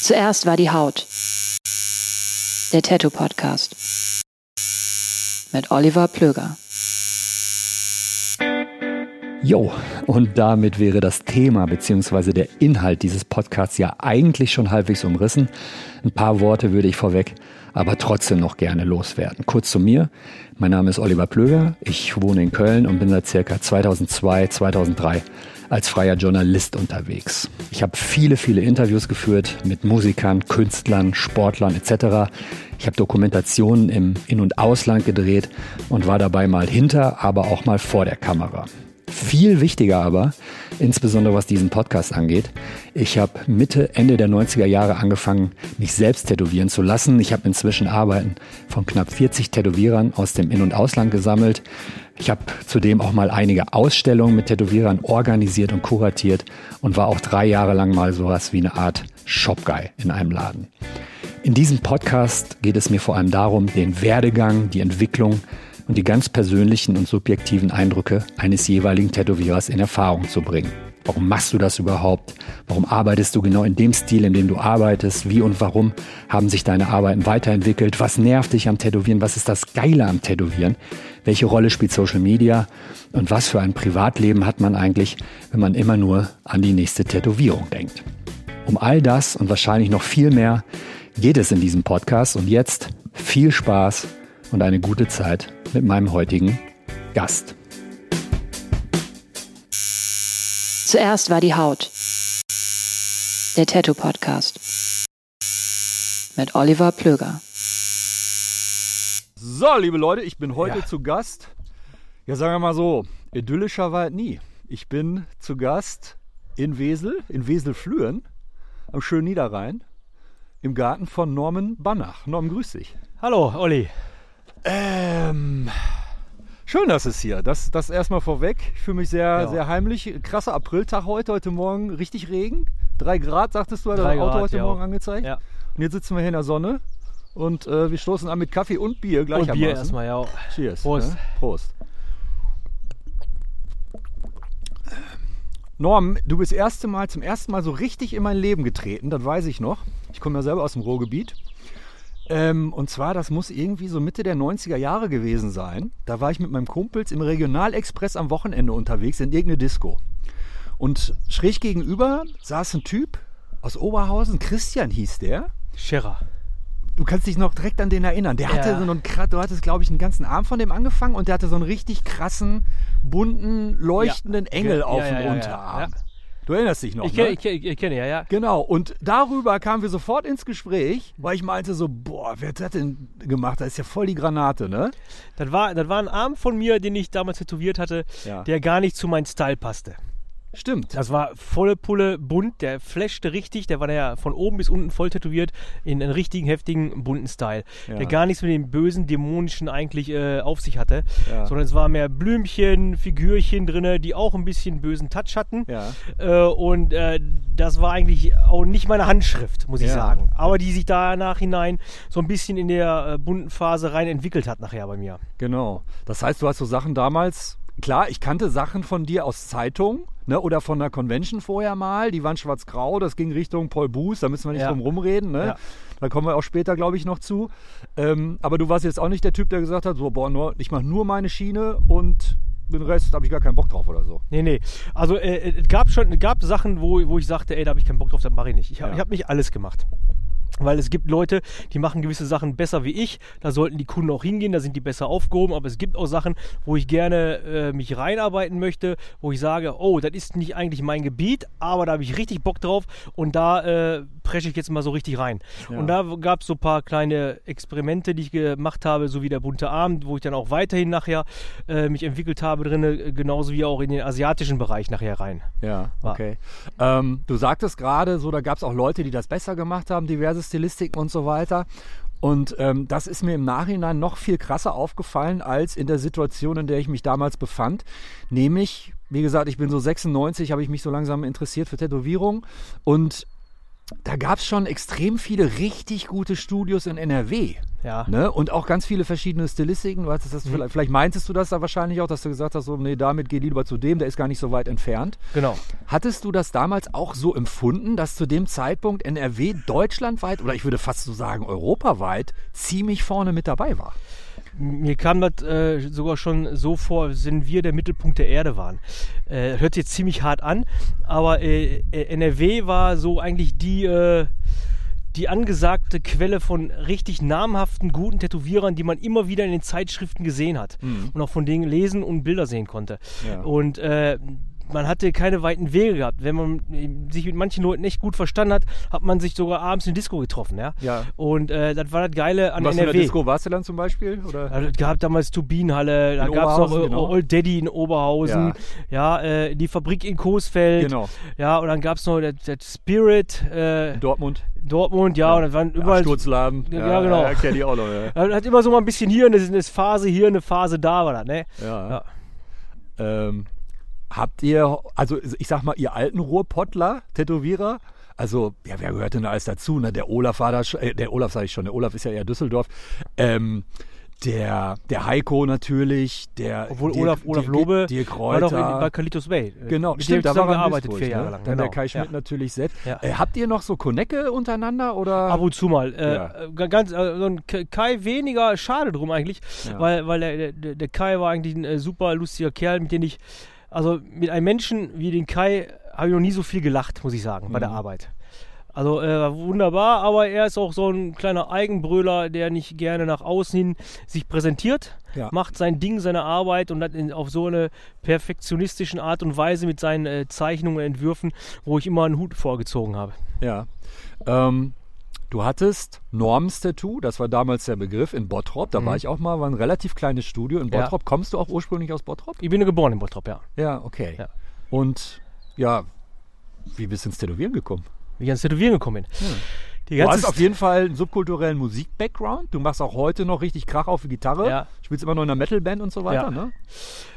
Zuerst war die Haut. Der Tattoo Podcast. Mit Oliver Plöger. Jo, und damit wäre das Thema bzw. der Inhalt dieses Podcasts ja eigentlich schon halbwegs umrissen. Ein paar Worte würde ich vorweg aber trotzdem noch gerne loswerden. Kurz zu mir. Mein Name ist Oliver Plöger. Ich wohne in Köln und bin seit circa 2002, 2003 als freier Journalist unterwegs. Ich habe viele, viele Interviews geführt mit Musikern, Künstlern, Sportlern etc. Ich habe Dokumentationen im In- und Ausland gedreht und war dabei mal hinter, aber auch mal vor der Kamera. Viel wichtiger aber, insbesondere was diesen Podcast angeht, ich habe Mitte, Ende der 90er Jahre angefangen, mich selbst tätowieren zu lassen. Ich habe inzwischen Arbeiten von knapp 40 Tätowierern aus dem In- und Ausland gesammelt. Ich habe zudem auch mal einige Ausstellungen mit Tätowierern organisiert und kuratiert und war auch drei Jahre lang mal sowas wie eine Art Shopguy in einem Laden. In diesem Podcast geht es mir vor allem darum, den Werdegang, die Entwicklung, und die ganz persönlichen und subjektiven Eindrücke eines jeweiligen Tätowierers in Erfahrung zu bringen. Warum machst du das überhaupt? Warum arbeitest du genau in dem Stil, in dem du arbeitest? Wie und warum haben sich deine Arbeiten weiterentwickelt? Was nervt dich am Tätowieren? Was ist das Geile am Tätowieren? Welche Rolle spielt Social Media? Und was für ein Privatleben hat man eigentlich, wenn man immer nur an die nächste Tätowierung denkt? Um all das und wahrscheinlich noch viel mehr geht es in diesem Podcast. Und jetzt viel Spaß und eine gute Zeit mit meinem heutigen Gast. Zuerst war die Haut. Der Tattoo Podcast. Mit Oliver Plöger. So, liebe Leute, ich bin heute zu Gast. Ja, sagen wir mal so, idyllischer war es nie. Ich bin zu Gast in Wesel, in Weselflüren, am schönen Niederrhein, im Garten von Norman Bannach. Norman, grüß dich. Hallo, Olli. Ähm, schön, dass es hier. Das, das erstmal vorweg. Ich fühle mich sehr, Ja. sehr heimlich. Krasser Apriltag heute, heute Morgen richtig Regen. Drei Grad, sagtest du, hat Drei dein Auto Grad, heute ja. Morgen angezeigt. Ja. Und jetzt sitzen wir hier in der Sonne und äh, wir stoßen an mit Kaffee und Bier Und gleichermaßen. Bier erstmal, ja. Cheers. Prost. Ne? Prost. Norm, du bist erste Mal, zum ersten Mal so richtig in mein Leben getreten, das weiß ich noch. Ich komme ja selber aus dem Ruhrgebiet. Ähm, und zwar, das muss irgendwie so Mitte der 90er Jahre gewesen sein. Da war ich mit meinem Kumpels im Regionalexpress am Wochenende unterwegs in irgendeine Disco. Und schräg gegenüber saß ein Typ aus Oberhausen, Christian hieß der Scherer. du kannst dich noch direkt an den erinnern. Der hatte Ja. so einen, kra- du hattest, glaube ich, einen ganzen Arm von dem angefangen und der hatte so einen richtig krassen, bunten, leuchtenden Ja. Engel Ja, auf ja, dem ja, ja, Unterarm. ja. Du erinnerst dich noch, Ich ne? kenne, ich kenne, ich kenne, ja, ja. Genau, und darüber kamen wir sofort ins Gespräch, weil ich meinte so, boah, wer hat das denn gemacht? Das ist ja voll die Granate, ne? Das war, das war ein Arm von mir, den ich damals tätowiert hatte, Ja. der gar nicht zu meinem Style passte. Stimmt. Das war volle Pulle bunt, der flashte richtig, der war ja von oben bis unten voll tätowiert in einen richtigen, heftigen, bunten Style. Ja. Der gar nichts mit dem bösen, dämonischen eigentlich äh, auf sich hatte, Ja. sondern es war mehr Blümchen, Figürchen drin, die auch ein bisschen bösen Touch hatten. Ja. Äh, und äh, das war eigentlich auch nicht meine Handschrift, muss ich Ja. sagen. Aber die sich da nachhinein so ein bisschen in der äh, bunten Phase rein entwickelt hat nachher bei mir. Genau. Das heißt, du hast so Sachen damals, klar, ich kannte Sachen von dir aus Zeitungen. Ne, oder von der Convention vorher mal, die waren schwarz-grau, das ging Richtung Paul Buß, da müssen wir nicht Ja. drum rumreden. Ne? Ja. Da kommen wir auch später, glaube ich, noch zu. Ähm, aber du warst jetzt auch nicht der Typ, der gesagt hat, so, boah, nur, ich mache nur meine Schiene und den Rest habe ich gar keinen Bock drauf oder so. Nee, nee. Also äh, es gab schon es gab Sachen, wo, wo ich sagte, ey, da habe ich keinen Bock drauf, das mache ich nicht. Ich habe Ja. ich hab nicht alles gemacht. Weil es gibt Leute, die machen gewisse Sachen besser wie ich. Da sollten die Kunden auch hingehen, da sind die besser aufgehoben. Aber es gibt auch Sachen, wo ich gerne äh, mich reinarbeiten möchte, wo ich sage, oh, das ist nicht eigentlich mein Gebiet, aber da habe ich richtig Bock drauf und da äh, presche ich jetzt mal so richtig rein. Ja. Und da gab es so ein paar kleine Experimente, die ich gemacht habe, so wie der bunte Abend, wo ich dann auch weiterhin nachher äh, mich entwickelt habe drin, genauso wie auch in den asiatischen Bereich nachher rein. Ja, War. okay. Ähm, du sagtest gerade so, da gab es auch Leute, die das besser gemacht haben, diverse Stilistiken und so weiter. Und ähm, das ist mir im Nachhinein noch viel krasser aufgefallen als in der Situation, in der ich mich damals befand. Nämlich, wie gesagt, ich bin so 96, habe ich mich so langsam interessiert für Tätowierung und da gab es schon extrem viele richtig gute Studios in NRW. Ja. Ne? Und auch ganz viele verschiedene Stilistiken. Du hattest das, vielleicht, vielleicht meintest du das da wahrscheinlich auch, dass du gesagt hast, so, nee, damit geh lieber zu dem, der ist gar nicht so weit entfernt. Genau. Hattest du das damals auch so empfunden, dass zu dem Zeitpunkt NRW deutschlandweit oder ich würde fast so sagen europaweit ziemlich vorne mit dabei war? Mir kam das äh, sogar schon so vor, sind wir der Mittelpunkt der Erde waren. Äh, hört jetzt ziemlich hart an, aber äh, äh, NRW war so eigentlich die, äh, die angesagte Quelle von richtig namhaften, guten Tätowierern, die man immer wieder in den Zeitschriften gesehen hat und auch von denen lesen und Bilder sehen konnte. Mhm. Ja. Und äh, man hatte keine weiten Wege gehabt. Wenn man äh, sich mit manchen Leuten echt gut verstanden hat, hat man sich sogar abends in der Disco getroffen. Ja? Ja. Und äh, das war das Geile an Was für NRW. eine Disco warst du dann zum Beispiel? Oder? Also, es gab damals Turbinenhalle, da In gab es noch Oberhausen, äh, genau. Old Daddy in Oberhausen, ja, äh, die Fabrik in Coesfeld, Genau. ja, und dann gab es noch das, das Spirit äh, Dortmund? Dortmund, ja, und das waren überall. Sturzladen. Ja, genau. Ja, kenn ich auch noch. Ja. Ja, das hat immer so mal ein bisschen hier eine, eine Phase hier, eine Phase da war das, ne? Ja. Ja. Ähm, habt ihr, also ich sag mal, ihr alten Ruhrpottler, Tätowierer, also, ja, wer gehört denn da alles dazu? Ne? Der Olaf war da, sch- äh, der Olaf sage ich schon, der Olaf ist ja eher Düsseldorf. Ähm, der, der Heiko natürlich, der. Obwohl Dirk- Olaf, Olaf Dirk- Lobe Dirk war doch in, Reuter. bei Kalitos Bay. äh, Genau, mit stimmt, dem da war er in gearbeitet Duisburg, vier Jahre ne? lang. Dann genau. der Kai Schmidt natürlich selbst. Ja. Äh, habt ihr noch so Konecke untereinander oder? Ab und zu mal. Äh, Ja. äh, ganz, äh, so ein K- Kai weniger schade drum eigentlich, Ja. weil, weil der, der, der Kai war eigentlich ein äh, super lustiger Kerl, mit dem ich, also mit einem Menschen wie den Kai habe ich noch nie so viel gelacht, muss ich sagen, bei der Mhm. Arbeit. Also äh, war wunderbar, aber er ist auch so ein kleiner Eigenbröler, der nicht gerne nach außen hin sich präsentiert, Ja. macht sein Ding, seine Arbeit und hat in, auf so eine perfektionistischen Art und Weise mit seinen äh, Zeichnungen und Entwürfen, wo ich immer einen Hut vorgezogen habe. Ja. Ähm, du hattest Norms Tattoo, das war damals der Begriff in Bottrop. Da war ich auch mal, war ein relativ kleines Studio in Mhm. Ja. Bottrop. Kommst du auch ursprünglich aus Bottrop? Ich bin ja geboren in Bottrop, ja. Ja, okay. Ja. Und ja, wie bist du ins Tätowieren gekommen? wie ich ans Tätowieren gekommen bin. Die Du ganze hast Hm. auf jeden Fall einen subkulturellen Musik-Background. Du machst auch heute noch richtig Krach auf die Gitarre. Ja. Spielst immer noch in einer Metalband und so weiter. Ja. Ne?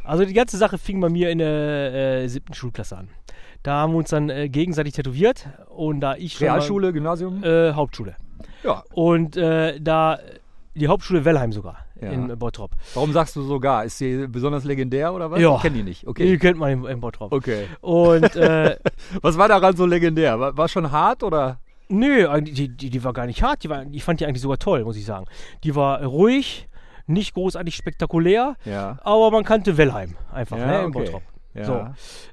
also die ganze Sache fing bei mir in der äh, siebten Schulklasse an. Da haben wir uns dann äh, gegenseitig tätowiert und da ich schon mal- Realschule, Gymnasium. äh, Hauptschule ja. und äh, da die Hauptschule Wellheim sogar Ja. in Bottrop. Warum sagst du sogar? Ist sie besonders legendär oder was? Ja. Ich kenne die nicht. Die Okay. kennt man in, in Bottrop. Okay. Und äh, Was war daran so legendär? War, war schon hart oder? Nö, eigentlich- die, die, die war gar nicht hart. Die war, ich fand die eigentlich sogar toll, muss ich sagen. Die war ruhig, nicht großartig spektakulär, Ja. aber man kannte Wellheim einfach, Ja, ne, in okay. Bottrop. Ja.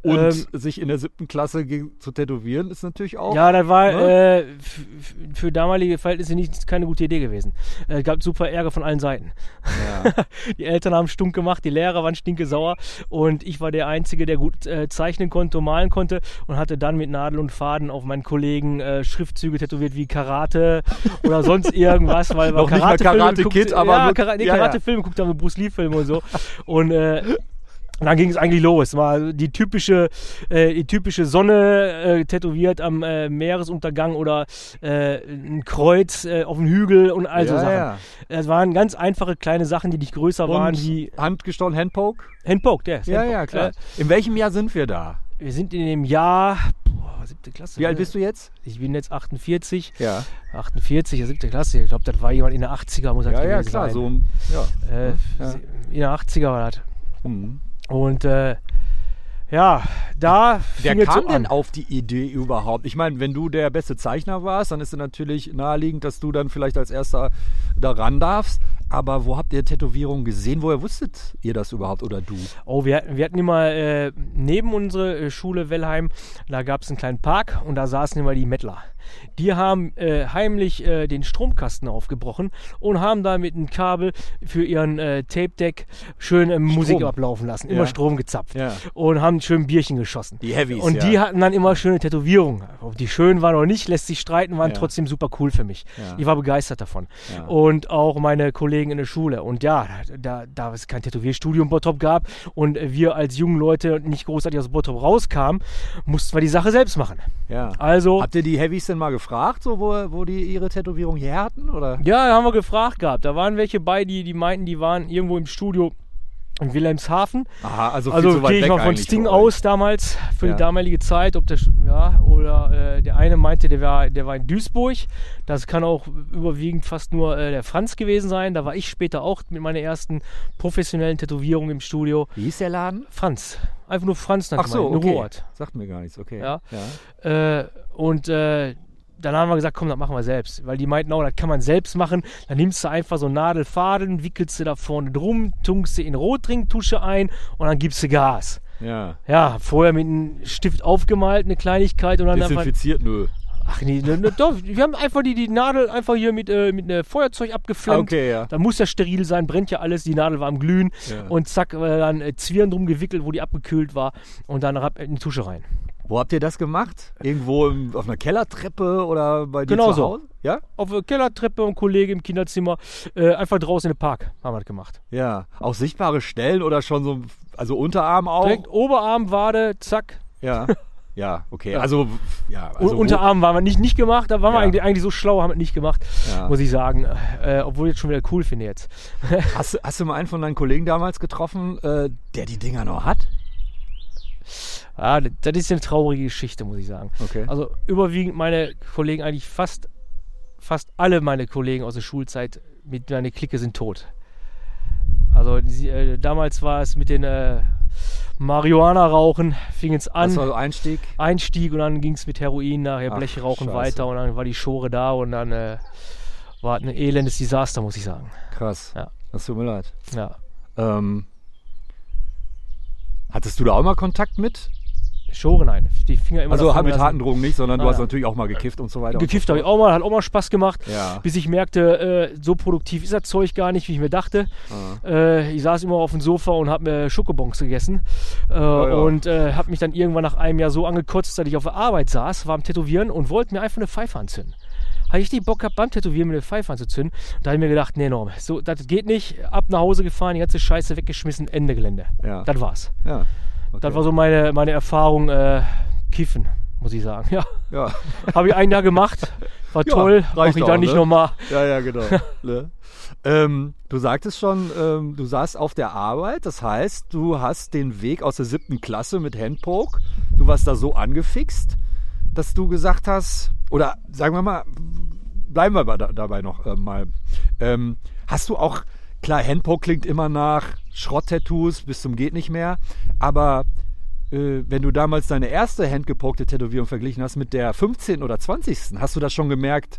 So. Und Ähm, sich in der siebten Klasse ge- zu tätowieren ist natürlich auch. Ja, das war ne? äh, f- f- für damalige Verhältnisse nicht, keine gute Idee gewesen. Es äh, gab super Ärger von allen Seiten. die Eltern haben stunk gemacht, die Lehrer waren stinkesauer und ich war der Einzige, der gut äh, zeichnen konnte, und malen konnte und hatte dann mit Nadel und Faden auf meinen Kollegen äh, Schriftzüge tätowiert wie Karate oder sonst irgendwas, weil Noch nicht mal Karate Kid, aber ja, gut, Kara nee, ja, ja. Karate-Filme guckt haben, Bruce Lee-Filme und so. und äh, und dann ging es eigentlich los. War die typische, äh, die typische Sonne äh, tätowiert am äh, Meeresuntergang oder äh, ein Kreuz äh, auf dem Hügel und all so Ja, Sachen. ja. Das waren ganz einfache kleine Sachen, die nicht größer waren wie Handgestochen, Handpoke? Handpoke. Der ist Ja, Handpoke. ja, klar. Äh, In welchem Jahr sind wir da? wir sind in dem Jahr boah, siebte Klasse. ne? Wie alt bist du jetzt? Ich bin jetzt 48. Ja. 48, ja, siebte Klasse. Ich glaube, das war jemand in der 80er, muss das Ja, ja, gewesen klar. sein. So, ja. äh, Ja. In der 80er war das. Mhm. Und äh, ja, da Wer fing es so kam denn an. auf die Idee überhaupt? Ich meine, wenn du der beste Zeichner warst, dann ist es natürlich naheliegend, dass du dann vielleicht als erster daran darfst. Aber wo habt ihr Tätowierungen gesehen? Woher wusstet ihr das überhaupt oder du? Oh, wir, hatten- wir hatten immer äh, neben unserer äh, Schule Wellheim, da gab es einen kleinen Park und da saßen immer die Mettler. Die haben äh, heimlich äh, den Stromkasten aufgebrochen und haben da mit einem Kabel für ihren äh, Tape-Deck schön äh, Musik ablaufen lassen, immer Ja. Strom gezapft Ja. und haben schön Bierchen geschossen. Die Heavies, Und die ja. hatten dann immer schöne Tätowierungen. Ob die schön waren oder nicht, lässt sich streiten, waren Ja. trotzdem super cool für mich. Ja. Ich war begeistert davon. Ja. Und auch meine Kollegen in der Schule. Und ja, da, da es kein Tätowierstudio in Bottrop gab und wir als jungen Leute nicht großartig aus Bottrop rauskamen, mussten wir die Sache selbst machen. Ja. Also, Habt ihr die Heavies denn mal gefragt, so, wo, wo die ihre Tätowierung her hatten? Oder? ja, da haben wir gefragt gehabt. Da waren welche bei, die, die meinten, die waren irgendwo im Studio in Wilhelmshaven. Aha, also viel Also zu weit gehe ich weg mal von eigentlich Sting für euch. aus damals, für Ja. die damalige Zeit, ob der, sch- ja, oder äh, der eine meinte, der war, der war in Duisburg. Das kann auch überwiegend fast nur äh, der Franz gewesen sein. Da war ich später auch mit meiner ersten professionellen Tätowierung im Studio. Wie hieß der Laden? Franz. Einfach nur Franz Ach nannte so, man ihn, in okay. Ruhrort. Sagt mir gar nichts, okay. Ja. Äh, und äh, dann haben wir gesagt, komm, das machen wir selbst. Weil die meinten, oh, das kann man selbst machen. Dann nimmst du einfach so einen Nadelfaden, wickelst du da vorne drum, tunkst du in Rotringtusche ein und dann gibst du Gas. Ja. Ja, vorher mit einem Stift aufgemalt, eine Kleinigkeit und dann einfach. Desinfiziert, nö. Ach nee, ne, ne, doch, wir haben einfach die, die Nadel einfach hier mit, äh, mit einem Feuerzeug abgeflammt. Okay, ja. Dann muss ja steril sein, brennt ja alles, die Nadel war am Glühen Ja. und zack, äh, dann äh, Zwirn drum gewickelt, wo die abgekühlt war und dann rab- in die Tusche rein. Wo habt ihr das gemacht? Irgendwo im, auf einer Kellertreppe oder bei dir Genau zu so. Hause? Ja? auf der Kellertreppe und Kollege im Kinderzimmer äh, einfach draußen in den Park haben wir das gemacht. Ja. Auch sichtbare Stellen oder schon so, also Unterarm auch? Direkt Oberarm, Wade, zack. Ja. Ja, okay. Also, ja. U- Also Unterarm waren wir nicht, nicht gemacht, da waren Ja. wir eigentlich, eigentlich so schlau, haben wir nicht gemacht, Ja. muss ich sagen. Äh, obwohl ich jetzt schon wieder cool finde jetzt. Wo, hast, hast du mal einen von deinen Kollegen damals getroffen, äh, der die Dinger noch hat? Ah, das das ist eine traurige Geschichte, muss ich sagen. Okay. Also überwiegend meine Kollegen, eigentlich fast, fast alle meine Kollegen aus der Schulzeit mit meiner Clique sind tot. Also die, äh, damals war es mit den äh, Marihuana-Rauchen, fing es an. das war so Einstieg. Einstieg und dann ging es mit Heroin nachher, Ach, Blechrauchen Scheiße. weiter und dann war die Schore da und dann äh, war ein elendes Desaster, muss ich sagen. Krass. Ja. Das tut mir leid. Ja, Ähm, hattest du da auch mal Kontakt mit? Schore nein, die Finger immer Also davon mit lassen. harten Drogen nicht, sondern du Nein, hast nein. natürlich auch mal gekifft und so weiter. Gekifft habe und ich auch mal, hat auch mal Spaß gemacht, Ja. bis ich merkte, äh, so produktiv ist das Zeug gar nicht, wie ich mir dachte. Ah. Äh, ich saß immer auf dem Sofa und habe mir Schokobons gegessen äh, Oh ja. und äh, habe mich dann irgendwann nach einem Jahr so angekotzt, dass ich auf der Arbeit saß, war am Tätowieren und wollte mir einfach eine Pfeife anzünden. Habe ich die Bock gehabt, beim Tätowieren mir eine Pfeife anzuzünden. Da habe ich mir gedacht, nee, Norm, so, das geht nicht. Ab nach Hause gefahren, die ganze Scheiße weggeschmissen, Ende Gelände. Ja. Das war's. so. Ja. Okay. Das war so meine, meine Erfahrung, äh, Kiffen, muss ich sagen. Ja. Ja. Habe ich ein Jahr gemacht, war Ja, toll, reicht mache ich auch, dann nicht ne? nochmal. Ja, ja, genau. ne? ähm, du sagtest schon, ähm, du saßt auf der Arbeit, das heißt, du hast den Weg aus der siebten Klasse mit Handpoke, du warst da so angefixt, dass du gesagt hast, oder sagen wir mal, bleiben wir bei- da, dabei noch äh, mal, ähm, hast du auch, klar, Handpoke klingt immer nach Schrott-Tattoos bis zum geht nicht mehr, aber äh, wenn du damals deine erste handgepokte Tätowierung verglichen hast mit der 15. oder 20. hast du das schon gemerkt,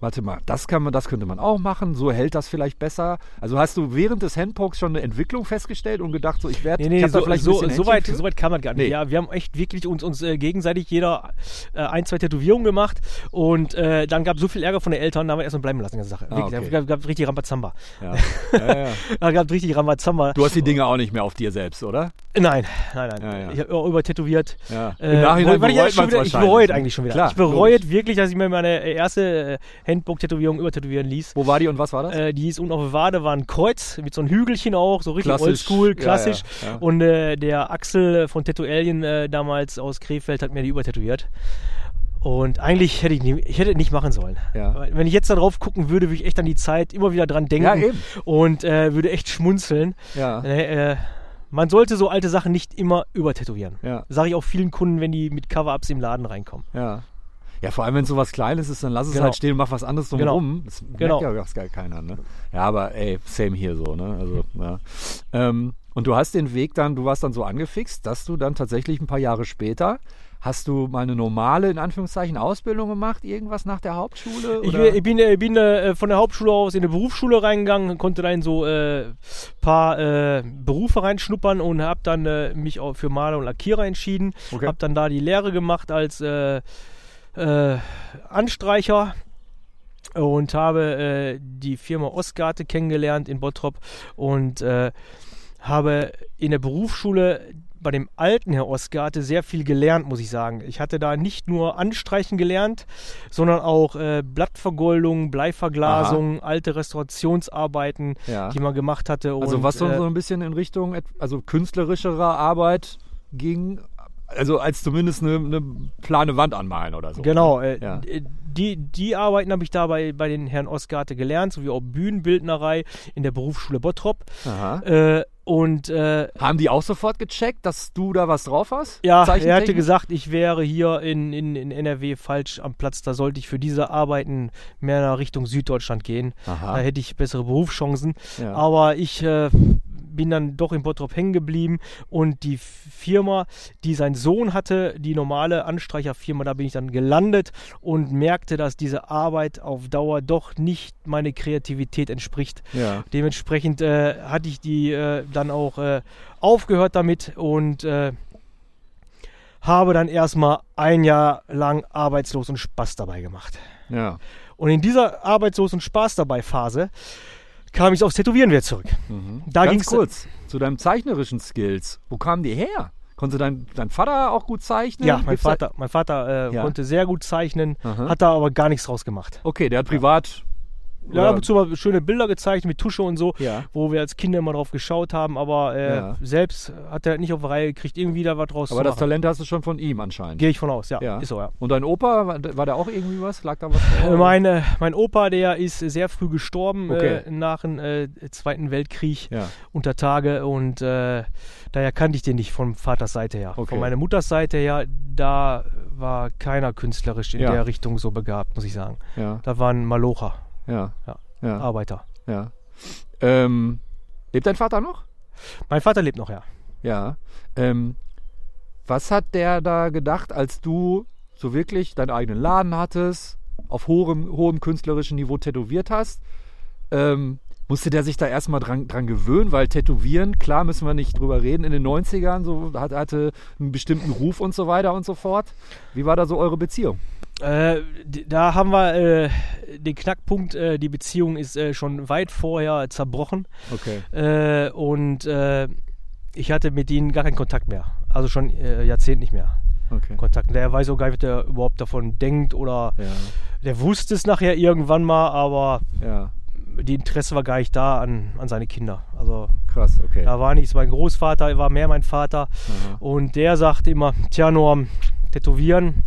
warte mal, das kann man, das könnte man auch machen, so hält das vielleicht besser. Also hast du während des Handpokes schon eine Entwicklung festgestellt und gedacht, so ich werde, Nee, nee, ich hab so, da vielleicht ein so, bisschen so, weit, Händchen für? so weit kann man gar nicht. Nee. Ja, wir haben echt wirklich uns, uns äh, gegenseitig jeder äh, ein, zwei Tätowierungen gemacht und äh, dann gab es so viel Ärger von den Eltern, da haben wir erstmal bleiben lassen, die ganze Sache. Ah, wirklich, okay. Da gab, gab richtig Rambazamba. Ja. Ja, ja. Da gab richtig Rambazamba. Du hast die Dinge auch nicht mehr auf dir selbst, oder? Nein, nein, nein. Ja, ja. Ich habe übertätowiert. Ja. Äh, Im Nachhinein weil ich, bereut eigentlich schon man's wieder, ich wahrscheinlich, bereue ne? eigentlich schon wieder. Klar, ich bereue wirklich, dass ich mir meine erste äh, Handbook-Tätowierung übertätowieren ließ. Wo war die und was war das? Äh, die ist unten auf der Wade, war ein Kreuz mit so einem Hügelchen auch, so richtig Klassisch. oldschool, Ja, klassisch. ja, ja. Und äh, der Axel von Tattoo Alien äh, damals aus Krefeld hat mir die übertätowiert. Und eigentlich hätte ich, nie, ich hätte nicht machen sollen. Ja. Weil Wenn ich jetzt da drauf gucken würde, würde ich echt an die Zeit immer wieder dran denken Ja, eben. und äh, würde echt schmunzeln. Ja. Äh, äh, man sollte so alte Sachen nicht immer übertätowieren. Ja. Sage ich auch vielen Kunden, wenn die mit Cover-Ups im Laden reinkommen. ja. Ja, vor allem wenn es so was Kleines ist, dann lass es Genau. halt stehen und mach was anderes drumherum. Das merkt Genau. ja auch gar keiner, ne? Ja, aber ey, same hier so, ne? Also, ja. Ähm, und du hast den Weg dann, du warst dann so angefixt, dass du dann tatsächlich ein paar Jahre später hast du mal eine normale, in Anführungszeichen, Ausbildung gemacht, irgendwas nach der Hauptschule? Ich, oder? bin- ich bin, äh, bin äh, von der Hauptschule aus in eine Berufsschule reingegangen, konnte da in so äh, paar äh, Berufe reinschnuppern und habe dann äh, mich auch für Maler und Lackierer entschieden. Okay. Habe dann da die Lehre gemacht als äh, äh, Anstreicher und habe äh, die Firma Osgarte kennengelernt in Bottrop und äh, habe in der Berufsschule bei dem alten Herr Osgarte sehr viel gelernt, muss ich sagen. Ich hatte da nicht nur Anstreichen gelernt, sondern auch äh, Blattvergoldung, Bleiverglasung, alte Restaurationsarbeiten, Ja. die man gemacht hatte. also und, was so, äh, so ein bisschen in Richtung et- also künstlerischerer Arbeit ging, also als zumindest eine, eine plane Wand anmalen oder so. Genau, äh, Ja. d- die, die Arbeiten habe ich da bei, bei den Herrn Osgarte gelernt, sowie auch Bühnenbildnerei in der Berufsschule Bottrop. Aha. Äh, Und äh, Haben die auch sofort gecheckt, dass du da was drauf hast? ja, er hatte Zeichentechnisch? gesagt, ich wäre hier in, in, in NRW falsch am Platz. Da sollte ich für diese Arbeiten mehr nach Richtung Süddeutschland gehen. Aha. Da hätte ich bessere Berufschancen. Ja. Aber ich äh, bin dann doch in Bottrop hängen geblieben und die Firma, die sein Sohn hatte, die normale Anstreicherfirma, da bin ich dann gelandet und merkte, dass diese Arbeit auf Dauer doch nicht meine Kreativität entspricht. Ja. Dementsprechend äh, hatte ich die äh, dann auch äh, aufgehört damit und äh, habe dann erstmal ein Jahr lang arbeitslos und Spaß dabei gemacht. Ja. Und in dieser arbeitslos und Spaß dabei Phase kam ich aufs Tätowieren wieder zurück. Da Mhm. Ganz ging's äh, kurz zu deinem zeichnerischen Skills. Wo kamen die her? Konnte dein, dein Vater auch gut zeichnen? Ja, mein Gibt's da- Vater, mein Vater äh, Ja. konnte sehr gut zeichnen, Aha. hat da aber gar nichts draus gemacht. Okay, der hat privat. Ja, oder- ab und zu mal schöne Bilder gezeichnet mit Tusche und so, Ja. wo wir als Kinder immer drauf geschaut haben, aber äh, Ja. selbst hat er nicht auf die Reihe gekriegt, irgendwie da was draus aber zu das machen. Talent hast du schon von ihm anscheinend. Gehe ich von aus, ja. Ja. Ist so, ja. Und dein Opa, war war da auch irgendwie was? Lag da was? Äh, vor? Mein, äh, mein Opa, der ist sehr früh gestorben Okay. äh, nach dem äh, Zweiten Weltkrieg Ja. unter Tage und äh, daher kannte ich den nicht von Vaters Seite her. Okay. Von meiner Mutters Seite her, da war keiner künstlerisch in Ja. der Richtung so begabt, muss ich sagen. Ja, Da waren Malocher, ja, Ja. ja, Arbeiter. ja. Ähm, lebt dein Vater noch? Mein Vater lebt noch, ja. Ja. Ähm, was hat der da gedacht, als du so wirklich deinen eigenen Laden hattest, auf hohem, hohem künstlerischen Niveau tätowiert hast? Ähm, musste der sich da erstmal dran, dran gewöhnen, weil Tätowieren, klar müssen wir nicht drüber reden, in den 90ern so, hat, hatte einen bestimmten Ruf und so weiter und so fort. Wie war da so eure Beziehung? Äh, d- da haben wir äh, den Knackpunkt, äh, die Beziehung ist äh, schon weit vorher zerbrochen. Okay. Äh, und äh, ich hatte mit ihnen gar keinen Kontakt mehr. Also schon äh, Jahrzehnt nicht mehr okay. Kontakt. Der weiß auch gar nicht, was der überhaupt davon denkt oder Ja, der wusste es nachher irgendwann mal, aber ja, die Interesse war gar nicht da an, an seine Kinder. Also krass, okay. da war nichts. Mein Großvater war mehr mein Vater Aha. und der sagte immer, tja Norm, tätowieren,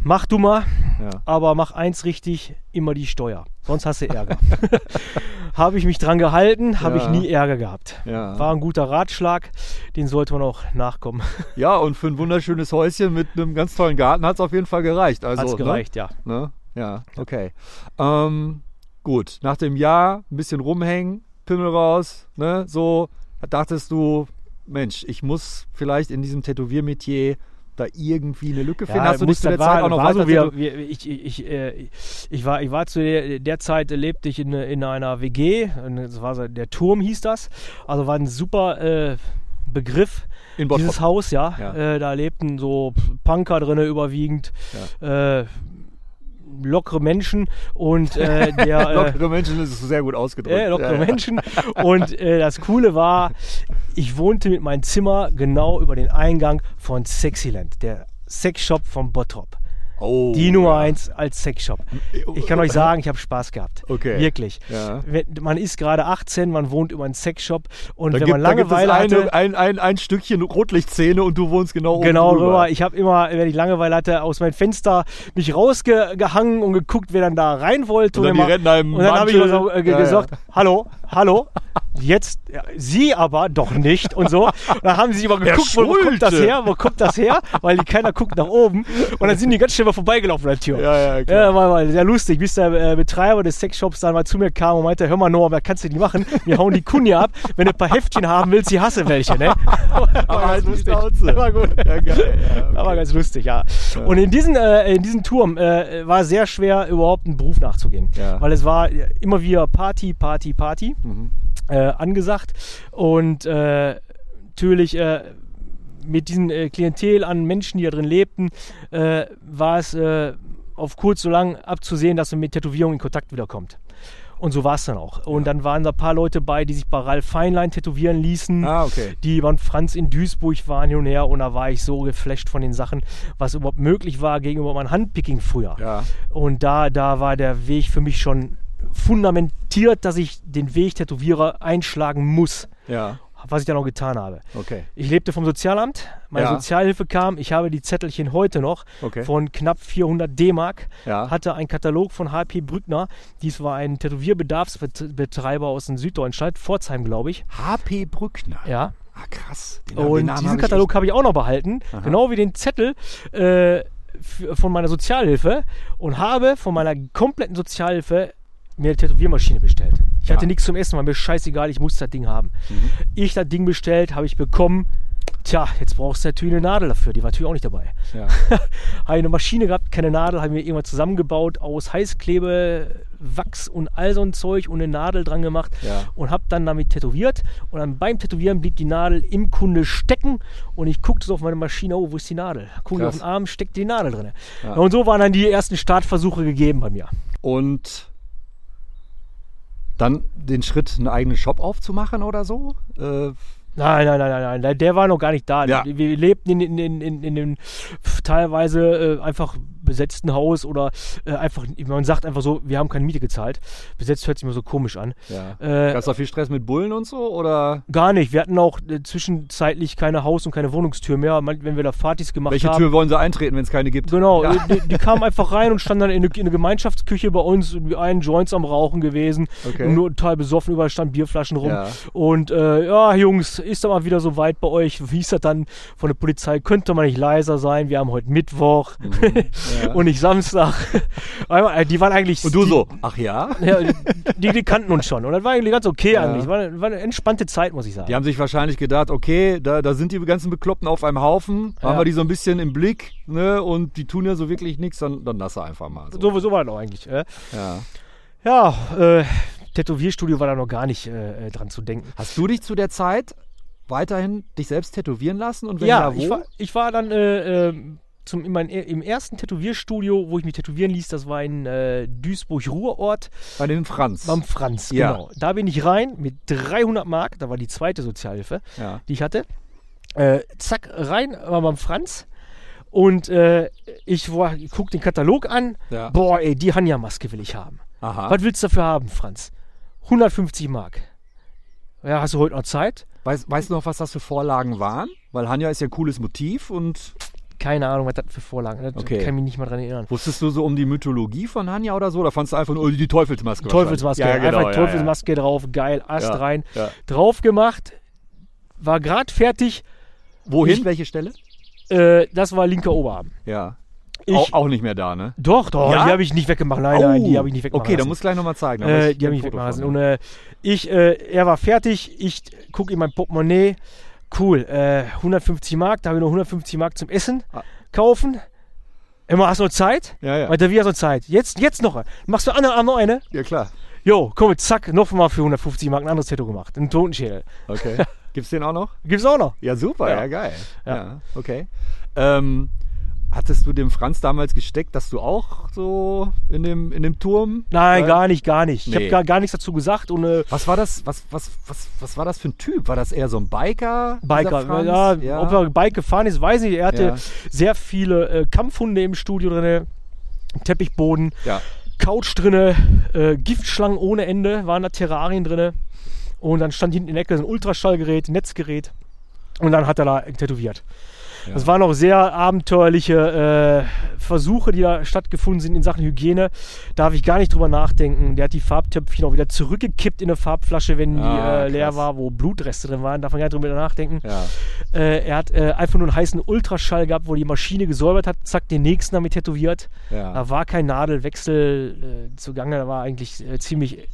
mach du mal, Ja. aber mach eins richtig, immer die Steuer. Sonst hast du Ärger. habe ich mich dran gehalten, habe Ja. ich nie Ärger gehabt. Ja. War ein guter Ratschlag, den sollte man auch nachkommen. ja, und für ein wunderschönes Häuschen mit einem ganz tollen Garten hat es auf jeden Fall gereicht. Also, Hat's ne? gereicht, ja. Ne? Ja, okay. Ähm, gut, nach dem Jahr ein bisschen rumhängen, Pimmel raus, ne? So dachtest du, Mensch, ich muss vielleicht in diesem Tätowiermetier da irgendwie eine Lücke finden. Hast du dich muss- zu der das Zeit auch noch war weiter so, wir, tätowiert? wir, ich, ich, äh, ich, war, ich war zu der, der Zeit, äh, lebte ich in, äh, in einer WG, und das war so, der Turm hieß das, also war ein super äh, Begriff. In Bottrop. Dieses Haus, ja, Ja. Äh, da lebten so Punker drinne überwiegend, äh, lockere Menschen und äh, der... äh, Lockere Menschen das ist sehr gut ausgedrückt. äh, lockere Ja, ja. Menschen. Und äh, das Coole war, ich wohnte mit meinem Zimmer genau über den Eingang von Sexyland, der Sexshop von Bottrop. Oh, Die Nummer ja. eins als Sexshop. Ich kann euch sagen, ich habe Spaß gehabt. Okay. Wirklich. Ja. Wenn- Man ist gerade 18, man wohnt über einen Sexshop und Da wenn gibt, man da gibt es Langeweile eine, hatte. ein, ein, ein Stückchen Rotlichtszene und du wohnst genau oben Genau, drüber. drüber. Ich habe immer, wenn ich Langeweile hatte, aus meinem Fenster mich rausgehangen und geguckt, wer dann da rein wollte. Und dann die immer- Rentner im und dann habe ich immer Mantel. so, äh, ge- Ja, ja. gesagt, hallo, hallo, jetzt, ja, sie aber doch nicht und so. Und dann haben sie immer geguckt, wo kommt das Schulte. her, wo kommt das her, weil die, keiner guckt nach oben. Und dann sind die ganz schnell mal vorbeigelaufen an der Tür. Ja, ja, klar. Ja, war, war sehr lustig, bis der äh, Betreiber des Sexshops dann mal zu mir kam und meinte, hör mal Noah, was kannst du die machen? Wir hauen die Kunja ab. Wenn du ein paar Heftchen haben willst, die hasse welche, ne? aber halt die Schnauze. Aber gut. Ja, geil. Ja, okay. Aber ganz lustig, ja. Und in, diesen, äh, in diesem Turm äh, war sehr schwer, überhaupt einen Beruf nachzugehen. Ja. Mhm. Weil es war äh, immer wieder Party, Party, Party äh, angesagt. Und äh, natürlich äh, mit diesem äh, Klientel an Menschen, die da drin lebten, äh, war es äh, auf kurz so lang abzusehen, dass man mit Tätowierung in Kontakt wiederkommt. Und so war es dann auch. Und dann waren da ein paar Leute bei, die sich bei Ralf Feinlein tätowieren ließen Ah, okay. die waren Franz in Duisburg waren hin und her und da war ich so geflasht von den Sachen, was überhaupt möglich war gegenüber meinem Handpicking früher. Ja. Und da, da war der Weg für mich schon fundamentiert, dass ich den Weg Tätowierer einschlagen muss. Ja. was ich dann auch getan habe. Okay. Ich lebte vom Sozialamt, meine Ja. Sozialhilfe kam, ich habe die Zettelchen heute noch Okay. von knapp 400 D-Mark, Ja. hatte einen Katalog von HP Brückner, dies war ein Tätowierbedarfsbetreiber aus dem Süddeutschland, Pforzheim glaube ich, HP Brückner. ja. Ah, krass. Den, den Und Namen diesen hab ich Katalog habe ich auch noch behalten, genau wie den Zettel äh, f- von meiner Sozialhilfe und habe von meiner kompletten Sozialhilfe mir eine Tätowiermaschine bestellt. Ich Ja. Mhm. hatte nichts zum Essen, war mir scheißegal, ich musste das Ding haben. Ich das Ding bestellt, habe ich bekommen. Tja, jetzt brauchst du natürlich eine Nadel dafür, die war natürlich auch nicht dabei. echt- Ja. Habe eine Maschine gehabt, keine Nadel, habe mir irgendwas zusammengebaut aus Heißklebe, Wachs und all so ein Zeug und eine Nadel dran gemacht Ja. und habe dann damit tätowiert. Und dann beim Tätowieren blieb die Nadel im Kunde stecken und ich guckte so auf meine Maschine, oh, wo ist die Nadel? Guckte Krass. auf den Arm, steckte die Nadel drin. Ja. Und so waren dann die ersten Startversuche gegeben bei mir. Und dann den Schritt, einen eigenen Shop aufzumachen oder so? Äh, Nein, nein, nein, nein, nein, der war noch gar nicht da. Ja. Wir lebten in, in, in, in, in einem pf, teilweise äh, einfach besetzten Haus oder äh, einfach, man sagt einfach so, wir haben keine Miete gezahlt. Besetzt hört sich immer so komisch an. ja. Äh, Gab es da viel Stress mit Bullen und so? Oder Gar nicht. Wir hatten auch äh, zwischenzeitlich keine Haus- und keine Wohnungstür mehr. Man, wenn wir da Partys gemacht welche haben. Tür wollen sie eintreten, wenn es keine gibt? Genau, Ja. äh, die, die kamen einfach rein und standen dann in eine- in eine Gemeinschaftsküche bei uns, irgendwie einen Joints am Rauchen gewesen, Okay. und nur total besoffen, überall standen Bierflaschen rum. Ja. Und äh, ja, Jungs, ist da mal wieder so weit bei euch? Wie hieß das dann von der Polizei? Könnte man nicht leiser sein? Wir haben heute Mittwoch Mhm. und nicht Samstag. Einmal, äh, die waren eigentlich. Und du die, so, ach ja? Ja, die, die kannten uns schon. Und das war eigentlich ganz okay Ja. eigentlich. War, eine- war eine entspannte Zeit, muss ich sagen. Die haben sich wahrscheinlich gedacht, okay, da, da sind die ganzen Bekloppten auf einem Haufen, Ja. haben wir die so ein bisschen im Blick, ne? Und die tun ja so wirklich nichts, dann, dann lass sie einfach mal. So. So, so war das auch eigentlich. Äh. Ja. Ja, äh, Tätowierstudio war da noch gar nicht äh, äh, dran zu denken. Hast du dich zu der Zeit weiterhin dich selbst tätowieren lassen? Und wenn ja, ja wo? ich war, ich war dann äh, äh, zum, in mein, im ersten Tätowierstudio, wo ich mich tätowieren ließ, das war in äh, Duisburg-Ruhrort, Bei dem Franz. beim Franz, Ja. genau. Da bin ich rein mit 300 Mark, da war die zweite Sozialhilfe, Ja. die ich hatte. Äh, zack, rein, war beim Franz. Und äh, ich, war- ich guck den Katalog an. Ja. Ah. Boah, ey, die Hanja-Maske will ich haben. Aha. Was willst du dafür haben, Franz? 150 Mark. Ja, hast du heute noch Zeit? Weiß, weißt du noch, was das für Vorlagen waren? Weil Hanja ist ja ein cooles Motiv und Keine Ahnung, was das für Vorlagen. Das Okay. kann ich mich nicht mal dran erinnern. wusstest du so um die Mythologie von Hanja oder so? Oder fandst du einfach nur oh, die Teufelsmaske? Teufelsmaske, wahrscheinlich? Ja, genau, einfach ja, Teufelsmaske drauf, geil, Ast Ja, rein, ja. drauf gemacht, war gerade fertig. Ja. Wohin? Ich- welche Stelle? Äh, das war linker Oberarm. Ja. Ich- auch, auch nicht mehr da, ne? Doch, doch, Ja? Oh, die habe ich nicht weggemacht. Nein, nein, die habe ich nicht weggemacht. Okay, dann musst du gleich nochmal zeigen. da weiß Äh, ich die haben ein mich Foto wegmachen lassen. von. Und äh, ich, äh, er war fertig, ich gucke in mein Portemonnaie. Cool, äh, 150 Mark, da habe ich noch 150 Mark zum Essen Ah. kaufen. Immer, hast du noch Zeit? Ja, ja. Weiter, wie hast du noch Zeit? Jetzt, jetzt noch. Machst du anderen Arm noch eine? Ja, klar. Jo, komm, zack, nochmal für 150 Mark ein anderes Tattoo gemacht. Einen Totenschädel. Okay. Gibt's den auch noch? Gibt's auch noch. Ja, super, ja, Ja. geil. Ja, Ja. okay. Ähm, hattest du dem Franz damals gesteckt, dass du auch so in dem, in dem Turm? Nein, Äh, gar nicht, gar nicht. Ich nee. habe gar, gar nichts dazu gesagt und äh, Was war das? Was, was, was, was war das für ein Typ? War das eher so ein Biker? dieser Biker. Franz? Ja, ja. Ob er Bike gefahren ist, weiß ich nicht. Er hatte Ja. sehr viele äh, Kampfhunde im Studio drin, Teppichboden, ja. Couch drinne, äh, Giftschlangen ohne Ende, waren da Terrarien drinne. Und dann stand hinten in der Ecke so ein Ultraschallgerät, ein Netzgerät. Und dann hat er da tätowiert. Das waren auch sehr abenteuerliche äh, Versuche, die da stattgefunden sind in Sachen Hygiene. Darf ich gar nicht drüber nachdenken. Der hat die Farbtöpfchen auch wieder zurückgekippt in eine Farbflasche, wenn Ah, die äh, leer krass. war, wo Blutreste drin waren. Darf man gar nicht drüber nachdenken. Ja. Äh, er hat äh, einfach nur einen heißen Ultraschall gehabt, wo die Maschine gesäubert hat, zack, den nächsten damit tätowiert. Ja. Da war kein Nadelwechsel äh, zugange, da war eigentlich äh, ziemlich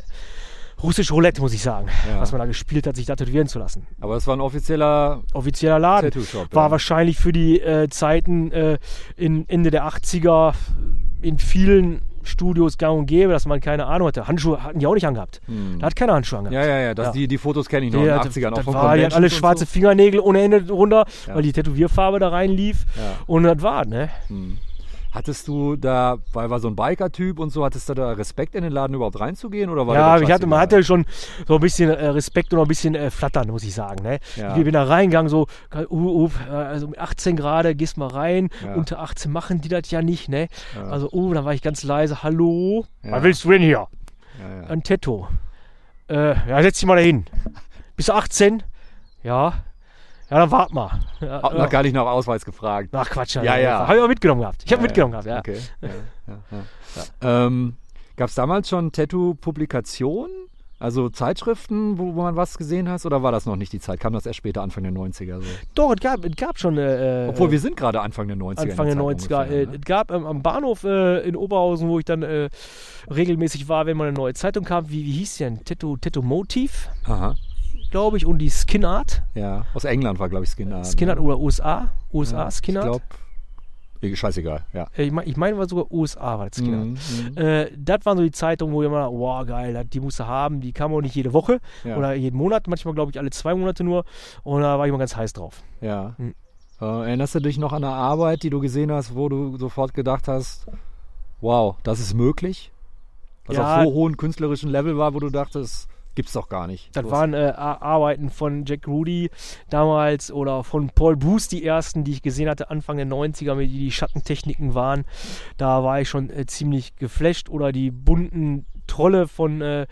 russisch Roulette, muss ich sagen, Ja. was man da gespielt hat, sich da tätowieren zu lassen. Aber das war ein offizieller. Offizieller Laden. Tattoo-Shop, war ja. wahrscheinlich für die äh, Zeiten äh, in Ende der 80er in vielen Studios gang und gäbe, dass man keine Ahnung hatte. Handschuhe hatten die auch nicht angehabt. Hm. Da hat keiner Handschuhe Ja, angehabt. ja, ja. Das, Ja. Die, die Fotos kenne ich noch in Der den hatte- 80ern. Auch das von war, die hatten alle Conventions und schwarze Fingernägel ohne Ende runter, Ja. weil die Tätowierfarbe da reinlief. Ja. Und das war, ne? So. Hattest du da, weil war so ein Biker-Typ und so, hattest du da Respekt in den Laden überhaupt reinzugehen? Oder war dir Ja, das ich hatte, man scheißegal? hatte schon so ein bisschen äh, Respekt und auch ein bisschen äh, Flattern, muss ich sagen. Ne? Ja. Ich bin da reingegangen, so, uh, uh, äh, also mit 18 Grad gehst mal rein, Ja. unter 18 machen die das ja nicht. Ne? Also, oh, dann war ich ganz leise, hallo, Ja. was willst du denn hier? Ja, ja. Ein Tetto. Äh, ja, setz dich mal dahin. Bist du 18? Ja. Ja, dann wart mal. Ja, Hab ja. noch gar nicht nach Ausweis gefragt. Ach Quatsch, Ja, ja. Habe ich auch mitgenommen gehabt. Ich habe mitgenommen gehabt, ja. Okay. Ja, ja, ja. Ähm, Gab es damals schon Tattoo-Publikationen? Also Zeitschriften, wo, wo man was gesehen hast? Oder war das noch nicht die Zeit? Kam das erst später, Anfang der 90er? So? Doch, es gab, es gab schon. Äh, Obwohl, wir sind gerade Anfang der 90er. in der Anfang der Zeit 90er. äh, ungefähr, ne? Es gab ähm, am Bahnhof äh, in Oberhausen, wo ich dann äh, regelmäßig war, wenn mal eine neue Zeitung kam, wie, wie hieß die denn? Tattoo, Tattoo Motiv, Aha, glaube ich, und die Skin Art. ja. Aus England war, glaube ich, Skin Art. Skin Art oder USA. USA Ja, Skin Art. Ich glaube, scheißegal, ja. Äh, Ich, mein, ich meine, war sogar USA war das Skin Art. Mhm, mhm. Äh, das waren so die Zeitungen, wo ich immer dachte, wow, geil, das- die musst du haben. Die kam auch nicht jede Woche Ja. oder jeden Monat, manchmal glaube ich alle zwei Monate nur. Und da war ich immer ganz heiß drauf. Ja. Hm. Äh, erinnerst du dich noch an eine Arbeit, die du gesehen hast, wo du sofort gedacht hast, wow, das ist möglich? Was Ja. auf so hohem künstlerischen Level war, wo du dachtest, gibt's doch gar nicht. Das Sowas. waren äh, Ar- Arbeiten von Jack Rudy damals oder von Paul Booth, die ersten, die ich gesehen hatte, Anfang der 90er, wie die Schattentechniken waren. Da war ich schon äh, ziemlich geflasht. Oder die bunten Trolle von äh,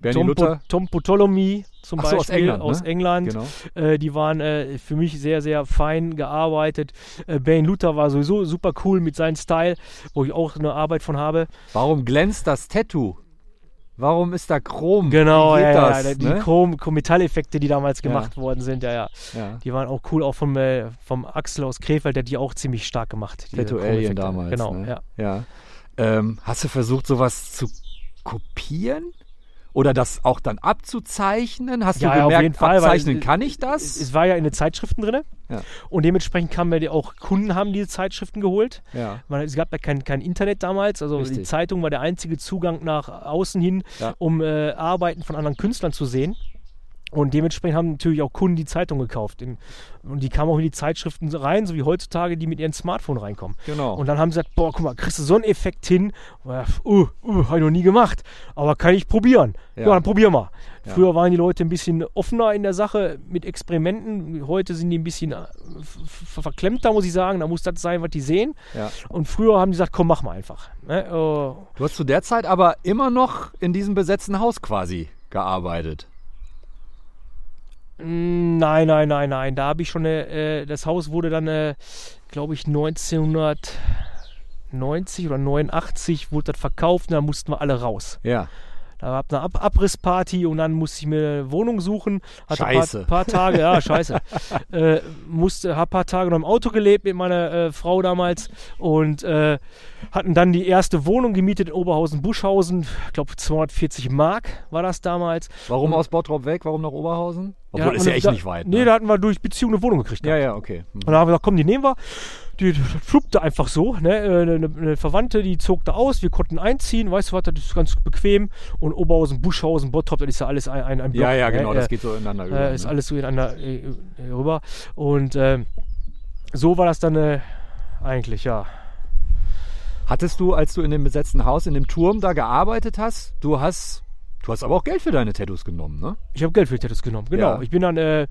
Bernie Tom, po Luther, Tom Potolomy zum Ach so, Beispiel aus England, aus ne? England. genau. Äh, die waren äh, für mich sehr, sehr fein gearbeitet. Äh, Bane Luther war sowieso super cool mit seinem Style, wo ich auch eine Arbeit von habe. Warum glänzt das Tattoo? Warum ist da Chrom? Genau, Wie geht ja, das, ja, ja, die ne? Chrom Metalleffekte, die damals gemacht worden sind, ja, ja. ja. Die waren auch cool, auch vom, äh, vom Axel aus Krefeld, der hat die auch ziemlich stark gemacht. diese Tattoo Alien Chromeffekte. damals. Genau, ne? ja. ja. Ähm, hast du versucht, sowas zu kopieren? Oder das auch dann abzuzeichnen? Hast Ja, du ja, auf gemerkt, jeden Fall, weil abzeichnen es- kann ich Es, das? es war ja in den Zeitschriften drin Ja. und dementsprechend kamen ja die- auch Kunden, haben diese Zeitschriften geholt. Ja. Man, es gab ja kein, kein Internet damals, also die Richtig. Zeitung war der einzige Zugang nach außen hin, Ja. um äh, Arbeiten von anderen Künstlern zu sehen. Und dementsprechend haben natürlich auch Kunden die Zeitung gekauft. In, und die kamen auch in die Zeitschriften rein, so wie heutzutage, die mit ihrem Smartphone reinkommen. Genau. Und dann haben sie gesagt, boah, guck mal, kriegst du so einen Effekt hin? Ja, Uh, uh, habe ich noch nie gemacht. Aber kann ich probieren? Ja, Ja. dann probier mal. Ja. Früher waren die Leute ein bisschen offener in der Sache mit Experimenten. Heute sind die ein bisschen äh, ver- verklemmter, muss ich sagen. Da muss das sein, was die sehen. ja. Und früher haben die gesagt, komm, mach mal einfach. Ne? Äh, Du hast zu der Zeit aber immer noch in diesem besetzten Haus quasi gearbeitet. Mm, Nein, nein, nein, nein. Da habe ich schon, äh, äh, das Haus wurde dann, äh, glaube ich, 1990 oder 89 wurde das verkauft und dann mussten wir alle raus. Ja. Da war eine Ab Abrissparty und dann musste ich mir eine Wohnung suchen. Hatte Scheiße. Ein paar, paar Tage, ja, scheiße. äh, musste, hab ein paar Tage noch im Auto gelebt mit meiner äh, Frau damals und äh, hatten dann die erste Wohnung gemietet in Oberhausen-Buschhausen. Ich glaube, 240 Mark war das damals. Warum aus Bottrop weg? Warum nach Oberhausen? Ja, Obwohl, ist ja und echt da, nicht weit. Nee, Ne? da hatten wir durch Beziehung eine Wohnung gekriegt. ja, ja, okay. Hm. Und dann haben wir gesagt, komm, die nehmen wir. Die fluppte einfach so. Ne? Äh, Eine, eine Verwandte, die zog da aus. Wir konnten einziehen. Weißt du was, das ist ganz bequem. Und Oberhausen, Buschhausen, Bottrop, das ist ja alles ein, ein, ein Block. Ja, ja, ne? genau, das Äh, geht so ineinander über. äh, ist ne? alles so ineinander äh, äh, rüber. Und ähm, so war das dann äh, eigentlich, ja. Hattest du, als du in dem besetzten Haus, in dem Turm da gearbeitet hast, du hast, du hast aber auch Geld für deine Tattoos genommen, ne? Ich habe Geld für die Tattoos genommen, genau. Ja. Ich bin dann äh,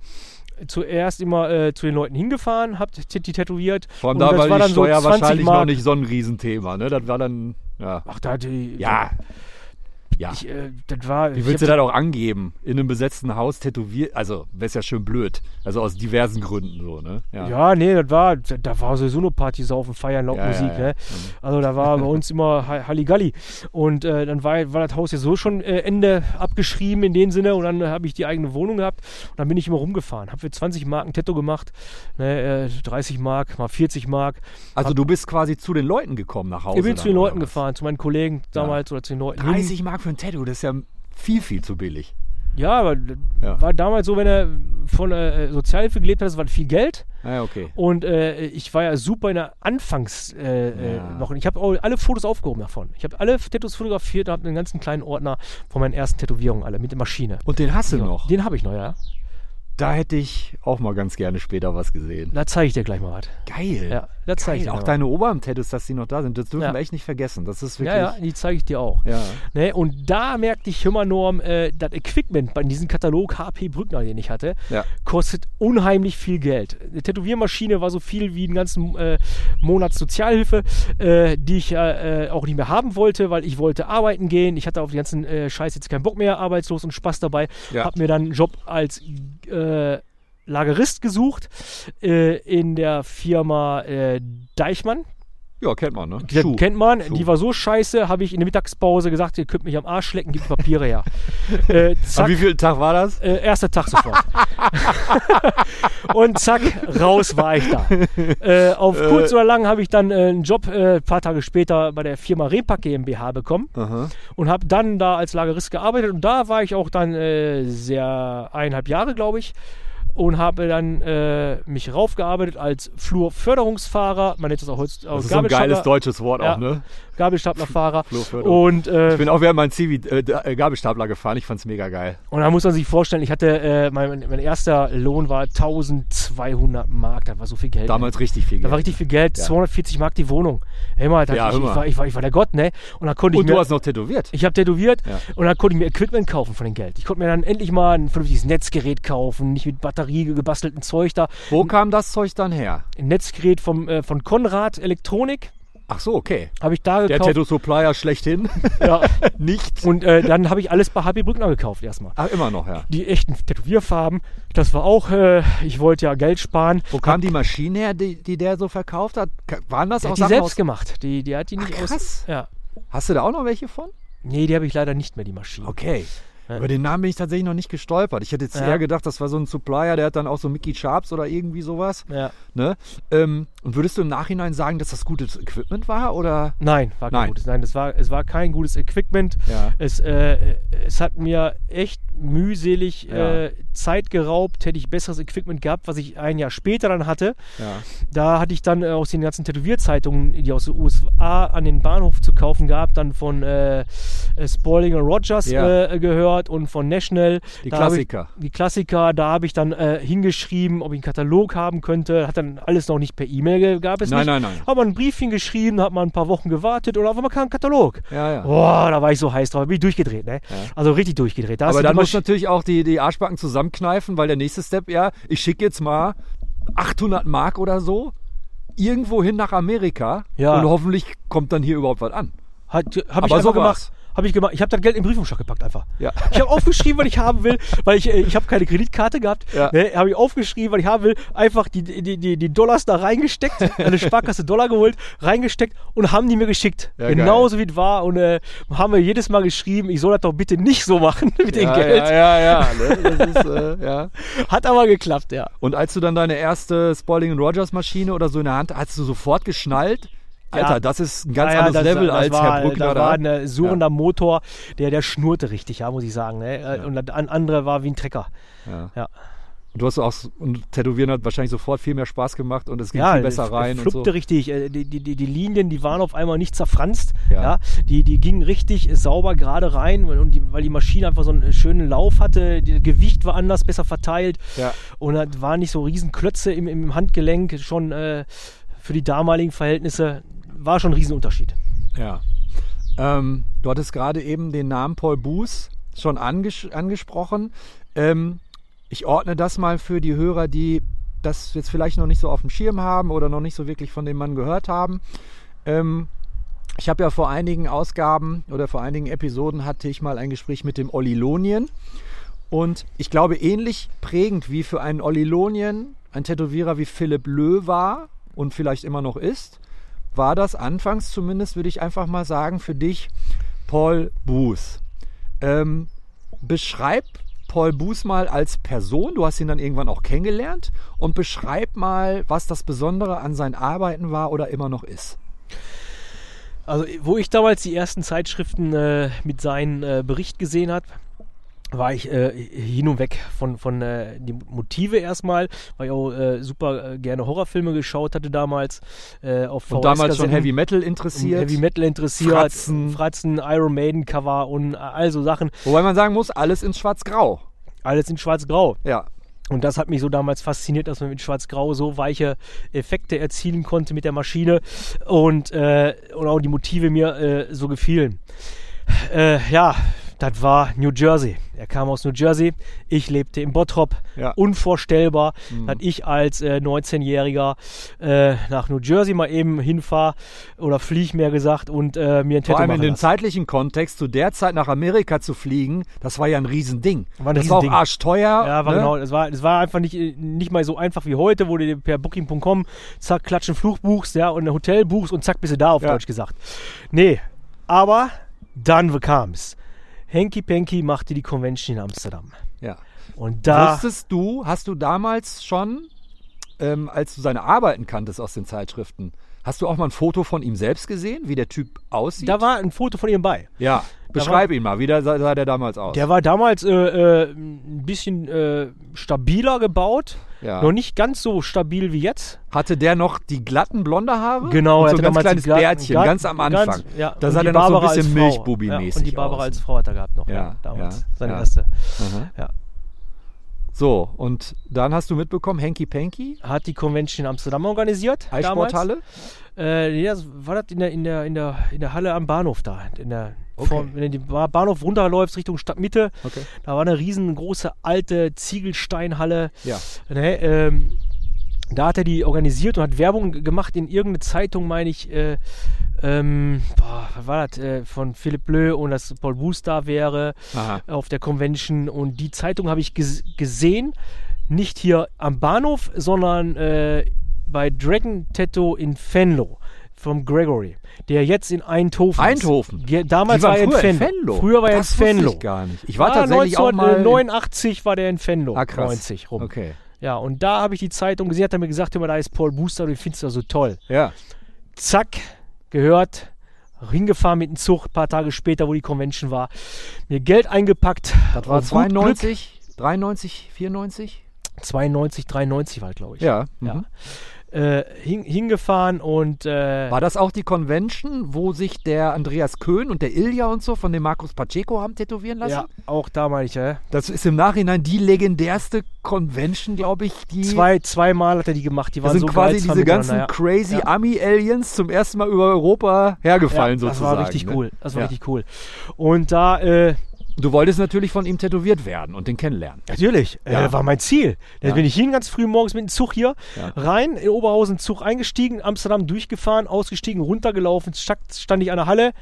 zuerst immer äh, zu den Leuten hingefahren, hab die die tätowiert. Vor allem Und da das war die dann so Steuer 20 wahrscheinlich Mark. noch nicht so ein Riesenthema, ne? Das war dann, ja. Ach, da die, Ja, Ich, äh, das war, wie ich willst du hab- das auch angeben? In einem besetzten Haus tätowiert, also wär's ja schön blöd. Also aus diversen Gründen so, ne? Ja, nee, das war, da war sowieso nur Partys saufen, feiern, laut Ja, ja, Musik, ja. Mhm. ne? Also da war bei uns immer Ha- Halligalli. Und äh, dann war, war das Haus ja so schon äh, Ende abgeschrieben in dem Sinne und dann habe ich die eigene Wohnung gehabt und dann bin ich immer rumgefahren. Habe für 20 Mark ein Tattoo gemacht, ne, äh, 30 Mark, mal 40 Mark. Also du bist quasi zu den Leuten gekommen nach Hause. ich bin zu den dann, oder Leuten was? gefahren, zu meinen Kollegen damals oder zu den Leuten. 30 Mark für ein Tattoo, das ist ja viel, viel zu billig. Ja, aber Ja. war damals so, wenn er von äh, Sozialhilfe gelebt hat, das war viel Geld. Ah, ja, okay. Und äh, ich war ja super in der Anfangs äh, äh, Ja. Wochen. Ich habe auch alle Fotos aufgehoben davon. Ich habe alle Tattoos fotografiert und habe einen ganzen kleinen Ordner von meinen ersten Tätowierungen alle mit der Maschine. Und den hast du Ja, noch. Den habe ich noch, ja. Da hätte ich auch mal ganz gerne später was gesehen. Da zeige ich dir gleich mal was. Geil. Ja, da zeige ich Geil. dir Auch mal. deine Oberarm-Tattoos, dass die noch da sind, das dürfen Ja. wir echt nicht vergessen. Das ist wirklich. Ja, ja, die zeige ich dir auch. ja. Ne, und da merkte ich immer Norm, äh, das Equipment bei diesem Katalog HP Brückner, den ich hatte, Ja. kostet unheimlich viel Geld. Eine Tätowiermaschine war so viel wie einen ganzen äh, Monat Sozialhilfe, äh, die ich äh, äh, auch nicht mehr haben wollte, weil ich wollte arbeiten gehen. Ich hatte auf den ganzen äh, Scheiß jetzt keinen Bock mehr, arbeitslos und Spaß dabei. Ja. Hab mir dann einen Job als äh, Lagerist gesucht äh, in der Firma äh, Deichmann. Ja, kennt man, ne? Die Schuh. kennt man, Schuh. die war so scheiße, habe ich in der Mittagspause gesagt, ihr könnt mich am Arsch lecken, gibt Papiere her. äh, Am zack, wievielten Tag war das? äh, erster Tag sofort. und zack, raus war ich da. Äh, auf Äh. kurz oder lang habe ich dann äh, einen Job äh, ein paar Tage später bei der Firma Repack GmbH bekommen Aha. und habe dann da als Lagerist gearbeitet und da war ich auch dann äh, sehr eineinhalb Jahre, glaube ich. Und habe dann äh, mich raufgearbeitet als Flurförderungsfahrer. Man nennt das auch heute Das ist so ein geiles deutsches Wort Ja. auch, ne? Gabelstaplerfahrer. Flurförderung. Und, äh, Ich bin auch während meinem Zivi äh, da- äh, Gabelstapler gefahren, ich fand's mega geil. und da muss man sich vorstellen, ich hatte, äh, mein, mein erster Lohn war 1200 Mark, das war so viel Geld. Damals richtig viel Da war Geld. richtig viel Geld, 240 Mark die Wohnung. Hey mal, da Ja, ich, hör ich, mal. war, ich, war, ich war der Gott, ne? Und dann konnte ich Und mir, du hast noch tätowiert. ich habe tätowiert Ja. und dann konnte ich mir Equipment kaufen von dem Geld. Ich konnte mir dann endlich mal ein vernünftiges Netzgerät kaufen, nicht mit Batterie gebastelten Zeug da. Wo kam das Zeug dann her? Ein Netzgerät vom, äh, von Konrad Elektronik Ach so, okay. habe ich da Der gekauft. Tattoo-Supplier schlechthin. ja. Nicht. Und äh, dann habe ich alles bei HB Brückner gekauft erstmal. Ach, immer noch, ja. die echten Tätowierfarben. Das war auch, äh, ich wollte ja Geld sparen. Wo kam die Maschine her, die, die der so verkauft hat? Ka- Waren das Die auch hat die Sachen selbst aus... gemacht. Die, die hat die nicht krass. aus. Ja. Hast du da auch noch welche von? Nee, die habe ich leider nicht mehr, die Maschine. Okay. Über den Namen bin ich tatsächlich noch nicht gestolpert. Ich hätte jetzt Ja. eher gedacht, das war so ein Supplier, der hat dann auch so Mickey Sharps oder irgendwie sowas. Ja. Ne? Ähm, und würdest du im Nachhinein sagen, dass das gutes Equipment war? Oder? Nein, war kein Nein. gutes. Nein, das war, es war kein gutes Equipment. Ja. Es, äh, es hat mir echt mühselig Ja. äh, Zeit geraubt. Hätte ich besseres Equipment gehabt, was ich ein Jahr später dann hatte. Ja. Da hatte ich dann äh, aus den ganzen Tätowierzeitungen, die aus den USA an den Bahnhof zu kaufen gab, dann von äh, äh, Spaulding und Rogers Ja. äh, gehört und von National. Die Da habe Klassiker. Ich, die Klassiker, da habe ich dann äh, hingeschrieben, ob ich einen Katalog haben könnte. Hat dann alles noch nicht per E-Mail ge- gab es Nein, nicht. nein, nein. Hat man einen Brief hingeschrieben, hat man ein paar Wochen gewartet oder auf einmal kam ein Katalog. Ja, ja. Boah, da war ich so heiß drauf. Bin ich durchgedreht, ne? Also richtig durchgedreht. Da hast Aber du die dann musst Masch- du natürlich auch die, die Arschbacken zusammenkneifen, weil der nächste Step, ja, ich schicke jetzt mal 800 Mark oder so irgendwo hin nach Amerika Ja. und hoffentlich kommt dann hier überhaupt was an. Hat, hab ich Aber einfach so war's. gemacht. Habe ich gemacht. Ich habe das Geld im Briefumschlag gepackt einfach. Ja. Ich habe aufgeschrieben, was ich haben will, weil ich, äh, ich habe keine Kreditkarte gehabt. Ja. Ne, habe ich aufgeschrieben, was ich haben will. Einfach die, die, die, die Dollars da reingesteckt, eine Sparkasse Dollar geholt, reingesteckt und haben die mir geschickt. Ja, Genauso wie es war. Und äh, haben mir jedes Mal geschrieben, ich soll das doch bitte nicht so machen mit dem ja, Geld. Ja, ja, ja. Ne? Das ist, äh, ja. Hat aber geklappt, ja. Und als du dann deine erste Spaulding Rogers Maschine oder so in der Hand hast du sofort geschnallt, Alter, Ah, Ja. das ist ein ganz Naja, anderes Level als war, Herr Brückner Da war da. ein äh, surrender Motor, der, der schnurrte richtig, ja, muss ich sagen. Ne? Äh, Und das an- andere war wie ein Trecker. Ja. ja. Und du hast auch und Tätowieren hat wahrscheinlich sofort viel mehr Spaß gemacht und es ging viel es- besser es rein und fluppte so. richtig. Äh, Die, die, die, die Linien, die waren auf einmal nicht zerfranst. Ja. Ja. Die, die gingen richtig sauber gerade rein, und die, weil die Maschine einfach so einen schönen Lauf hatte. Das Gewicht war anders, besser verteilt. Ja. Und das waren nicht so riesen Klötze im, im Handgelenk. Schon äh, für die damaligen Verhältnisse war schon ein Riesenunterschied. Ja. Ähm, du hattest gerade eben den Namen Paul Buß schon anges angesprochen. Ähm, ich ordne das mal für die Hörer, die das jetzt vielleicht noch nicht so auf dem Schirm haben oder noch nicht so wirklich von dem Mann gehört haben. Ähm, ich habe ja vor einigen Ausgaben oder vor einigen Episoden hatte ich mal ein Gespräch mit dem Olli Lonien. Und ich glaube, ähnlich prägend wie für einen Olli Lonien ein Tätowierer wie Philipp Löh war und vielleicht immer noch ist, war das anfangs zumindest, würde ich einfach mal sagen, für dich Paul Buß. Ähm, beschreib Paul Buß mal als Person, du hast ihn dann irgendwann auch kennengelernt, und beschreib mal, was das Besondere an seinen Arbeiten war oder immer noch ist. Also, wo ich damals die ersten Zeitschriften äh, mit seinem äh, Bericht gesehen habe, war ich äh, hin und weg von, von äh, die Motive erstmal, weil ich auch äh, super äh, gerne Horrorfilme geschaut hatte damals. Äh, auf Und VHS damals schon Kassetten, Heavy Metal um interessiert. Heavy Metal interessiert, Fratzen. Fratzen Iron Maiden Cover und all so Sachen, Wobei man sagen muss, alles in Schwarz-Grau. alles in schwarz-grau. Ja, Und das hat mich so damals fasziniert, dass man mit Schwarz-Grau so weiche Effekte erzielen konnte mit der Maschine und, äh, und auch die Motive mir äh, so gefielen. Äh, ja, das war New Jersey. Er kam aus New Jersey, ich lebte in Bottrop. Ja. Mhm. Unvorstellbar, dass ich als äh, 19-Jähriger äh, nach New Jersey mal eben hinfahre oder fliege, mehr gesagt, und äh, mir ein Tattoo Vor allem in machen dem lasse. zeitlichen Kontext, zu der Zeit nach Amerika zu fliegen, das war ja ein Riesending. War ein das war auch Riesending. arschteuer. Ja, war ne? genau. Es war, es war einfach nicht, nicht mal so einfach wie heute, wo du dir per Booking.com zack, klatschen, Fluch buchst, ja, und ein Hotel buchst und zack, bist du da, auf Ja. Deutsch gesagt. Nee, aber dann bekam's. Henky Penky machte die Convention in Amsterdam. Ja. Und da. Wusstest du, hast du damals schon, ähm, als du seine Arbeiten kanntest aus den Zeitschriften, hast du auch mal ein Foto von ihm selbst gesehen, wie der Typ aussieht? Da war ein Foto von ihm bei. ja, beschreib ihn mal, wie der, sah, sah der damals aus? Der war damals äh, äh, ein bisschen äh, stabiler gebaut. Ja. Noch nicht ganz so stabil wie jetzt. hatte der noch die glatten blonde Haare? Genau, und er so ein ganz hatte damals kleines die glatten- Bärtchen, glatten- ganz am Anfang. ja, Da und sah die der noch so ein Barbara bisschen als Frau. Milchbubi-mäßig ja, Und die Barbara aus. als Frau hat er gehabt noch. Ja, Ja, damals. ja, Seine ja. erste. Aha. Ja. So, und dann hast du mitbekommen, Henky Panky, Hat die Convention in Amsterdam organisiert. damals. Eissporthalle. Äh, nee, das war das in der, in, der, in, der, in der Halle am Bahnhof da. In der, Okay. vom- wenn du den Ba- Bahnhof runterläufst Richtung Stadtmitte, Okay. da war eine riesengroße alte Ziegelsteinhalle. Ja. Ne, ähm, da hat er die organisiert und hat Werbung g- gemacht in irgendeine Zeitung, meine ich. Äh, ähm, boah, was war das? Äh, von Philipp Bleu und dass Paul Booth da wäre Aha. auf der Convention. Und die Zeitung habe ich ges gesehen, nicht hier am Bahnhof, sondern äh, bei Dragon Tattoo in Venlo vom Gregory, der jetzt in Eindhoven Eindhoven? ist. Ge- Damals Die waren war er in früher in Venlo. Venlo. Früher war er in Das wusste ich Venlo. Ah, gar nicht. Ich war ja, tatsächlich auch mal in- 1989 war der in Venlo. Ah, krass. 90 rum. Okay. Ja, und da habe ich die Zeitung gesehen, hat er mir gesagt, immer da ist Paul Booster, den findest du ja so toll. Ja. Zack, gehört, hingefahren mit dem Zug, paar Tage später, wo die Convention war, mir Geld eingepackt. Das war Auf gut Glück. 92, 93, 94? 92, 93 war, glaube ich. Ja. Mhm. Ja. Äh, hin, hingefahren und äh, War das auch die Convention, wo sich der Andreas Köhn und der Ilja und so von dem Markus Pacheco haben tätowieren lassen? ja, auch damals, äh, Das ist im Nachhinein die legendärste Convention, glaube ich, die. zwei, zweimal hat er die gemacht. Die da waren sind so quasi geizig diese ganzen miteinander, ja. crazy Ja. Ami-Aliens zum ersten Mal über Europa hergefallen, ja, Das sozusagen. war richtig ne? cool. Das war Ja. richtig cool. Und da, äh, Du wolltest natürlich von ihm tätowiert werden und den kennenlernen. Natürlich, Ja. äh, war mein Ziel. Da Ja. bin ich hin ganz früh morgens mit dem Zug hier Ja. rein, in Oberhausen Zug eingestiegen, Amsterdam durchgefahren, ausgestiegen, runtergelaufen, stack- stand ich an der Halle,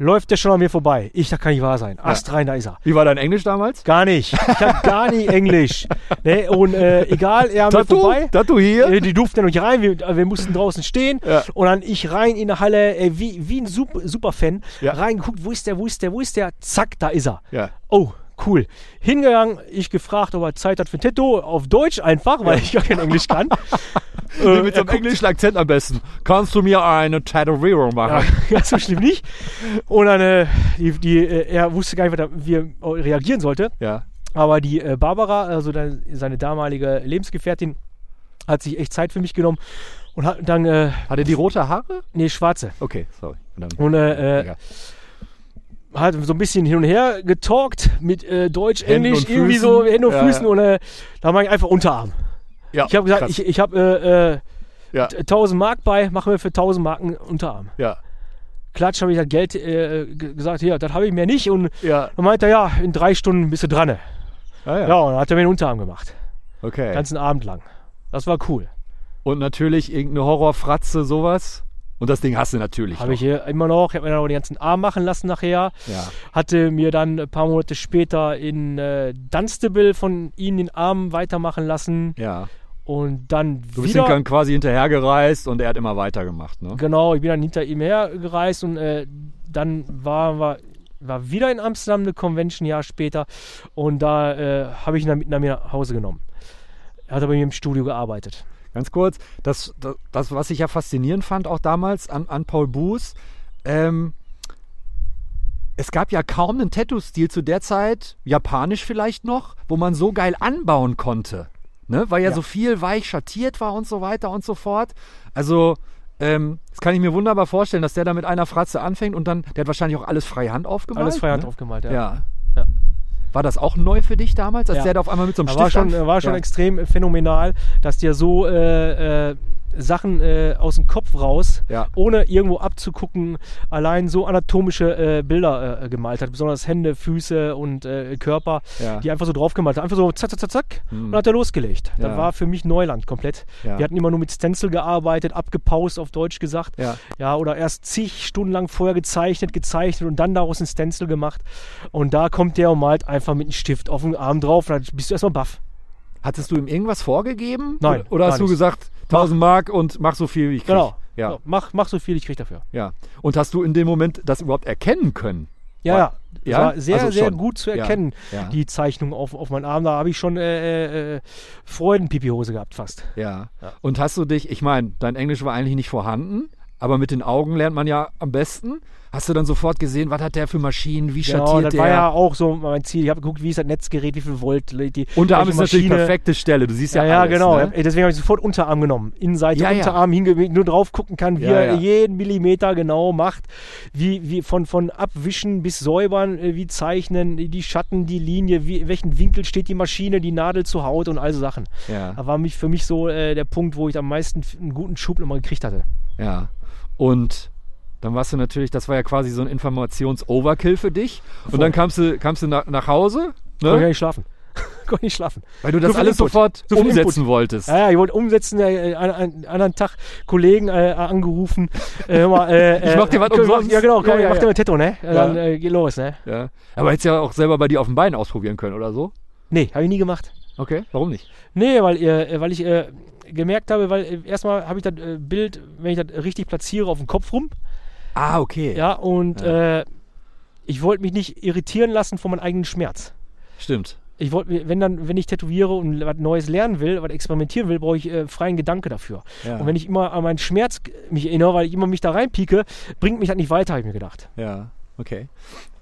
läuft der schon an mir vorbei. Ich, da kann nicht wahr sein. Ast rein, da ist er. Wie war dein Englisch damals? Gar nicht. Ich hab gar nicht Englisch. Ne? Und äh, egal, er an mir vorbei. Tattoo hier? Äh, Die durften ja noch nicht rein, wir, wir mussten draußen stehen. Ja. Und dann ich rein in der Halle, ey, wie, wie ein Super, Superfan, Ja. reingeguckt, wo ist der, wo ist der, wo ist der? Zack, da ist er. Ja. Oh, cool. Hingegangen, ich gefragt, ob er Zeit hat für ein Tattoo, auf Deutsch einfach, weil ich gar kein Englisch kann. Äh, Nee, mit so er einem englischen Akzent am besten. Kannst du mir eine Tätowierung Ja, machen? ja, so schlimm nicht. Und dann, äh, die, die, äh, er wusste gar nicht, was er- wie er reagieren sollte. Ja. Aber die äh, Barbara, also dann seine damalige Lebensgefährtin, hat sich echt Zeit für mich genommen und hat dann, äh, Hatte die rote Haare? nee, schwarze. Okay, sorry. Dann- Und äh, äh, Egal. hat so ein bisschen hin und her getalkt mit äh, Deutsch, Händen Englisch, und irgendwie Füßen. so Händen und Ja, Füßen ja. und äh, da mache ich einfach Unterarm. Ja, Ich habe gesagt, krass. ich, ich habe äh, äh, ja, 1000 Mark bei, machen wir für 1000 Marken Unterarm. ja, Klatsch habe ich das Geld äh, ge- gesagt, hier, das habe ich mir nicht. Und ja. dann meinte er, ja, in drei Stunden bist du dran. ne? Ah, Ja, ja. und dann hat er mir den Unterarm gemacht. Okay. Ganzen Abend lang. Das war cool. Und natürlich irgendeine Horrorfratze, sowas. Und das Ding hast du natürlich. Habe noch. ich hier immer noch. Ich habe mir dann aber den ganzen Arm machen lassen nachher. Ja. Hatte mir dann ein paar Monate später in äh, Dunstable von ihnen den Arm weitermachen lassen. Ja. Und dann Du bist ihm wieder. dann quasi hinterhergereist und er hat immer weitergemacht, ne? Genau, ich bin dann hinter ihm hergereist und äh, dann war, war, war wieder in Amsterdam eine Convention ein Jahr später und da äh, habe ich ihn dann mit nach mir nach Hause genommen. Er hat aber mit mir im Studio gearbeitet. Ganz kurz, das, das, das, was ich ja faszinierend fand, auch damals an, an Paul Buß, ähm, es gab ja kaum einen Tattoo-Stil zu der Zeit, japanisch vielleicht noch, wo man so geil anbauen konnte. Ne? Weil ja, Ja. so viel weich schattiert war und so weiter und so fort. Also, ähm, das kann ich mir wunderbar vorstellen, dass der da mit einer Fratze anfängt und dann, der hat wahrscheinlich auch alles freie Hand aufgemalt. Alles freihand ne? aufgemalt, ja. Ja. Ja. War das auch neu für dich damals, als Ja. der da auf einmal mit so einem Er Stift war schon, anf- er war schon ja. extrem phänomenal, dass der so äh, äh, Sachen äh, aus dem Kopf raus, Ja. ohne irgendwo abzugucken, allein so anatomische äh, Bilder äh, gemalt hat. Besonders Hände, Füße und äh, Körper, Ja. Hm. die einfach so drauf gemalt hat. Einfach so zack, zack, zack, zack und hat er losgelegt. Ja. Das war für mich Neuland komplett. Ja. Wir hatten immer nur mit Stencil gearbeitet, abgepaust auf Deutsch gesagt. Ja. ja, oder erst zig Stunden lang vorher gezeichnet, gezeichnet und dann daraus ein Stencil gemacht. Und da kommt der und malt einfach mit einem Stift auf den Arm drauf. Und dann bist du erstmal baff. Hattest du ihm irgendwas vorgegeben? Nein, Oder gar hast du nicht. gesagt, 1000 Mark und mach so viel, wie ich krieg? Genau. Ja, So, mach, mach so viel, ich krieg dafür. ja. Und hast du in dem Moment das überhaupt erkennen können? Ja, War- ja. Das Ja? war sehr, Also sehr schon. gut zu Ja, erkennen, ja. die Zeichnung auf, auf meinen Arm. Da habe ich schon äh, äh, äh, Freudenpipi-Hose gehabt fast. Ja. Und hast du dich, ich meine, dein Englisch war eigentlich nicht vorhanden, aber mit den Augen lernt man ja am besten. Hast du dann sofort gesehen, was hat der für Maschinen, wie Genau, schattiert das der? war ja auch so mein Ziel. Ich habe geguckt, wie ist das Netzgerät, wie viel Volt, die Unterarm welche ist natürlich Maschine. perfekte Stelle, du siehst ja, Ja, ja, alles, genau. Ne? Ey, Deswegen habe ich sofort Unterarm genommen. Innenseite, Ja, ja. Unterarm, hinge nur drauf gucken kann, wie Ja, er ja. jeden Millimeter genau macht. Wie, wie von, von Abwischen bis Säubern, äh, wie zeichnen, die Schatten, die Linie, wie, in welchen Winkel steht die Maschine, die Nadel zur Haut und all so Sachen. Ja. Da war mich, für mich so äh, der Punkt, wo ich am meisten f- einen guten Schub nochmal gekriegt hatte. Ja. Und dann warst du natürlich, das war ja quasi so ein Informations-Overkill für dich. Und dann kamst du, kamst du nach, nach Hause, Konnte gar ne? nicht schlafen. Konnte nicht schlafen. weil du das So viel alles Input. sofort So viel Input. umsetzen wolltest. Ja, ja, ich wollte umsetzen, äh, an, an, anderen Tag Kollegen äh, angerufen. Äh, hör mal, äh, Ich äh, mach dir was komm, umsonst. Ja, genau, komm, Ja, ich ja, mach ja. dir mal ein Tattoo, ne? Äh, Ja. Dann äh, geht los, ne? Ja. Aber hättest ja auch selber bei dir auf dem Bein ausprobieren können oder so. Nee, habe ich nie gemacht. Okay, warum nicht? Nee, weil, äh, weil ich äh, gemerkt habe, weil äh, erstmal habe ich das äh, Bild, wenn ich das richtig platziere, auf dem Kopf rum. Ah, okay. Ja, und Äh, ich wollte mich nicht irritieren lassen von meinem eigenen Schmerz. Stimmt. Ich wollte, mir- wenn dann, wenn ich tätowiere und was Neues lernen will, was experimentieren will, brauche ich äh, freien Gedanke dafür. Ja. Und wenn ich immer an meinen Schmerz g- mich erinnere, weil ich immer mich da reinpieke, bringt mich das nicht weiter, habe ich mir gedacht. Ja, okay.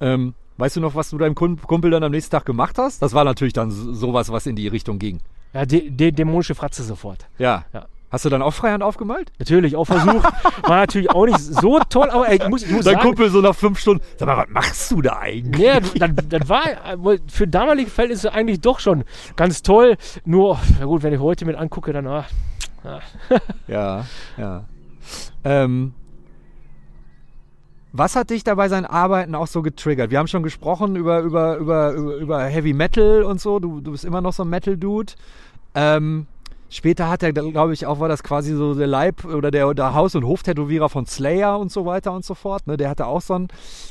Ähm, weißt du noch, was du deinem Kun- Kumpel dann am nächsten Tag gemacht hast? Das war natürlich dann so- sowas, was in die Richtung ging. Ja, de de dämonische Fratze sofort. Ja. Ja. Hast du dann auch Freihand aufgemalt? Natürlich, auch versucht. War natürlich auch nicht so toll, aber ey, ich muss, ich muss sagen, so nach fünf Stunden. Sag mal, was machst du da eigentlich? Nee, dann, dann war äh, wohl für damalige Verhältnisse eigentlich doch schon ganz toll. Nur, na gut, wenn ich heute mit angucke, dann ah, Ja, ja. Ähm, was hat dich dabei sein Arbeiten auch so getriggert? Wir haben schon gesprochen über, über, über, über, über Heavy Metal und so. Du, du bist immer noch so ein Metal-Dude. Ähm, später hat er, glaube ich, auch war das quasi so der Leib oder der, der Haus- und Hoftätowierer von Slayer und so weiter und so fort. Ne? Der hatte auch so einen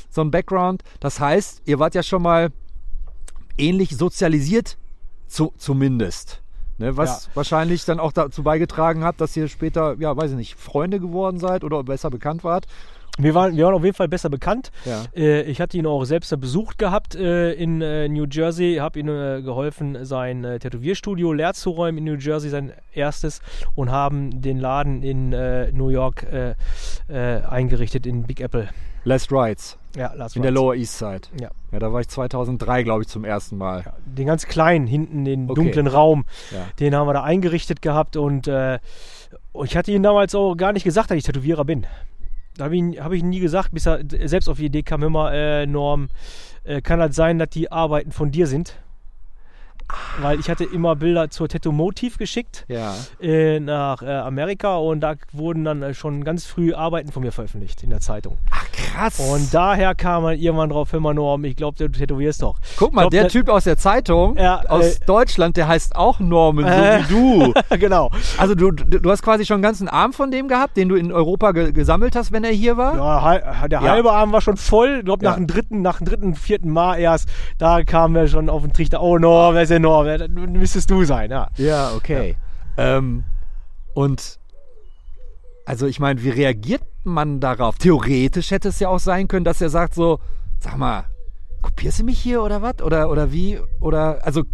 so einen Background. Das heißt, ihr wart ja schon mal ähnlich sozialisiert, zu, zumindest. Ne? Was wahrscheinlich dann auch dazu beigetragen hat, dass ihr später, ja, weiß ich nicht, Freunde geworden seid oder besser bekannt wart. wir waren, wir waren auf jeden Fall besser bekannt. Ja. Äh, ich hatte ihn auch selbst besucht gehabt äh, in äh, New Jersey, habe ihm äh, geholfen, sein äh, Tätowierstudio leer zu räumen in New Jersey, sein erstes, und haben den Laden in äh, New York äh, äh, eingerichtet in Big Apple. Last Rides Ja, Lars in der Franz. Lower East Side. Ja. Ja, da war ich 2003, glaube ich, zum ersten Mal. Ja, den ganz kleinen hinten, den Okay. dunklen Raum, Ja. den haben wir da eingerichtet gehabt und äh, ich hatte ihm damals auch gar nicht gesagt, dass ich Tätowierer bin. Da habe ich, ihn- hab ich ihn nie gesagt, bis er d- selbst auf die Idee kam, immer äh, Norm, äh, kann das sein, dass die Arbeiten von dir sind? Weil ich hatte immer Bilder zur Tattoo-Motiv geschickt Ja. äh, nach äh, Amerika und da wurden dann äh, schon ganz früh Arbeiten von mir veröffentlicht in der Zeitung. Krass. Und daher kam man irgendwann drauf, hör mal Norm, ich glaube, du tätowierst doch. Guck mal, Ich glaub, der da- Typ aus der Zeitung Ja, aus äh, Deutschland, der heißt auch Norman, so Äh. wie du. genau. Also du, du du hast quasi schon einen ganzen Arm von dem gehabt, den du in Europa ge gesammelt hast, wenn er hier war. Ja, hal- der Ja. halbe Arm war schon voll. Ich glaube, Ja. nach dem dritten, nach dem dritten, vierten Mal erst, da kam er schon auf den Trichter. Oh, Norm, wer ist denn Norm? Ja, Dann müsstest du sein, ja. Ja, okay. Ähm, und also ich meine, wie reagiert man darauf? Theoretisch hätte es ja auch sein können, dass er sagt so, sag mal, kopierst du mich hier oder was? Oder, oder wie? Oder, also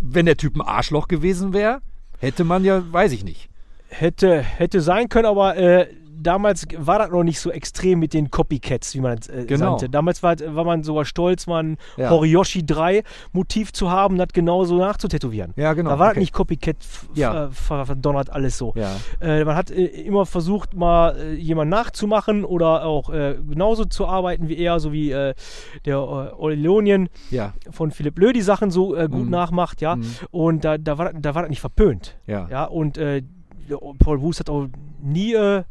wenn der Typ ein Arschloch gewesen wäre, hätte man ja, weiß ich nicht. Hätte, hätte sein können, aber äh, damals war das noch nicht so extrem mit den Copycats, wie man das äh, Genau. nannte. Damals war, war man sogar stolz, mal ein Ja. Horiyoshi 3 Motiv zu haben, das genauso nachzutätowieren. Ja, genau, Da war okay. das nicht Copycat f- Ja. f- ver- verdonnert alles so. Ja. Äh, man hat äh, immer versucht, mal äh, jemanden nachzumachen oder auch äh, genauso zu arbeiten wie er, so wie äh, der äh, Olionien Ja, von Philipp Löh die Mhm. Sachen so äh, gut nachmacht, ja. Und da, da, war, da war das nicht verpönt. Ja. ja und äh, Paul Woos hat auch nie äh,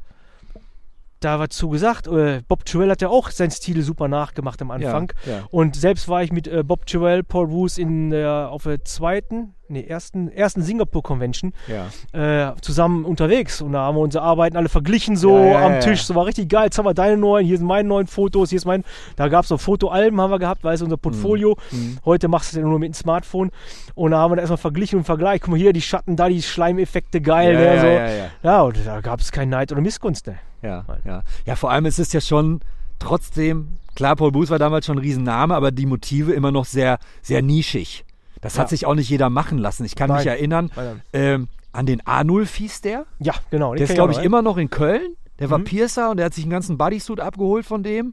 da was zu gesagt. Äh, Bob Chewell hat ja auch seinen Stil super nachgemacht am Anfang. ja. Und selbst war ich mit äh, Bob Chewell, Paul Woos in der, auf der zweiten, nee, ersten, ersten Singapur Convention Ja. äh, zusammen unterwegs. Und da haben wir unsere Arbeiten alle verglichen, so Ja, ja, am ja. Tisch. So war richtig geil. Jetzt haben wir deine neuen, hier sind meine neuen Fotos, hier ist mein. Da gab es so Fotoalben, haben wir gehabt, weil es unser Portfolio. Mhm. Heute machst du es ja nur mit dem Smartphone. Und da haben wir da erstmal verglichen und Vergleich. Guck mal hier, die Schatten, da die Schleimeffekte, geil. Ja, ne, ja, so. ja, ja. und da gab es keinen Neid oder Missgunst. Ne? Ja, ja. ja, vor allem ist es ja schon trotzdem, klar, Paul Boos war damals schon ein Riesenname, aber die Motive immer noch sehr, sehr nischig. Das hat Ja. sich auch nicht jeder machen lassen. Ich kann mich Nein. erinnern, Nein, ähm, an den Arnulf hieß der. Ja, genau. den Der kenn ist, glaube ich, auch noch, immer noch in Köln. Der war Mhm. Piercer und der hat sich einen ganzen Bodysuit abgeholt von dem.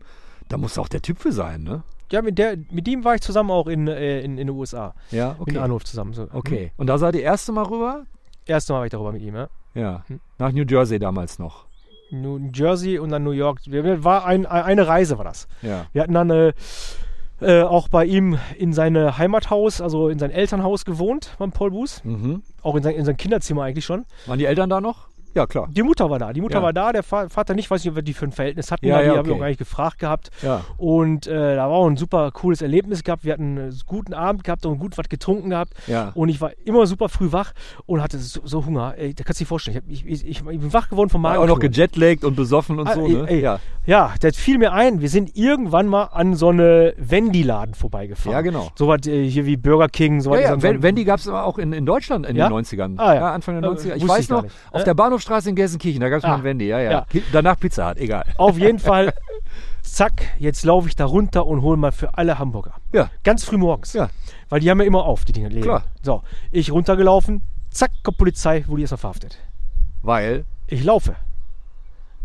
Da muss auch der Typ für sein, ne? ne? Ja, mit, der, mit ihm war ich zusammen auch in, äh, in, in den USA. Ja, Mit okay. Anruf zusammen. So. Okay. Und da sah die erste Mal rüber? Erste Mal war ich darüber mit ihm, ja. Ja. Mhm. Nach New Jersey damals noch. New Jersey und dann New York. Wir- wir- War ein, ein- eine Reise war das. Ja. Wir hatten dann äh, äh, auch bei ihm in seinem Heimathaus, also in sein Elternhaus gewohnt, beim Paul Buß. Mhm. Auch in sein, in sein Kinderzimmer eigentlich schon. Waren die Eltern da noch? Ja, klar. Die Mutter war da. Die Mutter Ja. war da, der Fa- Vater nicht. Weiß nicht, ob wir die für ein Verhältnis hatten. Ja, aber ja, die habe ich okay. auch gar nicht gefragt gehabt. Ja. Und äh, da war auch ein super cooles Erlebnis gehabt. Wir hatten einen guten Abend gehabt und gut was getrunken gehabt. Ja. Und ich war immer super früh wach und hatte so, so Hunger. Ey, da kannst du dir vorstellen. Ich, hab, ich, ich, ich bin wach geworden vom War Magen. auch noch gejetlaggt und besoffen und Ah, so, ey, ne? ey. Ja. Ja, das fiel mir ein. Wir sind irgendwann mal an so eine Wendy-Laden vorbeigefahren. Ja, genau. Sowas äh, hier wie Burger King, sowas. Ja, ja, ist Wen- dann- Wendy gab es aber auch in, in Deutschland in Ja? den 90ern. Ah, ja. Anfang Äh, der 90er. Ich wusste weiß ich gar noch, nicht. auf Äh? der Bahnhofstraße in Gelsenkirchen, da gab es mal Ah, einen Wendy, ja, ja. ja. Ki- Danach Pizza Hut, egal. Auf jeden Fall, zack, jetzt laufe ich da runter und hole mal für alle Hamburger. Ja, Ganz früh morgens. Ja. Weil die haben ja immer auf, die Dinger. Läden. Klar. So, ich runtergelaufen, zack, kommt Polizei, wurde erstmal verhaftet. weil. Ich laufe.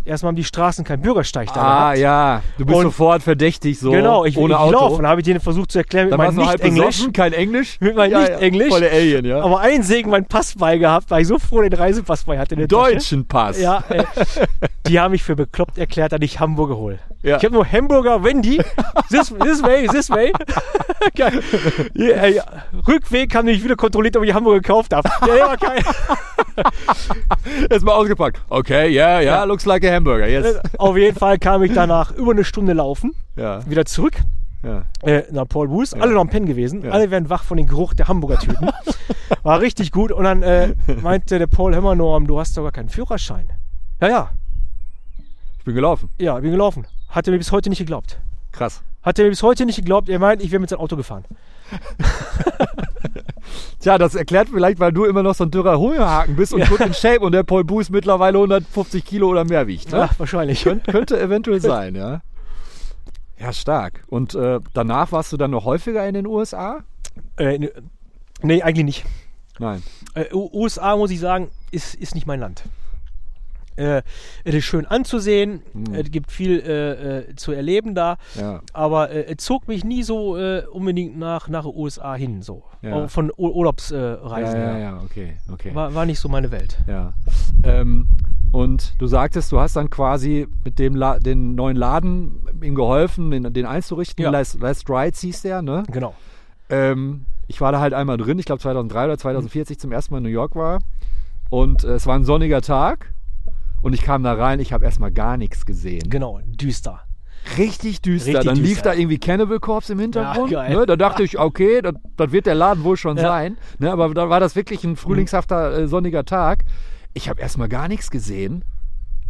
Erstmal haben die Straßen keinen Bürgersteig da Ah, gehabt. ja. Du bist Und- sofort verdächtig, so. Genau, ich, ohne ich Auto. laufe. Dann habe ich denen versucht zu erklären mit Dann warst meinem du halb Nicht-Englisch. besoffen, kein Englisch. Mit meinem Nicht-Englisch. Volle Alien, ja. Aber einen Segen meinen Pass bei gehabt, weil ich so froh den Reisepass bei hatte. in der Tasche. Deutschen Pass. Ja, äh, die haben mich für bekloppt erklärt, dass ich Hamburger hole. Ja. Ich habe nur Hamburger Wendy. This, this way, this way. Geil. Ja, ey, Rückweg haben die mich wieder kontrolliert, ob ich Hamburger gekauft habe. Ja, ja, geil. Jetzt mal ausgepackt. Okay, ja, yeah, ja, yeah, looks like a hamburger, yes. Auf jeden Fall kam ich danach über eine Stunde laufen, Ja, wieder zurück ja. äh, nach Paul Woos. Alle noch am Pen gewesen. Ja. Alle werden wach von dem Geruch der Hamburger-Tüten. War richtig gut. Und dann äh, meinte der Paul, hör mal, Norm, du hast doch gar keinen Führerschein. Ja, ja, Ich bin gelaufen. ja, bin gelaufen. Hat er mir bis heute nicht geglaubt. Krass. Hat er mir bis heute nicht geglaubt. Er meint, ich wäre mit seinem Auto gefahren. Tja, das erklärt vielleicht, weil du immer noch so ein dürrer Hungerhaken bist und gut in Shape und der Paul Boos mittlerweile 150 Kilo oder mehr wiegt. Ne? Ja, wahrscheinlich. Könnt, könnte eventuell sein, ja. Ja, stark. Und äh, danach warst du dann noch häufiger in den USA? Äh, ne- nee, eigentlich nicht. Nein. Äh, U- USA, muss ich sagen, ist, ist nicht mein Land. Äh, es ist schön anzusehen, es gibt viel äh, äh, zu erleben da, Hm. Ja. aber äh, es zog mich nie so äh, unbedingt nach, nach den USA hin, so. Ja. Auch von Ur Urlaubsreisen. ja, ja, her. ja, okay, okay. War, war nicht so meine Welt. Ja. Ähm, und du sagtest, du hast dann quasi mit dem La den neuen Laden ihm geholfen, den, den einzurichten. Ja. Last, Last Rides hieß der, ne? Genau. Ähm, ich war da halt einmal drin, ich glaube 2003 oder 2040 zum ersten Mal in New York war. Und äh, es war ein sonniger Tag. Und ich kam da rein, ich habe erstmal gar nichts gesehen. Genau, düster. Richtig düster. Richtig dann lief düster. da irgendwie Cannibal Corpse im Hintergrund. Ja, geil. ne? Da dachte ich, okay, das, das wird der Laden wohl schon Ja. Mhm. sein. Ne? Aber da war das wirklich ein frühlingshafter, äh, sonniger Tag. Ich habe erstmal gar nichts gesehen.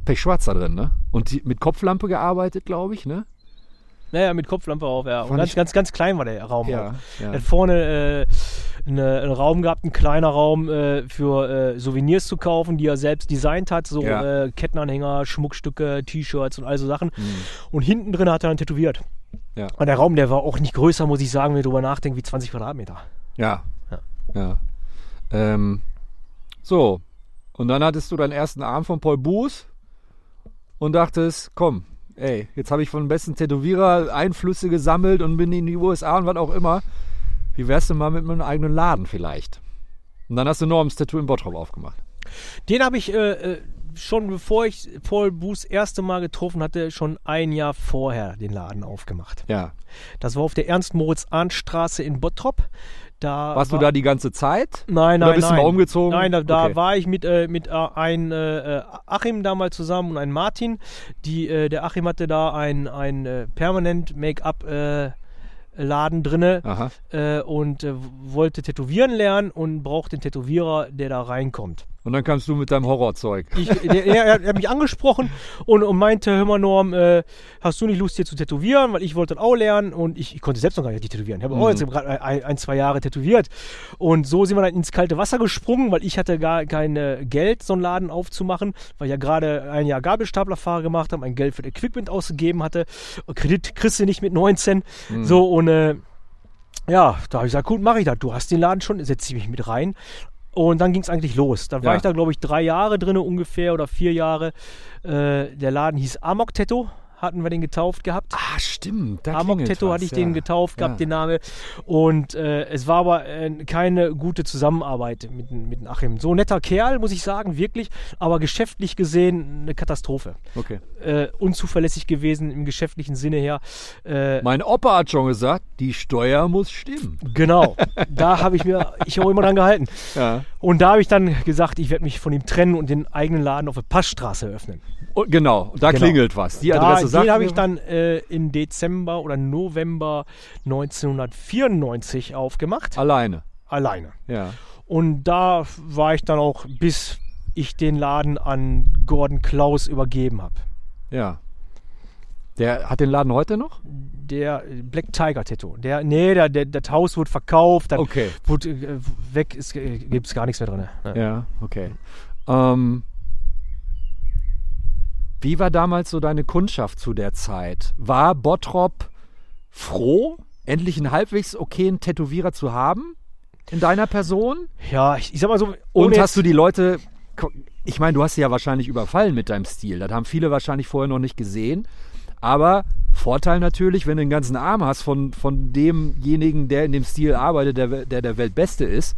Pechschwarz da drin, ne? Und die, mit Kopflampe gearbeitet, glaube ich, ne? Naja, mit Kopflampe auf, ja. Und Fand ganz, ich- ganz, ganz klein war der Raum. Ja, auch. ja. Er hat vorne äh, eine, einen Raum gehabt, ein kleiner Raum äh, für äh, Souvenirs zu kaufen, die er selbst designt hat. So Ja. Mhm. äh, Kettenanhänger, Schmuckstücke, T-Shirts und all so Sachen. Und hinten drin hat er dann tätowiert. Ja. Und der Raum, der war auch nicht größer, muss ich sagen, wenn ich drüber nachdenke, wie 20 Quadratmeter. Ja. Ja. ja. Ähm, so. Und dann hattest du deinen ersten Arm von Paul Buß und dachtest, komm, ey, jetzt habe ich von dem besten Tätowierer Einflüsse gesammelt und bin in die USA und was auch immer. Wie wär's denn mal mit meinem eigenen Laden vielleicht? Und dann hast du Norms Tattoo in Bottrop aufgemacht. Den habe ich äh, äh, schon, bevor ich Paul Boos erste Mal getroffen hatte, schon ein Jahr vorher den Laden aufgemacht. Ja. Das war auf der Ernst-Moritz-Arndt-Straße in Bottrop. Da Warst du war- da die ganze Zeit? Nein, nein, Oder bist du nein. mal umgezogen? Nein, da, da Okay. war ich mit, äh, mit äh, ein äh, Achim damals zusammen und ein Martin. Die, äh, der Achim hatte da ein, ein äh, permanent Make-up äh, Laden drinne Aha. äh, und äh, wollte tätowieren lernen und braucht den Tätowierer, der da reinkommt. Und dann kamst du mit deinem Horrorzeug. Ich, der, er, er hat mich angesprochen und, und meinte, hör mal Norm, äh, hast du nicht Lust hier zu tätowieren? Weil ich wollte das auch lernen und ich, ich konnte selbst noch gar nicht tätowieren. Ich habe auch jetzt gerade ein, ein, zwei Jahre tätowiert. Und so sind wir dann ins kalte Wasser gesprungen, weil ich hatte gar kein äh, Geld, so einen Laden aufzumachen, weil ich ja gerade ein Jahr Gabelstaplerfahrer gemacht habe, mein Geld für das Equipment ausgegeben hatte. Und Kredit kriegst du nicht mit 19. So und äh, ja, da habe ich gesagt, gut, mache ich das. Du hast den Laden schon, setze ich mich mit rein. Und dann ging es eigentlich los. Dann war Ja. ich da, glaube ich, drei Jahre drin ungefähr oder vier Jahre. Äh, der Laden hieß Amok Tattoo, hatten wir den getauft gehabt. Ah, stimmt. da Amok klingelt Tattoo was, hatte ich ja. den getauft gehabt, den Namen. Und äh, es war aber äh, keine gute Zusammenarbeit mit, mit dem Achim. So ein netter Kerl, muss ich sagen, wirklich. Aber geschäftlich gesehen eine Katastrophe. Okay. Äh, unzuverlässig gewesen im geschäftlichen Sinne her. Äh, Mein Opa hat schon gesagt, die Steuer muss stimmen. Genau, da habe ich mir, ich habe immer dran gehalten. Ja. Und da habe ich dann gesagt, ich werde mich von ihm trennen und den eigenen Laden auf der Passstraße öffnen. Und genau, da Genau. klingelt was. Die da, Adresse sagt den habe mir ich dann äh, im Dezember oder November 1994 aufgemacht, alleine. alleine. Ja. Und da war ich dann auch, bis ich den Laden an Gordon Klaus übergeben habe. Ja. Der hat den Laden heute noch? Der äh, Black Tiger Tattoo. Der, nee, der, der, das Haus wurde verkauft, dann Okay. wurde äh, weg, es äh, gibt es gar nichts mehr drin. Ja, okay. Ähm, wie war damals so deine Kundschaft zu der Zeit? War Bottrop froh, endlich einen halbwegs okayen Tätowierer zu haben in deiner Person? Ja, ich, ich sag mal so. Und ohne hast jetzt- du die Leute, ich meine, du hast sie ja wahrscheinlich überfallen mit deinem Stil. Das haben viele wahrscheinlich vorher noch nicht gesehen. Aber Vorteil natürlich, wenn du den ganzen Arm hast von, von demjenigen, der in dem Stil arbeitet, der der, der Weltbeste ist,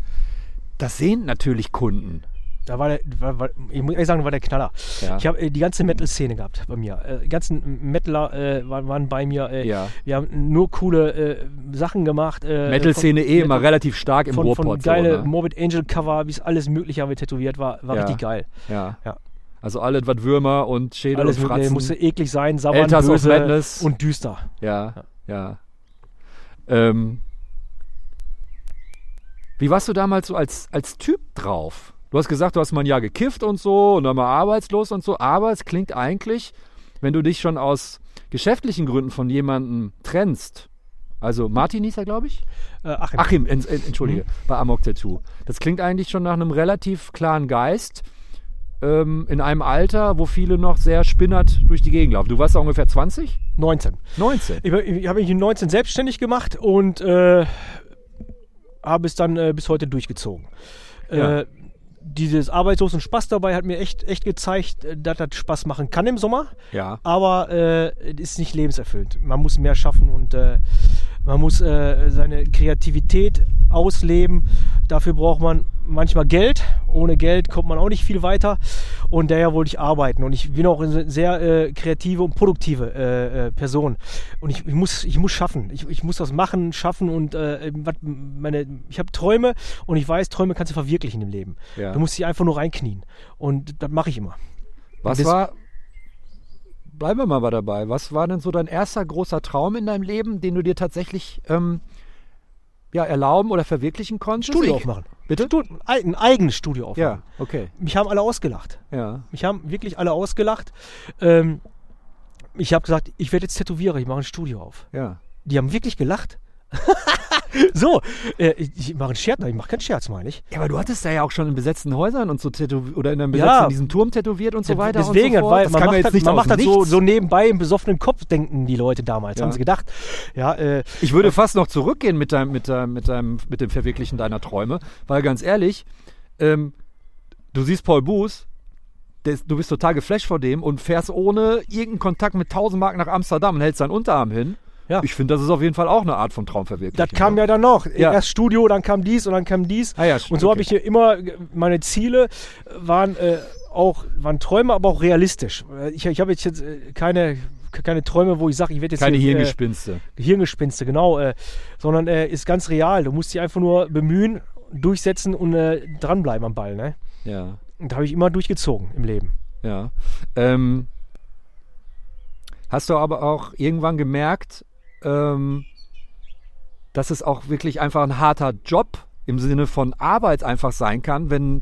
das sehen natürlich Kunden. Da war der, war, war, ich muss ehrlich sagen, war der Knaller. Ja. Ich habe äh, die ganze Metal-Szene gehabt bei mir. Äh, die ganzen Metaler äh, waren, waren bei mir. Äh, Ja. Wir haben nur coole äh, Sachen gemacht. Äh, Metal-Szene von- eh immer relativ stark im Von, von Ruhrpott. so, geile ne? Morbid Angel Cover, wie es alles mögliche haben wir tätowiert war, war Ja. richtig geil. ja. Ja. Also alles, was Würmer und Schädel Alles und mögliche, Fratzen. musste eklig sein, sabbern, Elters of Madness. böse und düster. ja, ja. Ähm, wie warst du damals so als, als Typ drauf? Du hast gesagt, du hast mal ein Jahr gekifft und so und dann mal arbeitslos und so, aber es klingt eigentlich, wenn du dich schon aus geschäftlichen Gründen von jemandem trennst, also Martin hieß er, glaube ich? Äh, Achim. Achim, en, en, entschuldige, bei Amok Tattoo. Das klingt eigentlich schon nach einem relativ klaren Geist. Ähm, in einem Alter, wo viele noch sehr spinnert durch die Gegend laufen. Du warst da ungefähr 20? 19. 19. Ich, ich habe mich in 19 selbstständig gemacht und äh, habe es dann äh, bis heute durchgezogen. Ja. Äh, dieses Arbeitslos und Spaß dabei hat mir echt, echt gezeigt, äh, dass das Spaß machen kann im Sommer, Ja. aber äh, es ist nicht lebenserfüllt. Man muss mehr schaffen und äh, man muss äh, seine Kreativität ausleben. Dafür braucht man manchmal Geld. Ohne Geld kommt man auch nicht viel weiter. Und daher wollte ich arbeiten. Und ich bin auch eine sehr äh, kreative und produktive äh, äh, Person. Und ich, ich, muss, ich muss schaffen. Ich, ich muss das machen, schaffen. Und äh, was meine, ich habe Träume und ich weiß, Träume kannst du verwirklichen im Leben. Ja. Du musst dich einfach nur reinknien. Und das mache ich immer. Was Bis- war. Bleiben wir mal bei dabei. Was war denn so dein erster großer Traum in deinem Leben, den du dir tatsächlich ähm, ja, erlauben oder verwirklichen konntest? Studio Ich- aufmachen. Bitte? Du, ein, ein eigenes Studio aufmachen. Ja, okay. Mich haben alle ausgelacht. Ja. Mich haben wirklich alle ausgelacht. Ähm, ich habe gesagt, ich werde jetzt Tätowierer, ich mache ein Studio auf. Ja. Die haben wirklich gelacht. so, äh, ich, ich mache einen Scherz, nein, ich mache keinen Scherz, meine ich. Ja, aber du hattest da ja auch schon in besetzten Häusern und so tätowiert oder in einem Ja. besetzten, in diesem Turm tätowiert und so weiter. Deswegen, und so fort. weil das man kann macht, jetzt das, nicht man aus macht das so, nichts. so nebenbei im besoffenen Kopf, denken die Leute damals, Ja. haben sie gedacht. Ja, äh, Ich würde fast noch zurückgehen mit, deinem, mit, deinem, mit, deinem, mit dem Verwirklichen deiner Träume, weil ganz ehrlich, ähm, du siehst Paul Buß, der ist, du bist total geflasht vor dem und fährst ohne irgendeinen Kontakt mit 1000 Mark nach Amsterdam und hältst deinen Unterarm hin. Ja. Ich finde, das ist auf jeden Fall auch eine Art von Traumverwirklichung. das kam ja dann noch. ne? Ja. Erst Studio, dann kam dies und dann kam dies. Ah ja, und so okay. habe ich hier immer ge- meine Ziele Äh, waren äh, auch waren Träume, aber auch realistisch. Äh, Ich, ich habe jetzt, jetzt äh, keine keine Träume, wo ich sage, ich werde jetzt Keine hier, äh, Hirngespinste. Hirngespinste, genau. Äh, sondern äh, ist ganz real. Du musst dich einfach nur bemühen, durchsetzen und äh, dranbleiben am Ball. Ne? Ja, Und da habe ich immer durchgezogen im Leben. ja. Ähm, hast du aber auch irgendwann gemerkt, ähm, dass es auch wirklich einfach ein harter Job im Sinne von Arbeit einfach sein kann, wenn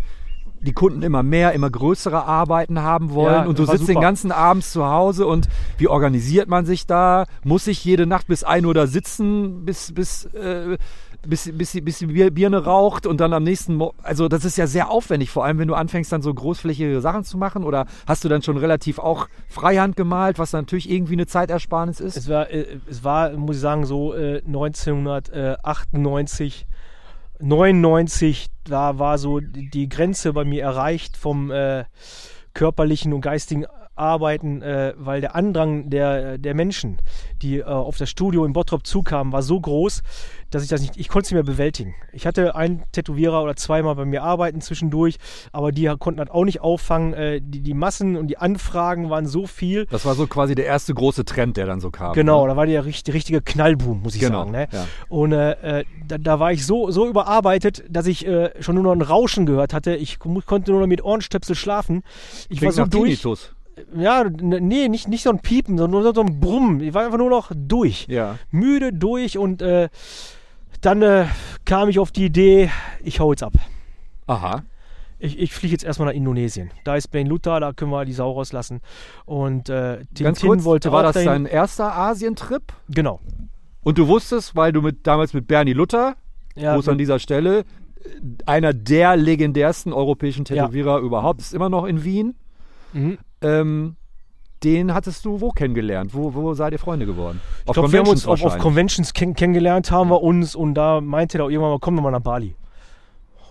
die Kunden immer mehr, immer größere Arbeiten haben wollen Ja, und du war sitzt den super. ganzen Abend zu Hause und wie organisiert man sich da? Muss ich jede Nacht bis 1 Uhr da sitzen, bis, bis, äh, bis, bis, die- bis die Bir- Birne raucht und dann am nächsten Morgen. Also das ist ja sehr aufwendig, vor allem wenn du anfängst dann so großflächige Sachen zu machen oder hast du dann schon relativ auch Freihand gemalt, was natürlich irgendwie eine Zeitersparnis ist? Es war, äh, es war muss ich sagen, so äh, 1998, 99, da war so die die Grenze bei mir erreicht vom äh, körperlichen und geistigen Arbeiten, äh, weil der Andrang der, der Menschen, die äh, auf das Studio in Bottrop zukamen, war so groß, dass ich das nicht, ich konnte es nicht mehr bewältigen. Ich hatte einen Tätowierer oder zweimal bei mir arbeiten zwischendurch, aber die konnten halt auch nicht auffangen. Äh, die, die Massen und die Anfragen waren so viel, Das war so quasi der erste große Trend, der dann so kam. Genau, ne? da war der richt- richtige Knallboom, muss ich Genau, sagen. Ne? ja. Und äh, äh, da, da war ich so, so überarbeitet, dass ich äh, schon nur noch ein Rauschen gehört hatte. Ich mu- konnte nur noch mit Ohrenstöpsel schlafen. Ich Klingt war so nach durch. Tinnitus. Ja, n- nee, nicht, nicht so ein Piepen, sondern nur so ein Brummen. Ich war einfach nur noch durch. Ja. Müde durch und äh, dann äh, kam ich auf die Idee, ich hau jetzt ab. Aha. Ich, ich fliege jetzt erstmal nach Indonesien. Da ist Blaine Luther, da können wir die Sau rauslassen. Und äh, Tintin Ganz kurz, wollte war auch das dahin. dein erster Asientrip? Genau. Und du wusstest, weil du mit, damals mit Bernie Luther, Ja, groß an dieser Stelle, äh, einer der legendärsten europäischen Tätowierer überhaupt, ist immer noch in Wien. Mhm. Ähm, den hattest du wo kennengelernt? Wo, wo seid ihr Freunde geworden? Ich glaube, wir haben uns auf, auf wahrscheinlich. Conventions kenn kennengelernt, haben wir uns und da meinte er auch irgendwann mal, kommen wir mal nach Bali.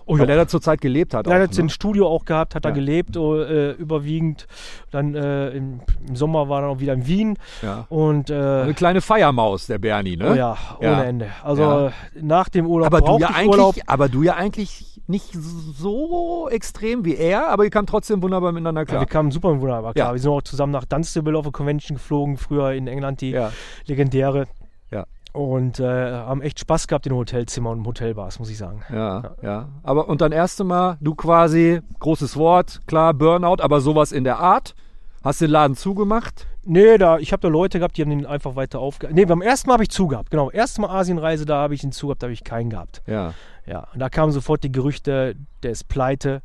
Oh ja, Weil der der da zur Zeit gelebt hat. hat auch, jetzt ein ne? Studio auch gehabt, hat Ja. da gelebt, oh, äh, überwiegend. Dann äh, im, im Sommer war er auch wieder in Wien ja. und äh, Eine kleine Feiermaus, der Bernie, ne? oh ja, ohne Ja. Ende. Also Ja. äh, nach dem Urlaub Aber du, brauchte ja ich Urlaub. eigentlich, aber du ja eigentlich nicht so extrem wie er, aber ihr kamt trotzdem wunderbar miteinander Ja, klar. wir kamen super wunderbar klar. Ja. Wir sind auch zusammen nach Dunstable auf eine Convention geflogen, früher in England, die Ja. legendäre. Ja. Und äh, haben echt Spaß gehabt in Hotelzimmern und Hotelbars, muss ich sagen. Ja, ja. Aber und dann erste Mal, du quasi, großes Wort, klar, Burnout, aber sowas in der Art. Hast den Laden zugemacht? Nee, da, ich habe da Leute gehabt, die haben den einfach weiter aufge... Nee, beim ersten Mal habe ich zugehabt. Genau, erste Mal Asienreise, da habe ich ihn zugehabt, da habe ich keinen gehabt. Ja. Ja, und da kamen sofort die Gerüchte, der ist pleite.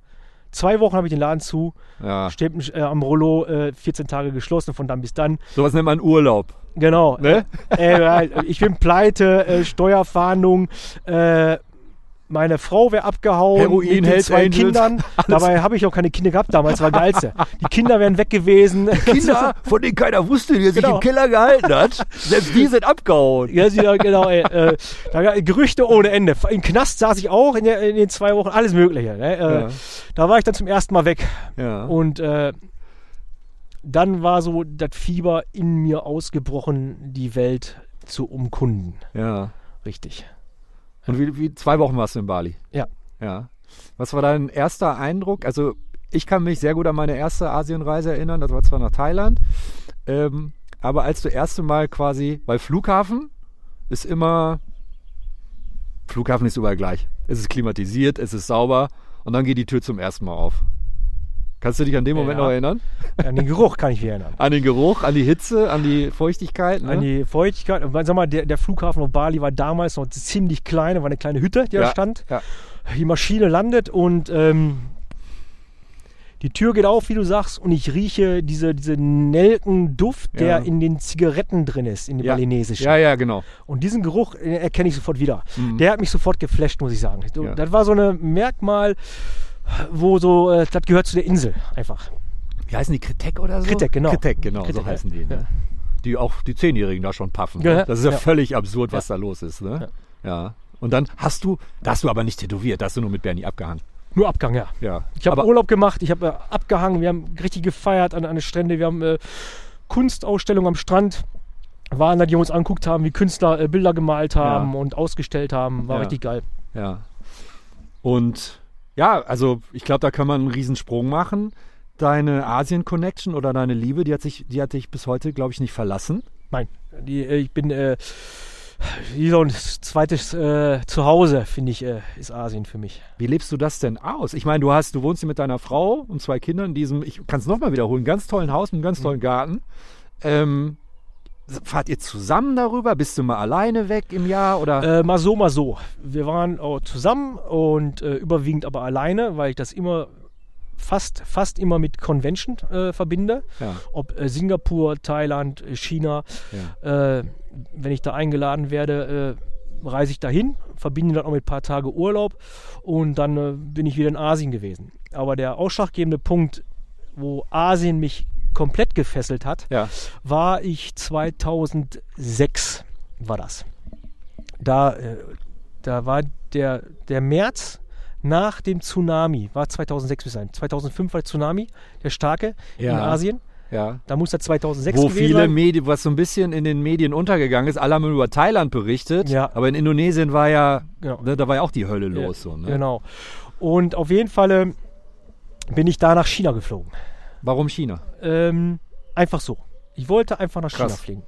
Zwei Wochen habe ich den Laden zu, ja. steht äh, am Rollo, äh, 14 Tage geschlossen, von dann bis dann. Sowas nennt man Urlaub. Genau. Ne? Äh, äh, ich bin pleite, äh, Steuerfahndung, äh, meine Frau wäre abgehauen Heroin, mit den Hells zwei Angels, Kindern. Dabei habe ich auch keine Kinder gehabt damals, war geilste. Die Kinder wären weg gewesen. Kinder, von denen keiner wusste, die er Genau. Keller gehalten hat. Selbst die sind abgehauen. Ja, sie, ja, genau, ey, äh, da, gab- Gerüchte ohne Ende. Im Knast saß ich auch in, der, in den zwei Wochen, alles Mögliche. Ne? Äh, Ja. Da war ich dann zum ersten Mal weg. Ja. Und äh, dann war so das Fieber in mir ausgebrochen, die Welt zu umkunden. ja. Richtig. Und wie, wie zwei Wochen warst du in Bali? Ja. Ja. Was war dein erster Eindruck? Also, ich kann mich sehr gut an meine erste Asienreise erinnern. Das war zwar nach Thailand. Ähm, aber als du erste Mal quasi, weil Flughafen ist immer. Flughafen ist überall gleich. Es ist klimatisiert, es ist sauber und dann geht die Tür zum ersten Mal auf. Kannst du dich an den Moment Ja. noch erinnern? An den Geruch kann ich mich erinnern. An den Geruch, an die Hitze, an die Feuchtigkeit? Ne? An die Feuchtigkeit. Und Sag mal, der, der Flughafen auf Bali war damals noch ziemlich klein. Da war eine kleine Hütte, die da ja, stand. Ja. die Maschine landet und ähm, die Tür geht auf, wie du sagst, und ich rieche diese, diese Nelkenduft, der Ja. in den Zigaretten drin ist, in den Ja. balinesischen. ja, ja, genau. Und diesen Geruch äh, erkenne ich sofort wieder. Der hat mich sofort geflasht, muss ich sagen. So, Ja. Das war so ein Merkmal, wo so, äh, das gehört zu der Insel einfach. Wie heißen die? Kritek oder so? Kritek, genau. Kritek, genau, Kritek, so ja. heißen die. Ne? Die auch die Zehnjährigen da schon paffen. Ja, Ne? Das ist ja, ja. völlig absurd, was da los ist. Ne? Ja. Und dann hast du, da hast du aber nicht tätowiert, da hast du nur mit Bernie abgehangen. Nur Abgang, ja. Ja. Ich habe aber, Urlaub gemacht, ich habe äh, abgehangen, wir haben richtig gefeiert an, an den Strände, wir haben äh, Kunstausstellung am Strand. Waren da, die uns anguckt haben, wie Künstler äh, Bilder gemalt haben und ausgestellt haben. War Ja. richtig geil. ja. Und ja, also ich glaube, da kann man einen Riesensprung machen. deine Asien-Connection oder deine Liebe, die hat, sich, die hat dich bis heute, glaube ich, nicht verlassen. Nein, die, äh, ich bin äh, wie so ein zweites äh, Zuhause, finde ich, äh, ist Asien für mich. Wie lebst du das denn aus? Ich meine, du hast, du wohnst hier mit deiner Frau und zwei Kindern in diesem, ich kann es nochmal wiederholen, ganz tollen Haus mit einem Mhm. ganz tollen Garten. Ähm, fahrt ihr zusammen darüber? Bist du mal alleine weg im Jahr oder? Äh, mal so, mal so. Wir waren auch zusammen und äh, überwiegend aber alleine, weil ich das immer fast, fast immer mit Convention äh, verbinde. Ja. Ob äh, Singapur, Thailand, äh, China. Äh, wenn ich da eingeladen werde, äh, reise ich dahin, verbinde dann auch mit ein paar Tage Urlaub und dann äh, bin ich wieder in Asien gewesen. Aber der ausschlaggebende Punkt, wo Asien mich komplett gefesselt hat, Ja. war ich 2006 war das. Da, äh, da war der, der März nach dem Tsunami, war 2006 bis sein. 2005 war der Tsunami, der starke in Ja. Asien. Ja. Da muss er 2006 Wo gewesen viele sein. Medien, was so ein bisschen in den Medien untergegangen ist, alle haben über Thailand berichtet, Ja. aber in Indonesien war ja, Genau. ne, da war ja auch die Hölle los. So, ne? Genau. Und auf jeden Fall ähm, bin ich da nach China geflogen. Warum China? Ähm, einfach so. Ich wollte einfach nach China Krass. fliegen.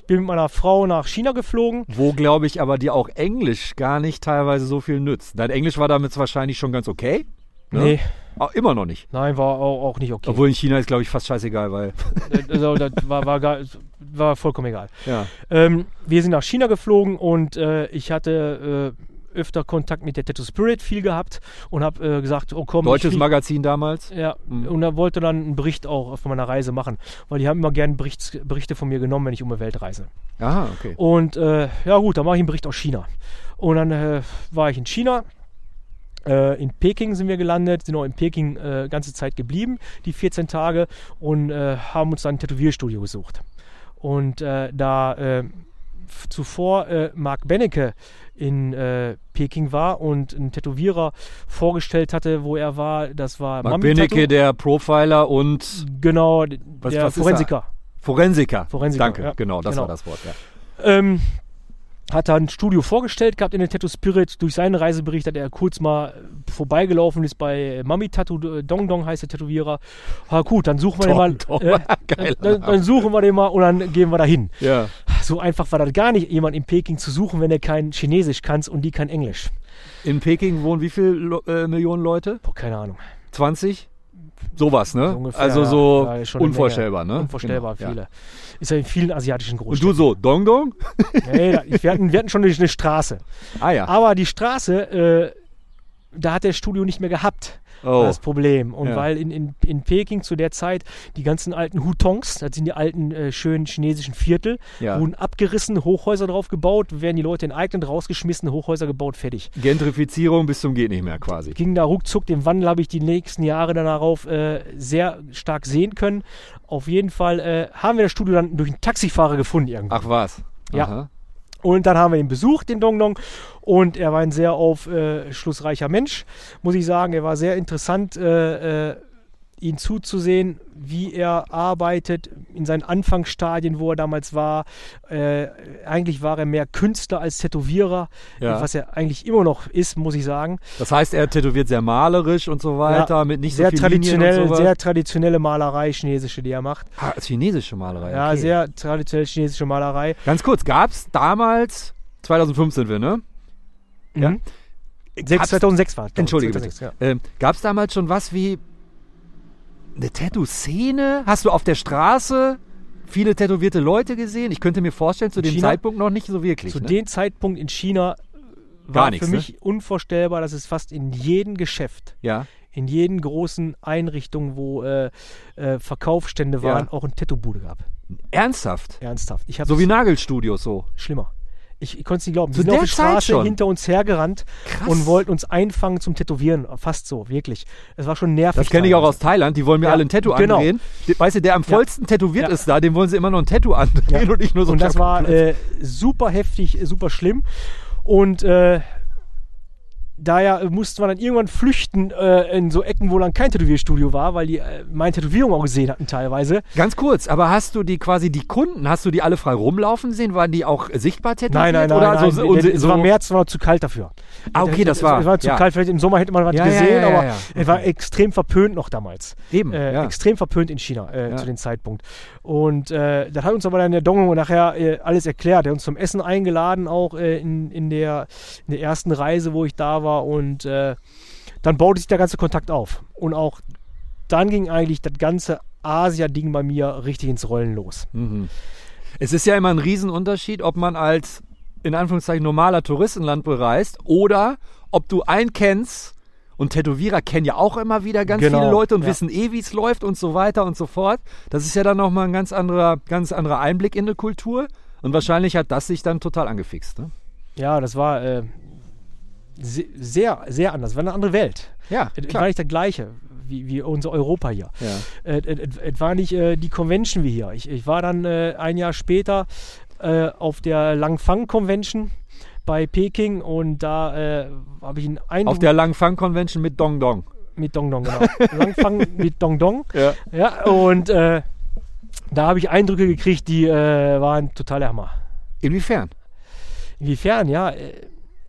Ich bin mit meiner Frau nach China geflogen. Wo, glaube ich, aber dir auch Englisch gar nicht teilweise so viel nützt. Dein Englisch war damit wahrscheinlich schon ganz okay. Ne? Nee, Aber immer noch nicht. nein, war auch, auch nicht okay. Obwohl in China ist, glaube ich, fast scheißegal, weil. also, das war, war, gar, war vollkommen egal. Ja. Ähm, wir sind nach China geflogen und äh, ich hatte äh, öfter Kontakt mit der Tattoo Spirit viel gehabt und habe äh, gesagt, oh komm, ich Deutsches flieg- Magazin damals. Ja, Mhm. und da wollte dann einen Bericht auch von meiner Reise machen, weil die haben immer gerne Berichts, Berichte von mir genommen, wenn ich um die Welt reise. Aha, Ah, okay. Und äh, ja gut, dann mache ich einen Bericht aus China. Und dann äh, war ich in China. Äh, in Peking sind wir gelandet, sind auch in Peking äh, ganze Zeit geblieben, die 14 Tage, und äh, haben uns dann ein Tätowierstudio gesucht. Und äh, da äh, f- zuvor äh, Marc Bennecke in äh, Peking war und einen Tätowierer vorgestellt hatte, wo er war, das war Mark Mami-Tattoo. Benecke, der Profiler und Genau, d- Was- der was ist er? Forensiker. Forensiker. Forensiker, Danke, ja. genau, das Genau. war das Wort. Ja. ähm, hat da ein Studio vorgestellt gehabt in der Tattoo Spirit. Durch seinen Reisebericht hat er kurz mal äh, vorbeigelaufen ist bei Mami Tattoo, äh, Dong Dong heißt der Tätowierer. Ah, gut, dann suchen wir den mal. Dong Dong, äh, geiler dann, dann suchen wir den mal und dann gehen wir da hin. Ja. So einfach war das gar nicht, jemand in Peking zu suchen, wenn er kein Chinesisch kann und die kein Englisch. In Peking wohnen wie viele Lo- äh, Millionen Leute? Boah, keine Ahnung. 20? Sowas, ne? So ungefähr, also ja. so Ja, ist schon eine unvorstellbar, ne? Unvorstellbar Genau, viele. Ja. Ist ja in vielen asiatischen Und Großstädten. du so, Dong Dong? Hey, da- wir, hatten, wir hatten schon eine- eine Straße. Ah ja. Aber die Straße, äh, da hat der Studio nicht mehr gehabt. Oh. Das Problem. Und Ja. weil in, in, in Peking zu der Zeit die ganzen alten Hutongs, das sind die alten äh, schönen chinesischen Viertel, Ja. wurden abgerissen, Hochhäuser drauf gebaut, werden die Leute enteignet, rausgeschmissen, Hochhäuser gebaut, fertig. Gentrifizierung bis zum geht nicht mehr quasi. Ging da ruckzuck, den Wandel habe ich die nächsten Jahre dann darauf äh, sehr stark sehen können. Auf jeden Fall äh, haben wir das Studio dann durch einen Taxifahrer gefunden irgendwann. Ach was. Ja. Aha. Und dann haben wir ihn besucht, den Dong Dong. Und er war ein sehr aufschlussreicher Mensch, muss ich sagen. Er war sehr interessant, äh, äh, ihn zuzusehen, wie er arbeitet, in seinen Anfangsstadien, wo er damals war. Äh, eigentlich war er mehr Künstler als Tätowierer, Ja. was er eigentlich immer noch ist, muss ich sagen. Das heißt, er tätowiert sehr malerisch und so weiter, Ja, mit nicht sehr so viel traditionell, Linien und sowas. sehr traditionelle Malerei, chinesische, die er macht. Ah, chinesische Malerei. Ja, okay. sehr traditionell chinesische Malerei. Ganz kurz, gab es damals, 2005 sind wir, ne? Ja. Mhm. Sechs- 2006 war. es, glaub ich. Entschuldige 2006, ja. bitte. Ähm, Gab es damals schon was wie eine Tattoo-Szene? Hast du auf der Straße viele tätowierte Leute gesehen? Ich könnte mir vorstellen, zu In dem China? Zeitpunkt noch nicht so wirklich. Zu ne? dem Zeitpunkt in China Gar war nichts, für ne? mich unvorstellbar, dass es fast in jedem Geschäft, ja. in jeden großen Einrichtungen, wo äh, äh, Verkaufsstände waren, auch ein Tattoo-Bude gab. Ernsthaft. Ernsthaft. Ich habe So wie Nagelstudios so. schlimmer. Ich, ich konnte es nicht glauben. Zu Wir sind auf der die Zeit Straße schon? hinter uns hergerannt Krass. und wollten uns einfangen zum Tätowieren. Fast so, wirklich. Es war schon nervig. Das kenne ich auch teilweise. aus Thailand, die wollen mir Ja, alle ein Tattoo genau. andrehen. De- Weißt du, der am vollsten tätowiert Ja. ist da, dem wollen sie immer noch ein Tattoo andrehen und nicht nur so Und ein das war äh, super heftig, äh, super schlimm. Und äh, daher äh, musste man dann irgendwann flüchten äh, in so Ecken, wo dann kein Tätowierstudio war, weil die äh, meine Tätowierung auch gesehen hatten teilweise. Ganz kurz, aber hast du die quasi die Kunden, hast du die alle frei rumlaufen sehen? Waren die auch sichtbar tätowiert? Nein, nein, nein. oder nein, so, nein. und es so, war März, war zu kalt dafür. Ah, okay, das es, war- Es war zu ja. kalt, vielleicht im Sommer hätte man was Ja, ja, gesehen, ja, ja, aber ja. es war extrem verpönt noch damals. Eben, Äh, ja. Extrem verpönt in China äh, Ja. zu dem Zeitpunkt. Und äh, das hat uns aber dann der Dongo nachher äh, alles erklärt. Er hat uns zum Essen eingeladen, auch äh, in, in, der, in der ersten Reise, wo ich da war. Und äh, dann baute sich der ganze Kontakt auf. Und auch dann ging eigentlich das ganze Asia-Ding bei mir richtig ins Rollen los. Hm. Es ist ja immer ein Riesenunterschied, ob man als in Anführungszeichen normaler Touristenland bereist oder ob du einen kennst und Tätowierer kennen ja auch immer wieder ganz Genau, viele Leute und ja. wissen eh, wie es läuft und so weiter und so fort. Das ist ja dann nochmal ein ganz anderer, ganz anderer Einblick in eine Kultur. Und wahrscheinlich hat das sich dann total angefixt. Ne? Ja, das war äh, se- sehr, sehr anders. War eine andere Welt. Ja, Es klar. war nicht das Gleiche wie, wie unser Europa hier. Ja. Äh, Es es- es war nicht äh, die Convention wie hier. Ich, ich war dann äh, ein Jahr später äh, auf der Langfang Convention bei Peking und da äh, habe ich einen Eindruck Auf der Langfang Convention mit Dong Dong. mit Dong Dong, genau. Langfang mit Dong Dong. Ja. Ja, und äh, da habe ich Eindrücke gekriegt, die äh, waren total der Hammer. Inwiefern? Inwiefern, ja. äh,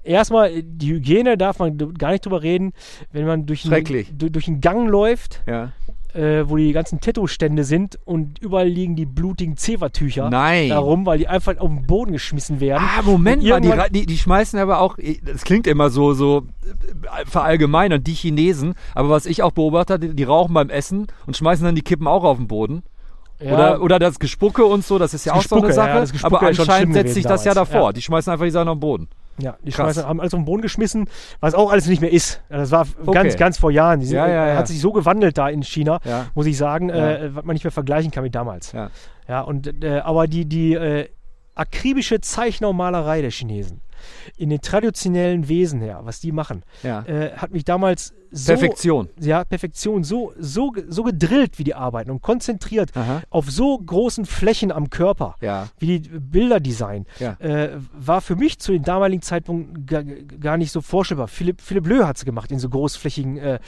Erstmal, äh, die Hygiene darf man d- gar nicht drüber reden. Wenn man durch, einen- Schrecklich. du- durch einen Gang läuft, Ja. äh, wo die ganzen Tattoo-Stände sind und überall liegen die blutigen Zewa-Tücher Nein. darum, weil die einfach auf den Boden geschmissen werden. Ah, Moment Und mal, die, irgendwann- Ra- die, die schmeißen aber auch, das klingt immer so, so äh, verallgemeinert, die Chinesen, aber was ich auch beobachte, die, die rauchen beim Essen und schmeißen dann die Kippen auch auf den Boden. Ja, Oder, oder das Gespucke und so, das ist ja Das auch so eine Gespucke, ja, Sache. das Gespucke aber ist schon anscheinend schlimm setzt sich gewesen das ja damals, davor. ja. Die schmeißen einfach die Sachen auf den Boden. ja, die krass. schmeißen, haben alles auf den Boden geschmissen, was auch alles nicht mehr ist. Ja, Das war ganz, ganz vor Jahren. Die sind, Ja, ja, äh, ja. Hat sich so gewandelt da in China, Ja. muss ich sagen, Ja. äh, was man nicht mehr vergleichen kann mit damals. Ja. Ja, und äh, aber die, die äh, akribische Zeichnermalerei der Chinesen in den traditionellen Wesen her, was die machen, Ja. äh, hat mich damals so Perfektion. ja, Perfektion, so, so, ge- so gedrillt, wie die arbeiten und konzentriert Aha. auf so großen Flächen am Körper, Ja. wie die Bilder designen, Ja. äh, war für mich zu dem damaligen Zeitpunkt gar, gar nicht so vorstellbar. Philipp, Philipp Löhr hat es gemacht, in so großflächigen äh,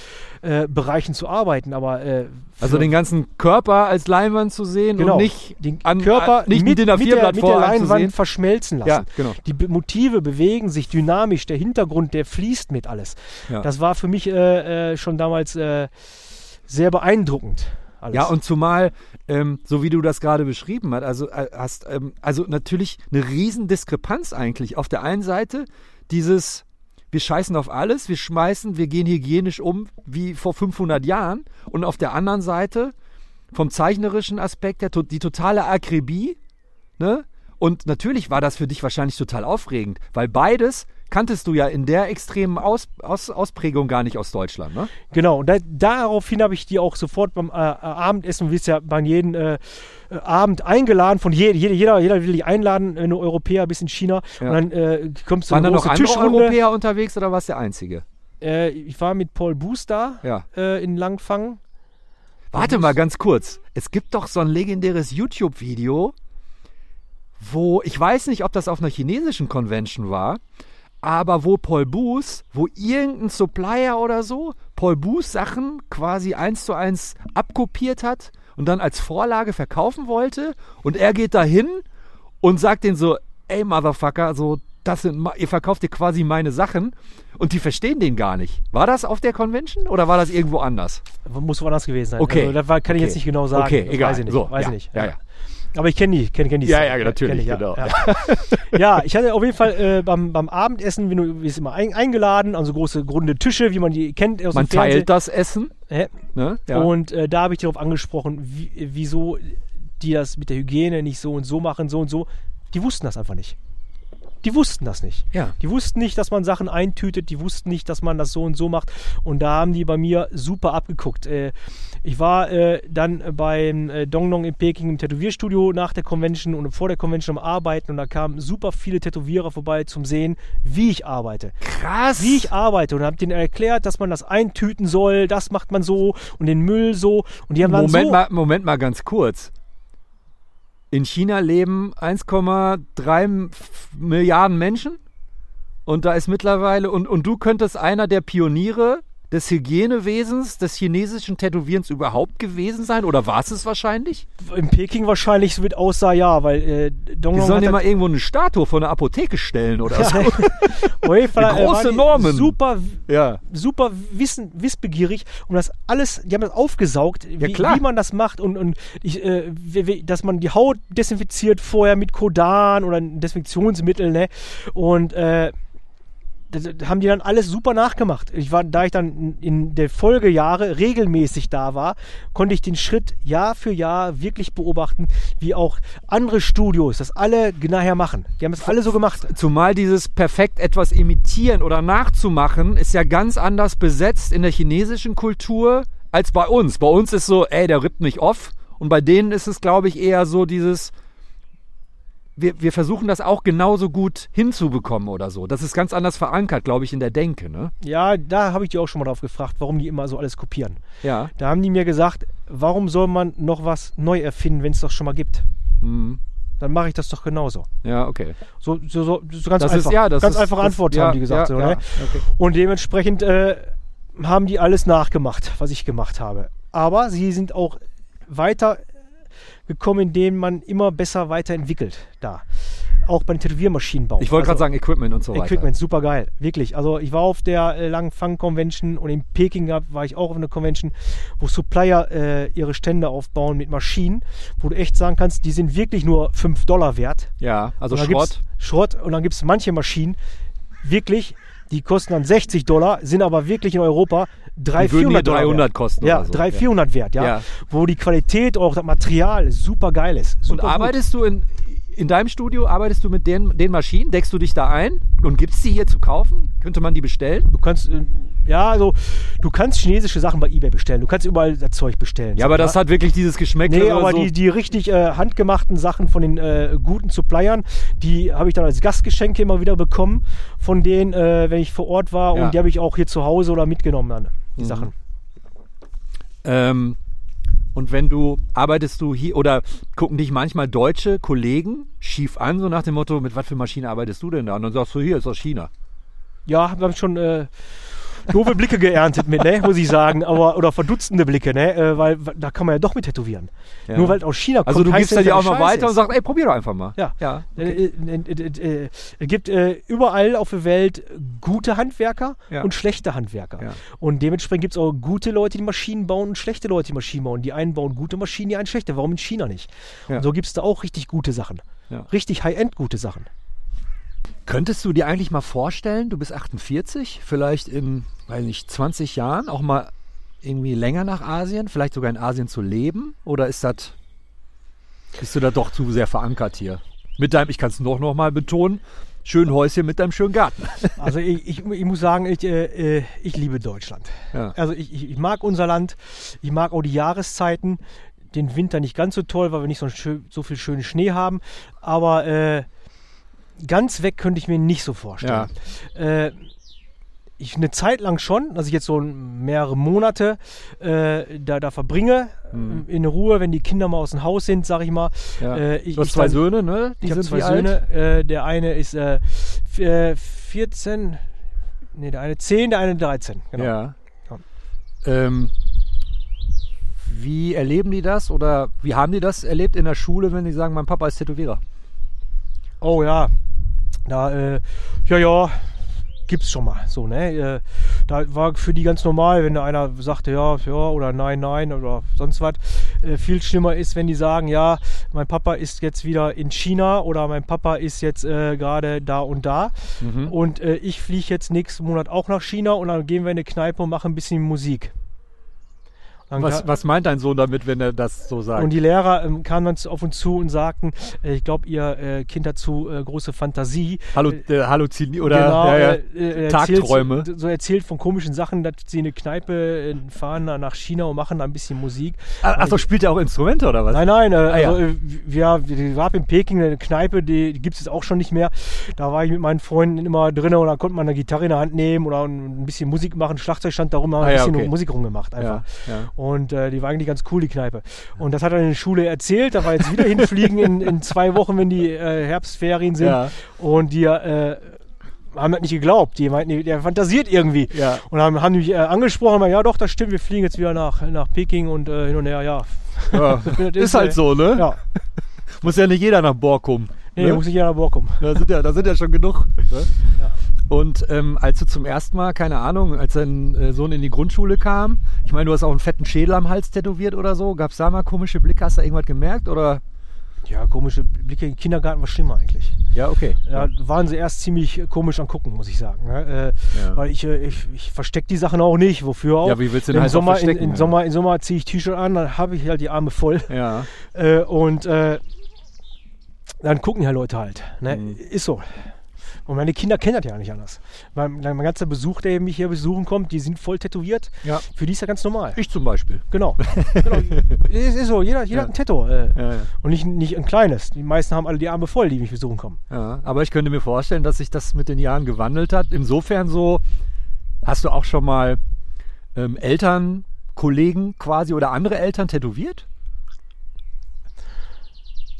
äh, Bereichen zu arbeiten, aber äh, Also für- den ganzen Körper als Leinwand zu sehen genau, und nicht den an- Körper an- nicht mit, mit, DIN mit, der, A4-Blatt mit der vor einem zu Leinwand sehen. verschmelzen lassen. Ja, genau. Die Be Motive bewegen sich dynamisch, der Hintergrund, der fließt mit alles. Ja. Das war für mich äh, äh, schon damals äh, sehr beeindruckend. Alles. Ja, und zumal, ähm, so wie du das gerade beschrieben hast, also, äh, hast, ähm, also natürlich eine riesen Diskrepanz eigentlich. Auf der einen Seite dieses, wir scheißen auf alles, wir schmeißen, wir gehen hygienisch um wie vor 500 Jahren. Und auf der anderen Seite vom zeichnerischen Aspekt der, to- die totale Akribie. Ne? Und natürlich war das für dich wahrscheinlich total aufregend, weil beides kanntest du ja in der extremen Aus, Aus, Ausprägung gar nicht aus Deutschland. Ne? Genau, und da, daraufhin habe ich die auch sofort beim äh, Abendessen, du wirst ja bei jedem äh, äh, Abend eingeladen, von je, jeder, jeder, jeder will dich einladen, wenn du Europäer bist in China. Ja. Und dann äh, kommst du Waren in da eine noch große andere Tischrunde. Europäer unterwegs oder warst du der Einzige? Äh, ich war mit Paul Boos da Ja. äh, in Langfang. Warte mal ganz kurz. Es gibt doch so ein legendäres YouTube-Video, wo, ich weiß nicht, ob das auf einer chinesischen Convention war, aber wo Paul Boos, wo irgendein Supplier oder so, Paul Boos Sachen quasi eins zu eins abkopiert hat und dann als Vorlage verkaufen wollte. Und er geht dahin und sagt denen so, ey Motherfucker, so, das sind, ma- ihr verkauft dir quasi meine Sachen und die verstehen den gar nicht. War das auf der Convention oder war das irgendwo anders? Muss woanders gewesen sein. Okay. Also, das war, kann ich Okay. jetzt nicht genau sagen. Okay, Das egal. Weiß ich nicht. So, weiß ja. ich nicht. Also Ja, ja. Aber ich kenne die, kenne kenn die. Ja, Szene. ja, natürlich, Kenn ich, ja, genau. Ja. ja, ich hatte auf jeden Fall äh, beim, beim Abendessen, wenn du wirst immer ein, eingeladen, an so große runde Tische, wie man die kennt aus Man dem Fernsehen. teilt das Essen. Hä? Ne? Und äh, da habe ich darauf angesprochen, wie, wieso die das mit der Hygiene nicht so und so machen, so und so. Die wussten das einfach nicht. Die wussten das nicht. Ja. Die wussten nicht, dass man Sachen eintütet, die wussten nicht, dass man das so und so macht. Und da haben die bei mir super abgeguckt. Äh, ich war äh, dann beim äh, Dongnong in Peking im Tätowierstudio nach der Convention und vor der Convention am Arbeiten und da kamen super viele Tätowierer vorbei zum Sehen, wie ich arbeite krass. wie ich arbeite und habe denen erklärt, dass man das eintüten soll, das macht man so und den Müll so und die haben dann Moment, so mal, Moment mal ganz kurz. In China leben 1,3 Milliarden Menschen Und da ist mittlerweile, und, und du könntest einer der Pioniere des Hygienewesens, des chinesischen Tätowierens überhaupt gewesen sein? Oder war es es wahrscheinlich? In Peking wahrscheinlich so mit aussah ja, weil äh, Dong Die Long sollen hat dir da- mal irgendwo eine Statue vor einer Apotheke stellen oder so. UEFA, Eine äh, waren große die Normen. Super, Ja. super wissen, wissbegierig und das alles, die haben das aufgesaugt, wie, klar. wie man das macht und, und ich, äh, wie, wie, dass man die Haut desinfiziert vorher mit Kodan oder ein Desinfektionsmittel, ne? Und äh, das das haben die dann alles super nachgemacht. Ich war, da ich dann in der Folgejahre regelmäßig da war, konnte ich den Schritt Jahr für Jahr wirklich beobachten, wie auch andere Studios das alle nachher machen. Die haben das alle so gemacht. Zumal dieses perfekt etwas imitieren oder nachzumachen ist ja ganz anders besetzt in der chinesischen Kultur als bei uns. Bei uns ist so, ey, der rippt mich off. Und bei denen ist es, glaube ich, eher so dieses, wir, wir versuchen das auch genauso gut hinzubekommen oder so. Das ist ganz anders verankert, glaube ich, in der Denke, ne? Ja, da habe ich die auch schon mal drauf gefragt, warum die immer so alles kopieren. Ja. Da haben die mir gesagt, warum soll man noch was neu erfinden, wenn es doch schon mal gibt? Mhm. Dann mache ich das doch genauso. Ja, okay. So, so, so, so ganz Das einfach. ist, ja, das ganz ist, einfache das, Antwort ja, haben die gesagt. Ja, so, ja, ne? okay. Und dementsprechend äh, haben die alles nachgemacht, was ich gemacht habe. Aber sie sind auch weiter gekommen, indem man immer besser weiterentwickelt da. Auch bei den Tätowiermaschinenbau. Also Ich wollte gerade sagen, Equipment und so weiter. Equipment, super geil, wirklich. Also ich war auf der äh, Langen Fang Convention und in Peking gab- war ich auch auf einer Convention, wo Supplier äh, ihre Stände aufbauen mit Maschinen, wo du echt sagen kannst, die sind wirklich nur 5 Dollar wert. Ja, also Und dann gibt's Schrott. Schrott und dann gibt es manche Maschinen, wirklich, die kosten dann 60 Dollar, sind aber wirklich in Europa 300, Die würden hier 400 Dollar 300 wert. kosten Ja, oder so. 300, Ja. 400 wert, ja. Ja. Wo die Qualität, auch das Material super geil ist. Und Super gut. arbeitest du in, in deinem Studio, arbeitest du mit den, den Maschinen, deckst du dich da ein und gibst die hier zu kaufen? Könnte man die bestellen? Du kannst, äh, ja, also, du kannst chinesische Sachen bei Ebay bestellen. Du kannst überall das Zeug bestellen. ne? Ja, aber das hat wirklich dieses Geschmäckle. Nee, aber so. die, die richtig äh, handgemachten Sachen von den äh, guten Suppliern, die habe ich dann als Gastgeschenke immer wieder bekommen von denen, äh, wenn ich vor Ort war. Ja. Mhm. Und die habe ich auch hier zu Hause oder mitgenommen dann, die Sachen. ähm, und wenn du, arbeitest du hier, oder gucken dich manchmal deutsche Kollegen schief an, so nach dem Motto, mit was für Maschine arbeitest du denn da? Und dann sagst du, hier ist aus China. Ja, wir haben schon äh, doofe Blicke geerntet mit, ne, muss ich sagen. Aber, oder verdutzende Blicke, ne, äh, weil da kann man ja doch mit tätowieren. Ja. Nur weil es aus China kommt. Also du heißt gibst ja dann nicht, ja auch dass mal es scheiße weiter ist. und sagst, ey, probier doch einfach mal. Ja. ja. Äh, äh, äh, äh, Es gibt äh, überall auf der Welt gute Handwerker Ja. und schlechte Handwerker. Ja. Und dementsprechend gibt es auch gute Leute, die Maschinen bauen und schlechte Leute, die Maschinen bauen. Die einen bauen gute Maschinen, die einen schlechte. Warum in China nicht? Ja. Und so gibt es da auch richtig gute Sachen. Ja. Richtig High-End gute Sachen. Könntest du dir eigentlich mal vorstellen, du bist 48, vielleicht in, weiß nicht, 20 Jahren auch mal irgendwie länger nach Asien, vielleicht sogar in Asien zu leben? Oder ist das, bist du da doch zu sehr verankert hier? Mit deinem, ich kann es doch noch mal betonen, schönen Häuschen mit deinem schönen Garten. Also ich, ich, ich muss sagen, ich, äh, äh, ich liebe Deutschland. Ja. Also ich, ich, ich mag unser Land, ich mag auch die Jahreszeiten. Den Winter nicht ganz so toll, weil wir nicht so, schön, so viel schönen Schnee haben. Aber äh, ganz weg könnte ich mir nicht so vorstellen. Äh, ich eine Zeit lang schon, dass ich jetzt so mehrere Monate äh, da, da verbringe, in Ruhe, wenn die Kinder mal aus dem Haus sind, sag ich mal. Hm. Ja. Äh, ich, du hast ich zwei dann- Söhne, ne? Die ich habe sind zwei wie alt? Söhne. Äh, der eine ist äh, f- äh, 14, nee, der eine 10, der eine 13. Genau. Ja. Ja. Ähm, wie erleben die das oder wie haben die das erlebt in der Schule, wenn die sagen, mein Papa ist Tätowierer? Oh ja, da, äh, ja, ja, gibt's schon mal so, ne? Äh, da war für die ganz normal, wenn da einer sagte, ja, ja oder nein, nein oder sonst was. Äh, viel schlimmer ist, wenn die sagen, ja, mein Papa ist jetzt wieder in China oder mein Papa ist jetzt äh, gerade da und da Mhm. und äh, ich fliege jetzt nächsten Monat auch nach China und dann gehen wir in eine Kneipe und machen ein bisschen Musik. Dann Was, ka- was meint dein Sohn damit, wenn er das so sagt? und die Lehrer ähm, kamen dann zu- auf uns zu und sagten, äh, ich glaube, ihr äh, Kind hat zu äh, große Fantasie. Hallu äh, Halluzini oder ja, ja. genau, äh, äh, Tagträume. Erzählt, so erzählt von komischen Sachen, dass sie in eine Kneipe äh, fahren da nach China und machen da ein bisschen Musik. Achso, Ah, spielt er auch Instrumente oder was? Nein, nein, äh, Ah, ja. also, äh, ja, wir waren in Peking eine Kneipe, die, die gibt es jetzt auch schon nicht mehr. Da war ich mit meinen Freunden immer drin und da konnte man eine Gitarre in der Hand nehmen oder ein bisschen Musik machen. Schlagzeug stand darum, haben Ah, ein ja, bisschen okay. Musik rumgemacht einfach. Ja, ja. Und äh, die war eigentlich ganz cool, die Kneipe. Und das hat er in der Schule erzählt. Da war jetzt wieder hinfliegen in, in zwei Wochen, wenn die äh, Herbstferien sind. Ja. Und die äh, haben das nicht geglaubt. Die meinten, der fantasiert irgendwie. Ja. Und haben, haben mich äh, angesprochen und meinten, ja doch, das stimmt, wir fliegen jetzt wieder nach, nach Peking und äh, hin und her, ja. Ja. Das Ist halt ey. so, ne? Ja, Muss ja nicht jeder nach Borkum. nee, ne? muss ich ja nach Borkum. Da sind ja, da sind ja schon genug. Ne? Und ähm, als du zum ersten Mal, keine Ahnung, als dein äh, Sohn in die Grundschule kam, ich meine, du hast auch einen fetten Schädel am Hals tätowiert oder so, gab es da mal komische Blicke, hast du da irgendwas gemerkt oder? Ja, komische Blicke im Kindergarten war schlimmer eigentlich. Ja, okay. Ja, waren sie erst ziemlich äh, komisch am Gucken, muss ich sagen. Ne? Äh, Ja. Weil ich, äh, ich, ich verstecke die Sachen auch nicht, wofür auch. Ja, wie willst du den Im Hals auch Sommer, in, verstecken, ne? in ja. Sommer, Im Sommer ziehe ich T-Shirt an, dann habe ich halt die Arme voll. Ja. Äh, und äh, dann gucken ja Leute halt. Ne? Mhm. Ist so. Und meine Kinder kennen das ja nicht anders. Mein, mein ganzer Besuch, der mich hier besuchen kommt, die sind voll tätowiert. Ja. Für die ist das ganz normal. Ich zum Beispiel. Genau. genau. Es ist so, jeder, jeder Ja. hat ein Tattoo. Äh. Ja, ja. Und nicht, nicht ein kleines. Die meisten haben alle die Arme voll, die mich besuchen kommen. Ja, aber ich könnte mir vorstellen, dass sich das mit den Jahren gewandelt hat. Insofern so, hast du auch schon mal ähm, Eltern, Kollegen quasi oder andere Eltern tätowiert?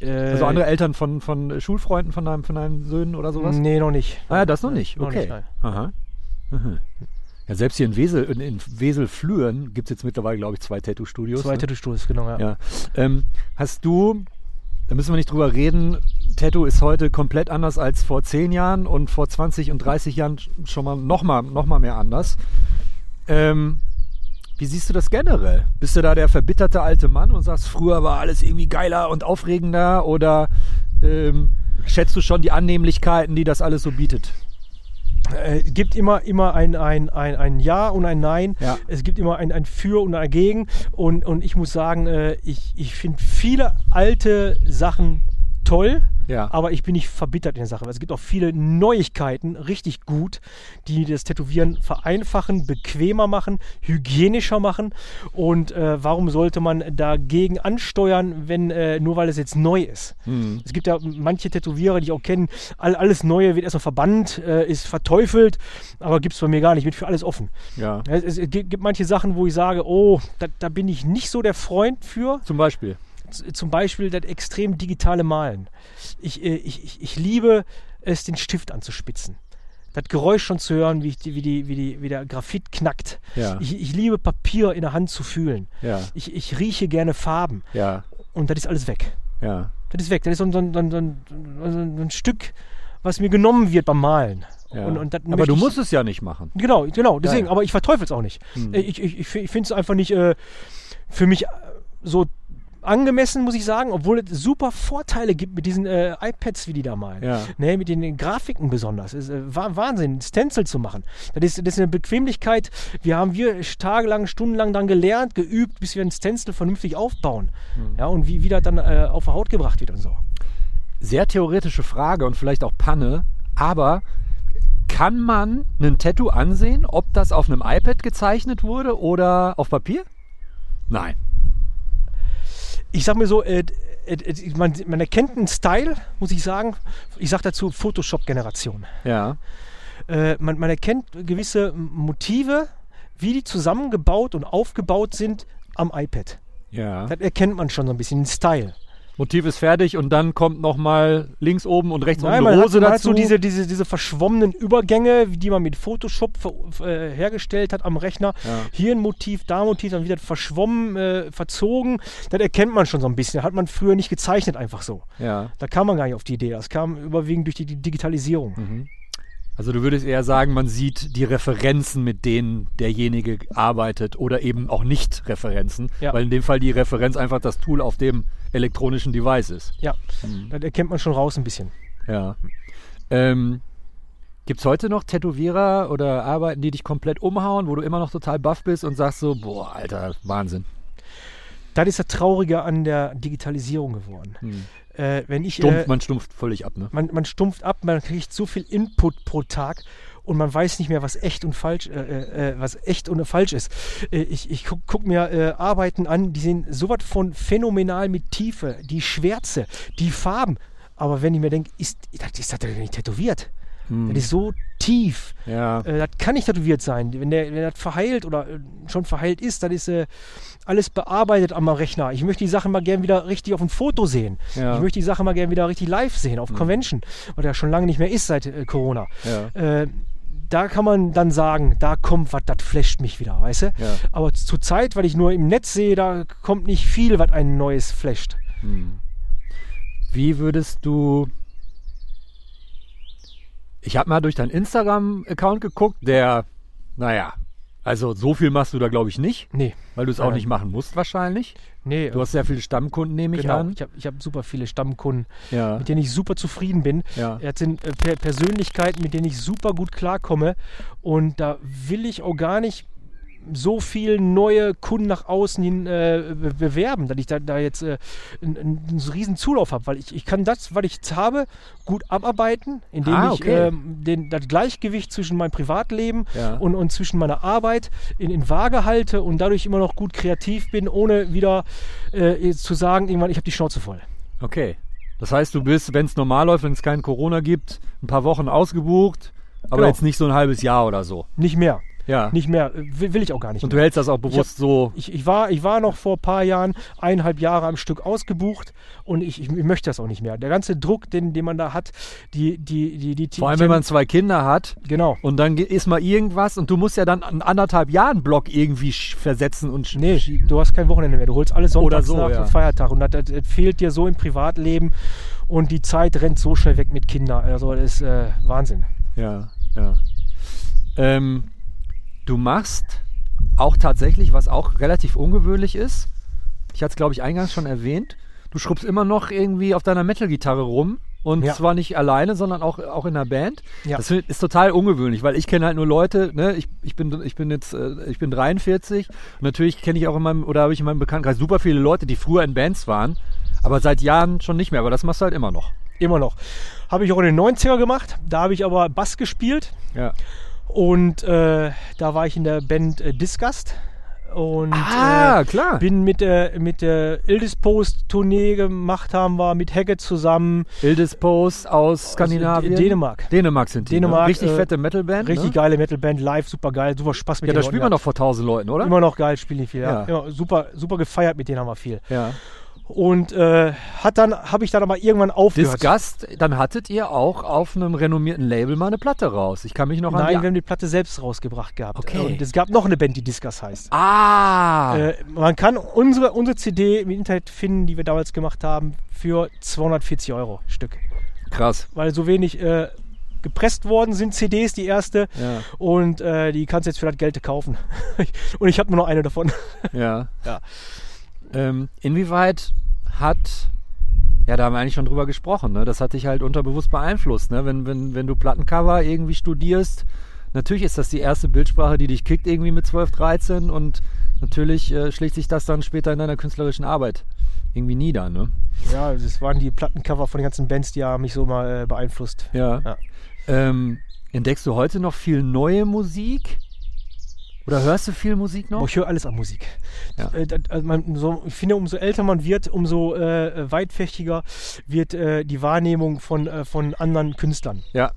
Äh, Also andere Eltern von, von Schulfreunden von deinem, von deinen Söhnen oder sowas? Nee, noch nicht. Ah ja, das noch nicht. noch Okay. nicht, nein. Aha. Mhm. Ja, selbst hier in Wesel, in, in Wesel-Flüren gibt es jetzt mittlerweile, glaube ich, zwei Tattoo-Studios. Zwei ne? Tattoo-Studios, genau, ja. Ja. Ähm, hast du, da müssen wir nicht drüber reden, Tattoo ist heute komplett anders als vor 10 Jahren und vor 20 und 30 Jahren sch- schon mal nochmal noch mal mehr anders. Ähm, wie siehst du das generell? Bist du da der verbitterte alte Mann und sagst, früher war alles irgendwie geiler und aufregender oder ähm, schätzt du schon die Annehmlichkeiten, die das alles so bietet? Äh, Es gibt immer, immer ein, ein, ein, ein Ja und ein Nein. Ja. Es gibt immer ein, ein Für und ein Gegen. Und, und ich muss sagen, äh, ich, ich finde viele alte Sachen toll. Ja. Aber ich bin nicht verbittert in der Sache. weil Es gibt auch viele Neuigkeiten, richtig gut, die das Tätowieren vereinfachen, bequemer machen, hygienischer machen. Und äh, warum sollte man dagegen ansteuern, wenn äh, nur weil es jetzt neu ist? Es gibt ja manche Tätowierer, die ich auch kenne, all, alles Neue wird erstmal verbannt, äh, ist verteufelt, aber gibt es bei mir gar nicht. Ich bin für alles offen. Ja. Es, es gibt, gibt manche Sachen, wo ich sage, oh, da, da bin ich nicht so der Freund für Zum Beispiel. z- zum Beispiel das extrem digitale Malen. Ich, äh, ich, ich, ich liebe es, den Stift anzuspitzen. Das Geräusch schon zu hören, wie, ich die, wie, die, wie, die, wie der Graphit knackt. Ja. Ich, ich liebe Papier in der Hand zu fühlen. Ja. Ich, ich rieche gerne Farben. Ja. Und das ist alles weg. Ja. Das ist weg. Das ist so ein, so ein, so ein, so ein, so ein- so ein Stück, was mir genommen wird beim Malen. ja. Und, und das aber möchte du ich- musst es ja nicht machen. Genau, genau, deswegen, ja. aber ich verteufel es auch nicht. Äh, Ich, ich, ich finde es einfach nicht äh, für mich äh, so angemessen, muss ich sagen, obwohl es super Vorteile gibt mit diesen äh, iPads, wie die da malen. Ja. Ne, mit den Grafiken besonders. Es Ist, äh, Wah- Wahnsinn, Stencil zu machen. Das ist, das ist eine Bequemlichkeit. Wir haben wir tagelang, stundenlang dann gelernt, geübt, bis wir ein Stencil vernünftig aufbauen. Ja, und wie, wie das dann äh, auf der Haut gebracht wird und so. sehr theoretische Frage und vielleicht auch Panne, aber kann man ein Tattoo ansehen, ob das auf einem iPad gezeichnet wurde oder auf Papier? Nein. ich sag mir so, äh, äh, äh, man, man erkennt einen Style, muss ich sagen. Ich sag dazu Photoshop-Generation. Ja. Äh, man, man erkennt gewisse Motive, wie die zusammengebaut und aufgebaut sind am iPad. Ja. Das erkennt man schon so ein bisschen, den Style. Motiv ist fertig und dann kommt nochmal links oben und rechts Nein, oben man eine hat, Rose man hat dazu. so diese, diese, diese verschwommenen Übergänge, die man mit Photoshop ver, äh, hergestellt hat am Rechner. Hier ein Motiv, da ein Motiv, dann wieder verschwommen, äh, verzogen. Das erkennt man schon so ein bisschen. Das hat man früher nicht gezeichnet, einfach so. ja. Da kam man gar nicht auf die Idee. Das kam überwiegend durch die die Digitalisierung. Mhm. Also du würdest eher sagen, man sieht die Referenzen, mit denen derjenige arbeitet oder eben auch nicht Referenzen, Ja. weil in dem Fall die Referenz einfach das Tool auf dem elektronischen Device ist. Ja, Mhm. das erkennt man schon raus ein bisschen. Ja. Ähm, Gibt es heute noch Tätowierer oder Arbeiten, die dich komplett umhauen, wo du immer noch total buff bist und sagst so, boah, Alter, Wahnsinn. Das ist das Traurige an der Digitalisierung geworden. Äh, wenn ich, Stumpf, äh, man Hm. stumpft völlig ab, ne? man, man stumpft ab, man kriegt so viel Input pro Tag und man weiß nicht mehr, was echt und falsch, äh, äh, was echt und falsch ist. Äh, ich ich gucke guck mir äh, Arbeiten an, die sind sowas von phänomenal mit Tiefe, die Schwärze, die Farben. Aber wenn ich mir denke, ist, ist das denn nicht tätowiert? Hm. Das ist so tief. Ja. Äh, das kann nicht tätowiert sein. Wenn, der, wenn das verheilt oder äh, schon verheilt ist, dann ist äh, alles bearbeitet am Rechner. Ich möchte die Sachen mal gern wieder richtig auf dem Foto sehen. Ja. Mhm. Ich möchte die Sachen mal gern wieder richtig live sehen, auf Convention, was ja schon lange nicht mehr ist seit äh, Corona. Äh, da kann man dann sagen, da kommt was, das flasht mich wieder, weißt du? Ja. Aber zur Zeit, weil ich nur im Netz sehe, da kommt nicht viel, was ein neues flasht. Wie würdest du. Ich habe mal durch deinen Instagram-Account geguckt, der, naja, also so viel machst du da, glaube ich, nicht, Nee. weil du es auch Nein. nicht machen musst wahrscheinlich. Nee, Du hast sehr viele Stammkunden, nehme ich genau. an. Ich habe ich hab super viele Stammkunden, Ja. mit denen ich super zufrieden bin. Ja. Das sind äh, Per- Persönlichkeiten, mit denen ich super gut klarkomme. Und da will ich auch gar nicht so viel neue Kunden nach außen hin äh, be bewerben, dass ich da, da jetzt äh, einen, einen riesen Zulauf habe, weil ich, ich kann das, was ich jetzt habe, gut abarbeiten, indem Ah, ich okay. ähm, den, das Gleichgewicht zwischen meinem Privatleben Ja. und, und zwischen meiner Arbeit in, in Waage halte und dadurch immer noch gut kreativ bin, ohne wieder äh, jetzt zu sagen, irgendwann, ich habe die Schnauze voll. Okay. Das heißt, du bist, wenn es normal läuft, wenn es keinen Corona gibt, ein paar Wochen ausgebucht, aber Genau. jetzt nicht so ein halbes Jahr oder so. Nicht mehr. Ja. Nicht mehr. Äh, Will, will ich auch gar nicht Und mehr. du hältst das auch bewusst so. Ich, ich, war, ich war noch vor ein paar Jahren eineinhalb Jahre am Stück ausgebucht und ich, ich möchte das auch nicht mehr. Der ganze Druck, den, den man da hat, die, die, die, die Vor allem, wenn man zwei Kinder hat Genau. und dann ge- ist mal irgendwas und du musst ja dann einen anderthalb Jahren Block irgendwie sch- versetzen und sch- Nee, du hast kein Wochenende mehr. Du holst alles Oder sonntags so, nach ja. dem Feiertag und das, das, das fehlt dir so im Privatleben und die Zeit rennt so schnell weg mit Kindern. Also das ist äh, Wahnsinn. Ja, ja. Ähm, du machst auch tatsächlich, was auch relativ ungewöhnlich ist. Ich hatte es, glaube ich, eingangs schon erwähnt. Du schrubbst immer noch irgendwie auf deiner Metal-Gitarre rum. Und Ja. zwar nicht alleine, sondern auch, auch in einer Band. Ja. Das find- ist total ungewöhnlich, weil ich kenne halt nur Leute, ne, ich, ich, bin, ich bin jetzt, äh, ich bin 43 und natürlich kenne ich auch in meinem, oder habe ich in meinem Bekanntenkreis super viele Leute, die früher in Bands waren, aber seit Jahren schon nicht mehr, aber das machst du halt immer noch. Immer noch. Habe ich auch in den 90er gemacht. Da habe ich aber Bass gespielt Ja. und äh, da war ich in der Band äh, Disgust. Und, äh, Ah, klar. Bin mit der, mit der Ildis Post Tournee gemacht haben wir mit Hackett zusammen. Ildes Post aus Skandinavien. D- Dänemark. Dänemark sind die. Dänemark, ne? Richtig äh, fette Metalband. Richtig ne? geile Metalband, live, super geil, super Spaß mit Ja, denen. da spielt man doch vor tausend Leuten, oder? Immer noch geil, spielen die viel. Ja. Ja. Immer super, super gefeiert, mit denen haben wir viel. ja. Und äh, hat dann, habe ich dann aber irgendwann aufgehört. Disgust, dann hattet ihr auch auf einem renommierten Label mal eine Platte raus. Ich kann mich noch Nein, wir an die... haben die Platte selbst rausgebracht gehabt. Okay. Und es gab noch eine Band, die Discus heißt. Ah! Äh, man kann unsere, unsere CD im Internet finden, die wir damals gemacht haben, für 240 Euro Stück. krass. weil so wenig äh, gepresst worden sind CDs, die erste. Ja, Und äh, die kannst du jetzt für das Geld kaufen. und ich habe nur noch eine davon. ja. Ja. Ähm, inwieweit hat... Ja, da haben wir eigentlich schon drüber gesprochen. Ne? Das hat dich halt unterbewusst beeinflusst. Ne? Wenn, wenn, wenn du Plattencover irgendwie studierst, natürlich ist das die erste Bildsprache, die dich kickt irgendwie mit 12, 13 und natürlich äh, schlägt sich das dann später in deiner künstlerischen Arbeit irgendwie nieder. Ne? Ja, das waren die Plattencover von den ganzen Bands, die haben mich so mal äh, beeinflusst. Ja. Ja. Ähm, entdeckst du heute noch viel neue Musik? Oder hörst du viel Musik Aber noch? ich höre alles an Musik. Ja. Äh, das- also man, so, ich finde, umso älter man wird, umso äh, weitfächiger wird äh, die Wahrnehmung von, äh, von anderen Künstlern. Ja.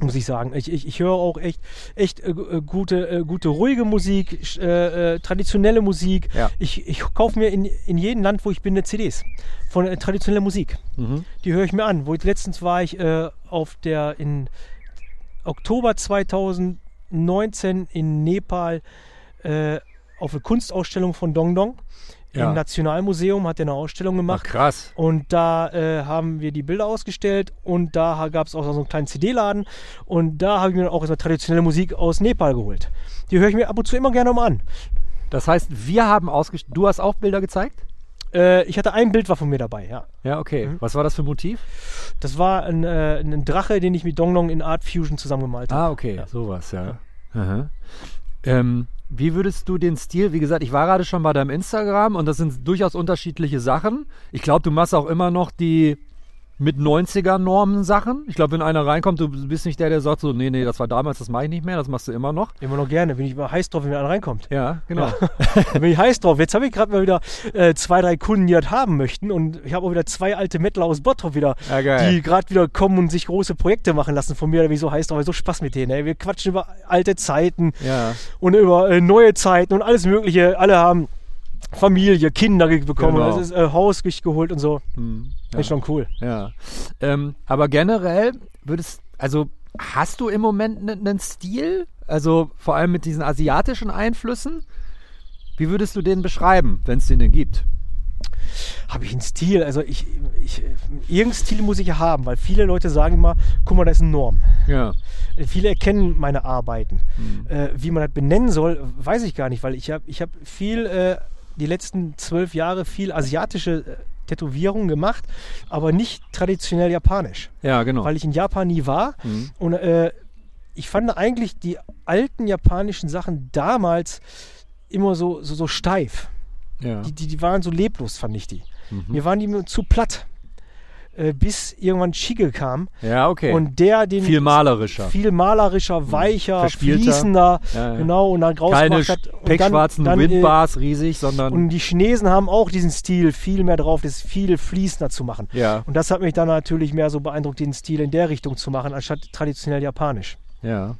muss ich sagen. Ich, ich, ich höre auch echt, echt äh, gu- äh, gute, äh, gute ruhige Musik, sch- äh, äh, traditionelle Musik. Ja. Ich, ich kaufe mir in, in jedem Land, wo ich bin, eine CDs von äh, traditioneller Musik. Mhm. Die höre ich mir an. Wo ich, letztens war ich äh, auf der in Oktober 2019 in Nepal äh, auf eine Kunstausstellung von Dong Dong. Ja. Im Nationalmuseum hat er eine Ausstellung gemacht. krass. Und da äh, haben wir die Bilder ausgestellt und da gab es auch so einen kleinen CD-Laden und da habe ich mir dann auch erstmal traditionelle Musik aus Nepal geholt. Die höre ich mir ab und zu immer gerne mal an. Das heißt, wir haben ausgestellt. Du hast auch Bilder gezeigt? Äh, ich hatte ein Bild war von mir dabei, ja. Ja, okay. Was war das für ein Motiv? Das war ein, äh, ein Drache, den ich mit Dong Dong in Art Fusion zusammengemalt habe. Ah, okay. Sowas, ja. Aha. Ähm, wie würdest du den Stil, wie gesagt, ich war gerade schon bei deinem Instagram und das sind durchaus unterschiedliche Sachen. Ich glaube, du machst auch immer noch die mit 90er-Normen-Sachen. Ich glaube, wenn einer reinkommt, du bist nicht der, der sagt so, nee, nee, das war damals, das mache ich nicht mehr, das machst du immer noch. Immer noch gerne, bin ich mal heiß drauf, wenn einer reinkommt. Ja, genau. Da bin ich heiß drauf. Jetzt habe ich gerade mal wieder äh, zwei, drei Kunden, die das haben möchten. Und ich habe auch wieder zwei alte Mettler aus Bottrop wieder, Ja, geil. die gerade wieder kommen und sich große Projekte machen lassen von mir. Da bin ich so heiß drauf, hab ich so Spaß mit denen. Ey. Wir quatschen über alte Zeiten Ja. und über äh, neue Zeiten und alles Mögliche. Alle haben Familie, Kinder ge- bekommen, Genau. das ist, äh, Haus ge- geholt und so. Hm, Ist schon cool. ja. Ähm, aber generell würdest, also hast du im Moment einen Stil? Also vor allem mit diesen asiatischen Einflüssen? Wie würdest du den beschreiben, wenn es den denn gibt? habe ich einen Stil. Also ich, ich, irgendeinen Stil muss ich ja haben, weil viele Leute sagen immer, guck mal, da ist eine Norm. Ja. Äh, Viele erkennen meine Arbeiten. Äh, wie man das benennen soll, weiß ich gar nicht, weil ich habe ich hab viel, äh, die letzten zwölf Jahre viel asiatische äh, Tätowierungen gemacht, aber nicht traditionell japanisch Ja, genau. weil ich in Japan nie war. Und äh, ich fand eigentlich die alten japanischen Sachen damals immer so, so, so steif. Ja. Die, die, die waren so leblos, fand ich die. Mir waren die immer zu platt. Äh, bis irgendwann Shige kam. Ja, okay. Und der, den. viel malerischer. Mhm. Viel malerischer, weicher, Verspielter. fließender. Ja, ja. Genau, und dann rausgemacht Keine hat. sch- Und dann- pechschwarzen dann, äh, Windbars riesig, sondern und die Chinesen haben auch diesen Stil viel mehr drauf, das viel fließender zu machen. Ja. Und das hat mich dann natürlich mehr so beeindruckt, den Stil in der Richtung zu machen, anstatt traditionell japanisch. Ja.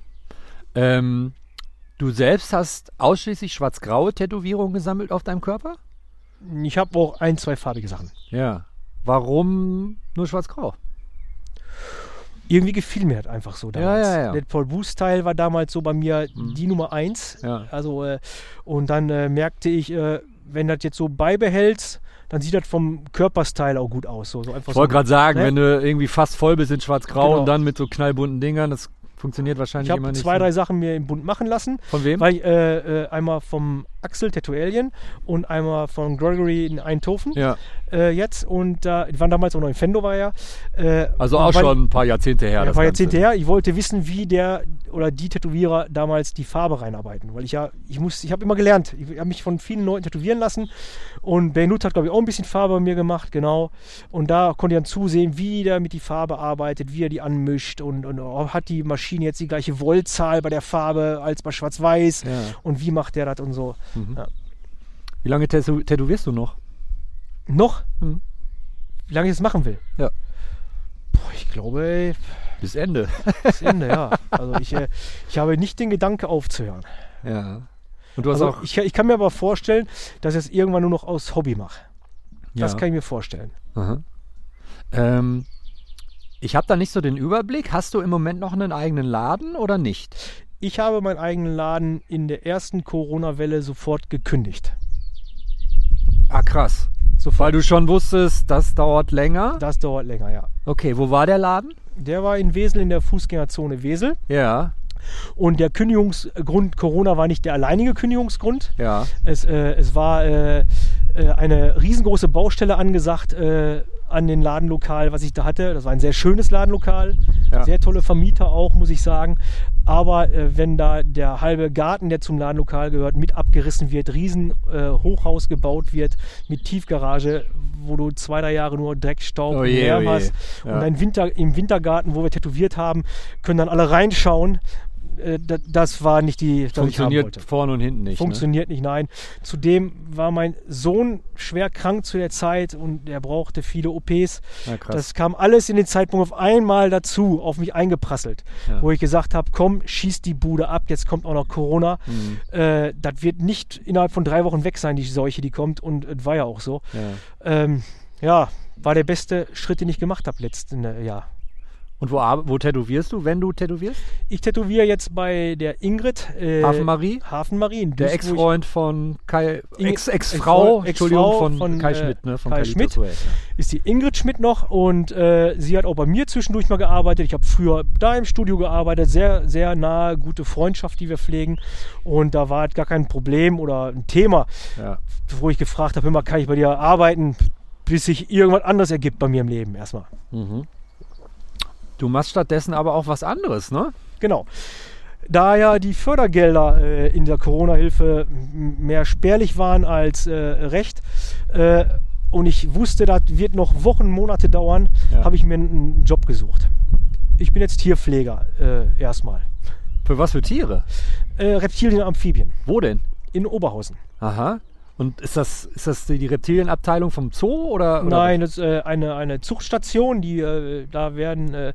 Ähm, du selbst hast ausschließlich schwarz-graue Tätowierungen gesammelt auf deinem Körper? Ich habe auch ein, zwei farbige Sachen. Ja. Warum nur schwarz-grau? Irgendwie gefiel mir das einfach so damals. ja, ja. Der Paul Booth-Teil war damals so bei mir die Nummer eins. Ja. Also, äh, und dann äh, merkte ich, äh, wenn das jetzt so beibehältst, dann sieht das vom Körperstyle auch gut aus. So, so einfach Ich wollte so, gerade sagen, ne? wenn du irgendwie fast voll bist in schwarz-grau Genau. und dann mit so knallbunten Dingern, das funktioniert wahrscheinlich ich immer habe nicht. ne? zwei, drei Sachen mir im Bund machen lassen. Von wem? Weil ich, äh, äh, einmal vom Axel Tattoo-Alien und einmal von Gregory in Eindhoven ja, äh, jetzt. Und da die waren damals auch noch in Fendo, war ja. Äh, also und auch weil- schon ein paar Jahrzehnte her. Ja, das war jetzt Ganze. hinterher. Ich wollte wissen, wie der oder die Tätowierer damals die Farbe reinarbeiten, weil ich ja, ich muss, ich habe immer gelernt. Ich habe mich von vielen Leuten tätowieren lassen und Benut hat glaube ich auch ein bisschen Farbe bei mir gemacht, genau. Und da konnte ich dann zusehen, wie der mit die Farbe arbeitet, wie er die anmischt und, und hat die Maschine jetzt die gleiche Wollzahl bei der Farbe als bei Schwarz-Weiß Ja. und wie macht der das und so. Wie lange tätow- tätowierst du noch? Noch, Mhm. wie lange ich das machen will. Ja. Boah, ich glaube, ey, Bis Ende. das Ende, ja. Also ich, äh, ich habe nicht den Gedanke aufzuhören. Ja. Und du hast Also auch. ich, ich kann mir aber vorstellen, dass ich es irgendwann nur noch aus Hobby mache. Das ja. kann ich mir vorstellen. Aha. Ähm, ich habe da nicht so den Überblick. Hast du im Moment noch einen eigenen Laden oder nicht? Ich habe meinen eigenen Laden in der ersten Corona-Welle sofort gekündigt. Ah, krass. Weil Sofort. du schon wusstest, das dauert länger. Das dauert länger, ja. Okay, wo war der Laden? Der war in Wesel in der Fußgängerzone Wesel Ja, und der Kündigungsgrund Corona war nicht der alleinige Kündigungsgrund. ja. Es, äh, es war äh, äh, eine riesengroße Baustelle angesagt äh, an den Ladenlokal, was ich da hatte. Das war ein sehr schönes Ladenlokal, Ja. sehr tolle Vermieter auch, muss ich sagen. Aber äh, wenn da der halbe Garten, der zum Ladenlokal gehört, mit abgerissen wird, riesen äh, Hochhaus gebaut wird mit Tiefgarage, wo du zwei, drei Jahre nur Dreck, Staub Oh und je, oh Lärm je. hast Ja. und ein Winter, im Wintergarten, wo wir tätowiert haben, können dann alle reinschauen. Äh, da- Das war nicht die, was ich haben Funktioniert wollte. vorne und hinten nicht. ne? Funktioniert nicht, nein. Zudem war mein Sohn schwer krank zu der Zeit und er brauchte viele OPs. Ne? Ja, krass. Das kam alles in den Zeitpunkt auf einmal dazu, auf mich eingeprasselt, Ja. wo ich gesagt habe, komm, schieß die Bude ab, jetzt kommt auch noch Corona. Mhm. Äh, das wird nicht innerhalb von drei Wochen weg sein, die Seuche, die kommt und es war ja auch so. ja. Ähm, ja, war der beste Schritt, den ich gemacht habe letzten äh, Jahr. Und wo, ar- wo tätowierst du, wenn du tätowierst? Ich tätowiere jetzt bei der Ingrid äh, Hafenmarie? Hafenmarie in Der Duisburg. Ex-Freund von Kai, Inge- Ex, Ex-Frau, Ex-Frau Entschuldigung, von, von, Kai äh, Schmidt, ne? Von Kai Kalito Schmidt. Suarez, ist die Ingrid Schmidt noch und äh, sie hat auch bei mir zwischendurch mal gearbeitet. Ich habe früher da im Studio gearbeitet, sehr, sehr nahe, gute Freundschaft, die wir pflegen. Und da war halt gar kein Problem oder ein Thema, Ja. ja. wo ich gefragt habe, hör mal, kann ich bei dir arbeiten, bis sich irgendwas anderes ergibt bei mir im Leben erstmal. Du machst stattdessen aber auch was anderes, ne? Genau. Da ja die Fördergelder äh, in der Corona-Hilfe m- mehr spärlich waren als äh, recht, äh, und ich wusste, das wird noch Wochen, Monate dauern, Ja. habe ich mir einen Job gesucht. Ich bin jetzt Tierpfleger äh, erstmal. Für was für Tiere? Äh, Reptilien und Amphibien Wo denn? in Oberhausen. Aha. Und ist das, ist das die die Reptilienabteilung vom Zoo oder? oder Nein, das ist äh, eine, eine Zuchtstation, die äh, da werden äh,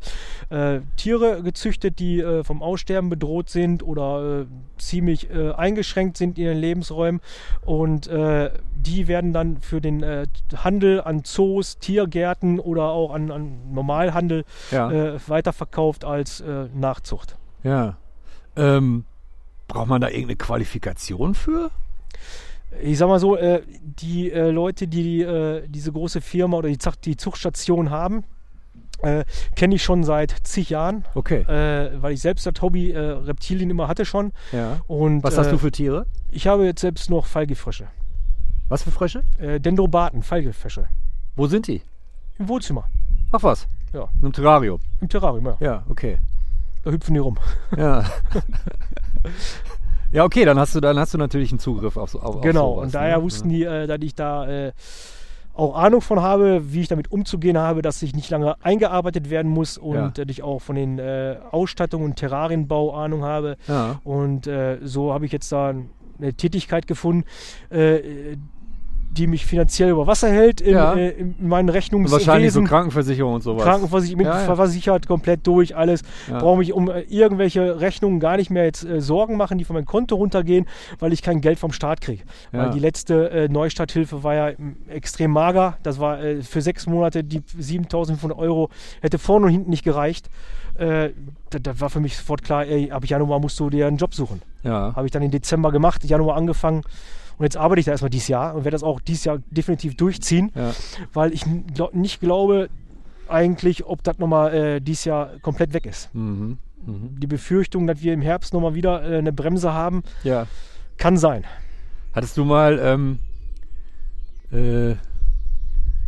äh, Tiere gezüchtet, die äh, vom Aussterben bedroht sind oder äh, ziemlich äh, eingeschränkt sind in ihren Lebensräumen. Und äh, die werden dann für den äh, Handel an Zoos, Tiergärten oder auch an, an Normalhandel Ja. äh, weiterverkauft als äh, Nachzucht. Ja. Ähm, braucht man da irgendeine Qualifikation für? ich sag mal so, äh, die äh, Leute, die äh, diese große Firma oder die, Zacht, die Zuchtstation haben, äh, kenne ich schon seit zig Jahren, Okay. äh, weil ich selbst das Hobby äh, Reptilien immer hatte schon. Ja. Und Was äh, hast du für Tiere? Ich habe jetzt selbst noch Fallgefrösche. Was für Frösche? Äh, Dendrobaten, Fallgefrösche. Wo sind die? Im Wohnzimmer, Ach was. Ja. Im Terrarium. im Terrarium, ja. Ja, okay. Da hüpfen die rum. Ja. ja, okay, dann hast du dann hast du natürlich einen Zugriff auf, so- auf, auf genau, sowas, und daher ne? wussten die, äh, dass ich da äh, auch Ahnung von habe, wie ich damit umzugehen habe, dass ich nicht lange eingearbeitet werden muss und Ja. dass ich auch von den äh, Ausstattungen und Terrarienbau Ahnung habe. Ja. Und äh, so habe ich jetzt da eine Tätigkeit gefunden, äh, die mich finanziell über Wasser hält in, Ja. äh, in meinen Und Rechnungswesen. wahrscheinlich so Krankenversicherung und sowas. Krankenversichert, mit Ja, ja. versichert, komplett durch, alles. Ja. Brauche mich um äh, irgendwelche Rechnungen gar nicht mehr jetzt äh, Sorgen machen, die von meinem Konto runtergehen, weil ich kein Geld vom Staat kriege. Ja. Weil die letzte äh, Neustarthilfe war ja m, extrem mager. Das war äh, für sechs Monate die 7.500 Euro hätte vorne und hinten nicht gereicht. Äh, da, da war für mich sofort klar, ey, ab Januar musst du dir einen Job suchen. ja. Habe ich dann im Dezember gemacht, Januar angefangen. Und jetzt arbeite ich da erstmal dieses Jahr und werde das auch dieses Jahr definitiv durchziehen ja. weil ich n- glaub, nicht glaube eigentlich, ob das nochmal äh, dieses Jahr komplett weg ist. Mhm. Mhm. Die Befürchtung, dass wir im Herbst nochmal wieder äh, eine Bremse haben, ja. kann sein. Hattest du mal ähm, äh,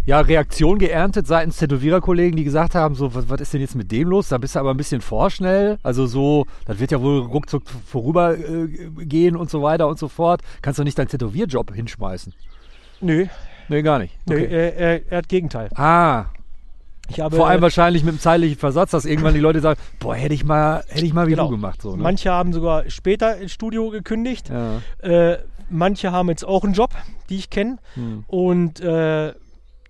ja, Reaktion geerntet seitens Tätowiererkollegen, die gesagt haben, so, was, was ist denn jetzt mit dem los? Da bist du aber ein bisschen vorschnell. Also so, das wird ja wohl ruckzuck vorübergehen äh, gehen und so weiter und so fort. Kannst du nicht deinen Tätowierjob hinschmeißen? Nö, Nee, gar nicht. nö Okay. äh, äh, er hat Gegenteil. ah, Ich habe, vor allem äh, wahrscheinlich mit dem zeitlichen Versatz, dass irgendwann die Leute sagen, boah, hätte ich mal, hätte ich mal wie Genau. du gemacht. So, ne? manche haben sogar später ins Studio gekündigt. ja. Äh, manche haben jetzt auch einen Job, die ich kenne. Hm. Und äh,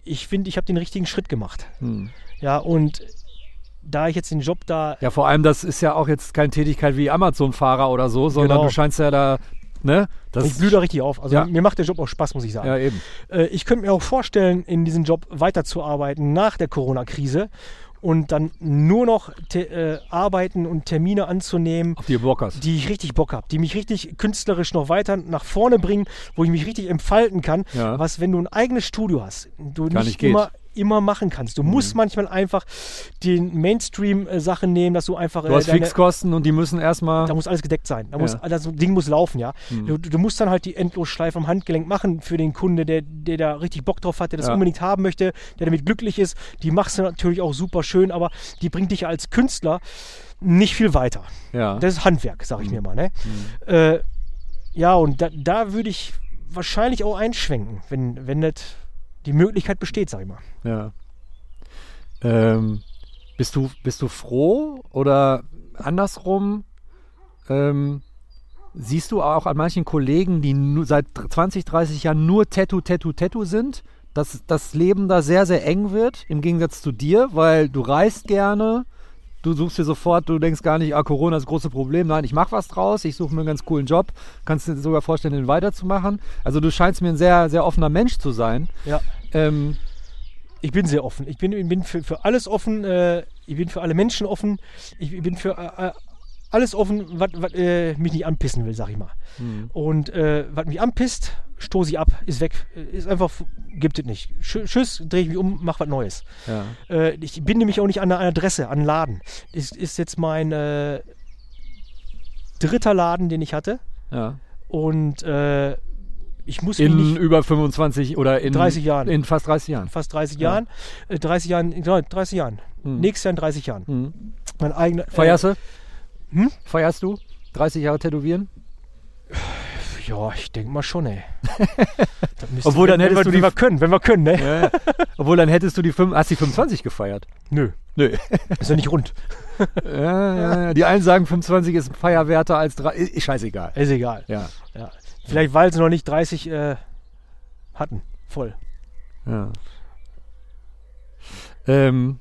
ich finde, ich habe den richtigen Schritt gemacht. Hm. Ja, und da ich jetzt den Job da ja, vor allem, das ist ja auch jetzt keine Tätigkeit wie Amazon-Fahrer oder so, sondern Genau. du scheinst ja da, ne? Das ich blühe da richtig auf. Also Ja. mir macht der Job auch Spaß, muss ich sagen. Ja, eben. Äh, ich könnte mir auch vorstellen, in diesem Job weiterzuarbeiten nach der Corona-Krise und dann nur noch te- äh, arbeiten und Termine anzunehmen, Auf die du Bock hast. die ich richtig Bock habe, die mich richtig künstlerisch noch weiter nach vorne bringen, wo ich mich richtig entfalten kann. Ja. Was, wenn du ein eigenes Studio hast, du Gar nicht nicht geht. Mhm. immer immer machen kannst. Du musst manchmal einfach den Mainstream-Sachen nehmen, dass du einfach äh, Du hast deine- Fixkosten und die müssen erstmal. da muss alles gedeckt sein. Da muss, Ja. Mhm. Das Ding muss laufen, ja. Du, du musst dann halt die Endlosschleife am Handgelenk machen für den Kunde, der, der da richtig Bock drauf hat, der das Ja. unbedingt haben möchte, der damit glücklich ist. Die machst du natürlich auch super schön, aber die bringt dich als Künstler nicht viel weiter. Ja. Das ist Handwerk, sag ich Mhm. mir mal. Ne? Äh, ja, und da, da würde ich wahrscheinlich auch einschwenken, wenn, wenn das die Möglichkeit besteht, sag ich mal. ja. Ähm, bist, du, bist du froh oder andersrum? Ähm, siehst du auch an manchen Kollegen, die nu, seit 20, 30 Jahren nur Tattoo, Tattoo, Tattoo sind, dass das Leben da sehr, sehr eng wird, im Gegensatz zu dir, weil du reist gerne. Du suchst dir sofort, du denkst gar nicht, ah, Corona ist das große Problem. Nein, ich mache was draus, ich suche mir einen ganz coolen Job. Kannst dir sogar vorstellen, den weiterzumachen. Also du scheinst mir ein sehr, sehr offener Mensch zu sein. Ja. Ähm, Ich bin sehr offen. Ich bin, ich bin für, für alles offen. Äh, ich bin für alle Menschen offen. Ich bin für äh, äh, alles offen, was was, äh, mich nicht anpissen will, sag ich mal. Und äh, was mich anpisst, stoße ich ab, ist weg. Äh, Ist einfach, f- gibt es nicht. Schö- Tschüss, drehe ich mich um, mach was Neues. ja. Äh, ich binde mich auch nicht an eine Adresse, an einen Laden. Ist, ist jetzt mein äh, dritter Laden, den ich hatte. Ja. Und äh, ich muss mich In nicht über 25 oder in 30 Jahren. In fast 30 Jahren. fast 30 Ja. Hm. Jahren. Äh, 30 Jahren, genau, 30 Jahren. Nächstes Jahr in 30 Jahren. Mhm. Mein äh, eigener. Feierst du? hm? Feierst du? 30 Jahre tätowieren? Äh, Ja, ich denke mal schon, ey. Das müsste- Obwohl, dann wenn- hättest du wenn, wir- wenn die- wir können, wenn wir können, ne? Ja. Obwohl, dann hättest du die fünf, hast die 25 gefeiert. Nö, Nö. ist ja nicht rund. Ja, ja, ja. Die einen sagen, 25 ist feierwerter als 3. Ist scheißegal. Ist egal. Ja. Ja. Vielleicht, weil sie noch nicht 30 äh, hatten. Voll. ja. Ähm,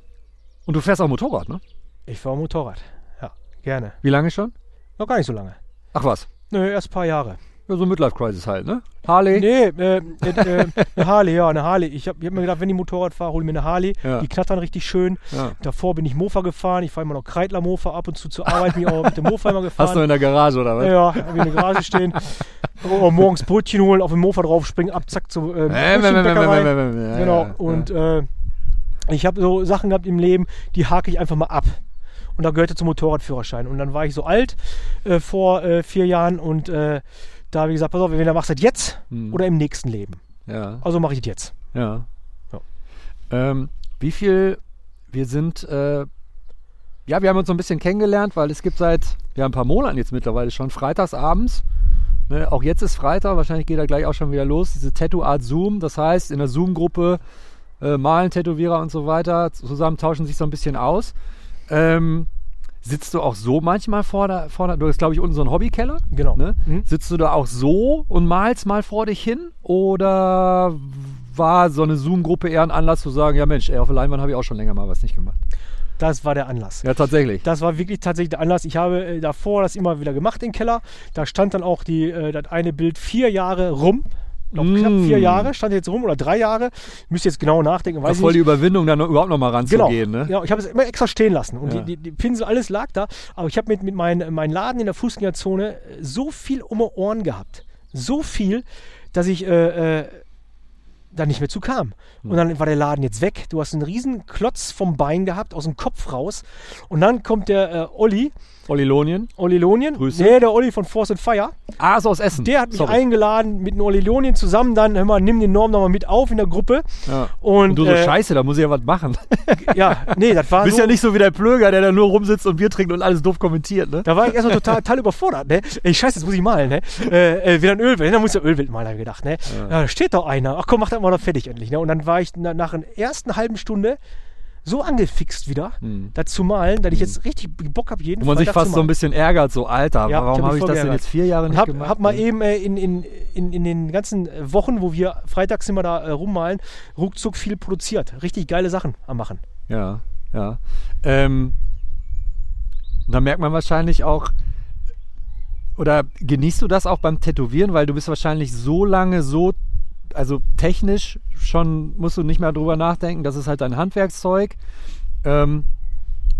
und du fährst auch Motorrad, ne? Ich fahre Motorrad. Ja, gerne. Wie lange schon? Noch gar nicht so lange. Ach was. Nö, erst ein paar Jahre. Ja, so Midlife-Crisis halt, ne? Harley? Nee, äh, äh, äh, eine Harley, ja, eine Harley. Ich habe hab mir gedacht, wenn ich Motorrad fahre, hol mir eine Harley. Ja. Die knattern richtig schön. Ja. Davor bin ich Mofa gefahren. Ich fahre immer noch Kreidler Mofa ab und zu zur Arbeit. Bin ich auch mit dem Mofa immer gefahren. Hast du in der Garage oder was? Ja, hab ich in der Garage stehen. Oh, morgens Brötchen holen, auf den Mofa draufspringen, ab, zack zur ähm, Äh, mä, mä, mä, mä, Brötchenbäckerei. mä, mä, mä, mä, ja, Genau. ja, Und äh, ich habe so Sachen gehabt im Leben, die hake ich einfach mal ab. Und da gehörte zum Motorradführerschein. Und dann war ich so alt äh, vor äh, vier Jahren und äh, da habe ich gesagt, pass auf, wenn du machst das jetzt Hm. oder im nächsten Leben. Ja. Also mache ich das jetzt. Ja. Ja. Ähm, wie viel, wir sind, äh, ja, wir haben uns so ein bisschen kennengelernt, weil es gibt seit, ja, ein paar Monaten jetzt mittlerweile schon, freitags abends, ne, auch jetzt ist Freitag, wahrscheinlich geht er gleich auch schon wieder los, diese Tattoo-Art Zoom, das heißt, in der Zoom-Gruppe äh, malen Tätowierer und so weiter, zusammen tauschen sich so ein bisschen aus. Ähm, sitzt du auch so manchmal vor der, vor der du hast glaube ich unten so einen Hobbykeller? Genau. Ne? Mhm. Sitzt du da auch so und malst mal vor dich hin? Oder war so eine Zoom-Gruppe eher ein Anlass zu sagen, ja Mensch, ey, auf der Leinwand habe ich auch schon länger mal was nicht gemacht? Das war der Anlass. Ja, tatsächlich. Das war wirklich tatsächlich der Anlass. Ich habe äh, davor das immer wieder gemacht, den Keller. Da stand dann auch die, äh, das eine Bild vier Jahre rum. Ich glaub, knapp Mm. vier Jahre stand jetzt rum oder drei Jahre. Müsst ihr jetzt genau nachdenken. War Weiß ich voll nicht. die Überwindung, dann noch- überhaupt noch mal Genau, ranzugehen. Ne? genau, ich habe es immer extra stehen lassen und Ja. die, die, die Pinsel, alles lag da, aber ich habe mit, mit meinem mein Laden in der Fußgängerzone äh, so viel um die Ohren gehabt, so viel, dass ich äh, äh, da nicht mehr zu kam. Hm. Und dann war der Laden jetzt weg, du hast einen riesen Klotz vom Bein gehabt, aus dem Kopf raus und dann kommt der äh, Olli, Olilonien. Olli Lonien. Grüße. Nee, der Olli von Force and Fire. Ah, ist aus Essen. Der hat mich Sorry. eingeladen mit dem Olli Lonien zusammen. Dann, hör mal, nimm den Norm nochmal mit auf in der Gruppe. Ja. Und, Und du so, äh, scheiße, da muss ich ja was machen. Ja, nee, das war Bist so. ja nicht so wie der Plöger, der da nur rumsitzt und Bier trinkt und alles doof kommentiert, ne? Da war ich erstmal total, total überfordert, ne? Ey, scheiße, jetzt muss ich malen, ne? Äh, äh, wieder ein Ölbild, dann muss der Ölbildmaler gedacht, ne? Ja. Da steht doch einer. Ach komm, mach das mal noch fertig endlich, ne? Und dann war ich na, nach einer ersten halben Stunde so angefixt wieder, dazu malen, dass ich jetzt richtig Bock habe, jeden Hm. Wo man sich Freitag zu fast so ein malen. bisschen ärgert, so, Alter, Ja, ich warum hab mich habe ich voll das denn geärgert. jetzt vier Jahre Und nicht hab, gemacht? hab mal ne? eben äh, in, in, in, in den ganzen äh, Wochen, wo wir freitags immer da äh, rummalen, ruckzuck viel produziert. Richtig geile Sachen am Machen. Ja, ja. Ähm, da merkt man wahrscheinlich auch, oder genießt du das auch beim Tätowieren, weil du bist wahrscheinlich so lange so, also technisch schon musst du nicht mehr drüber nachdenken, das ist halt dein Handwerkszeug. Ähm,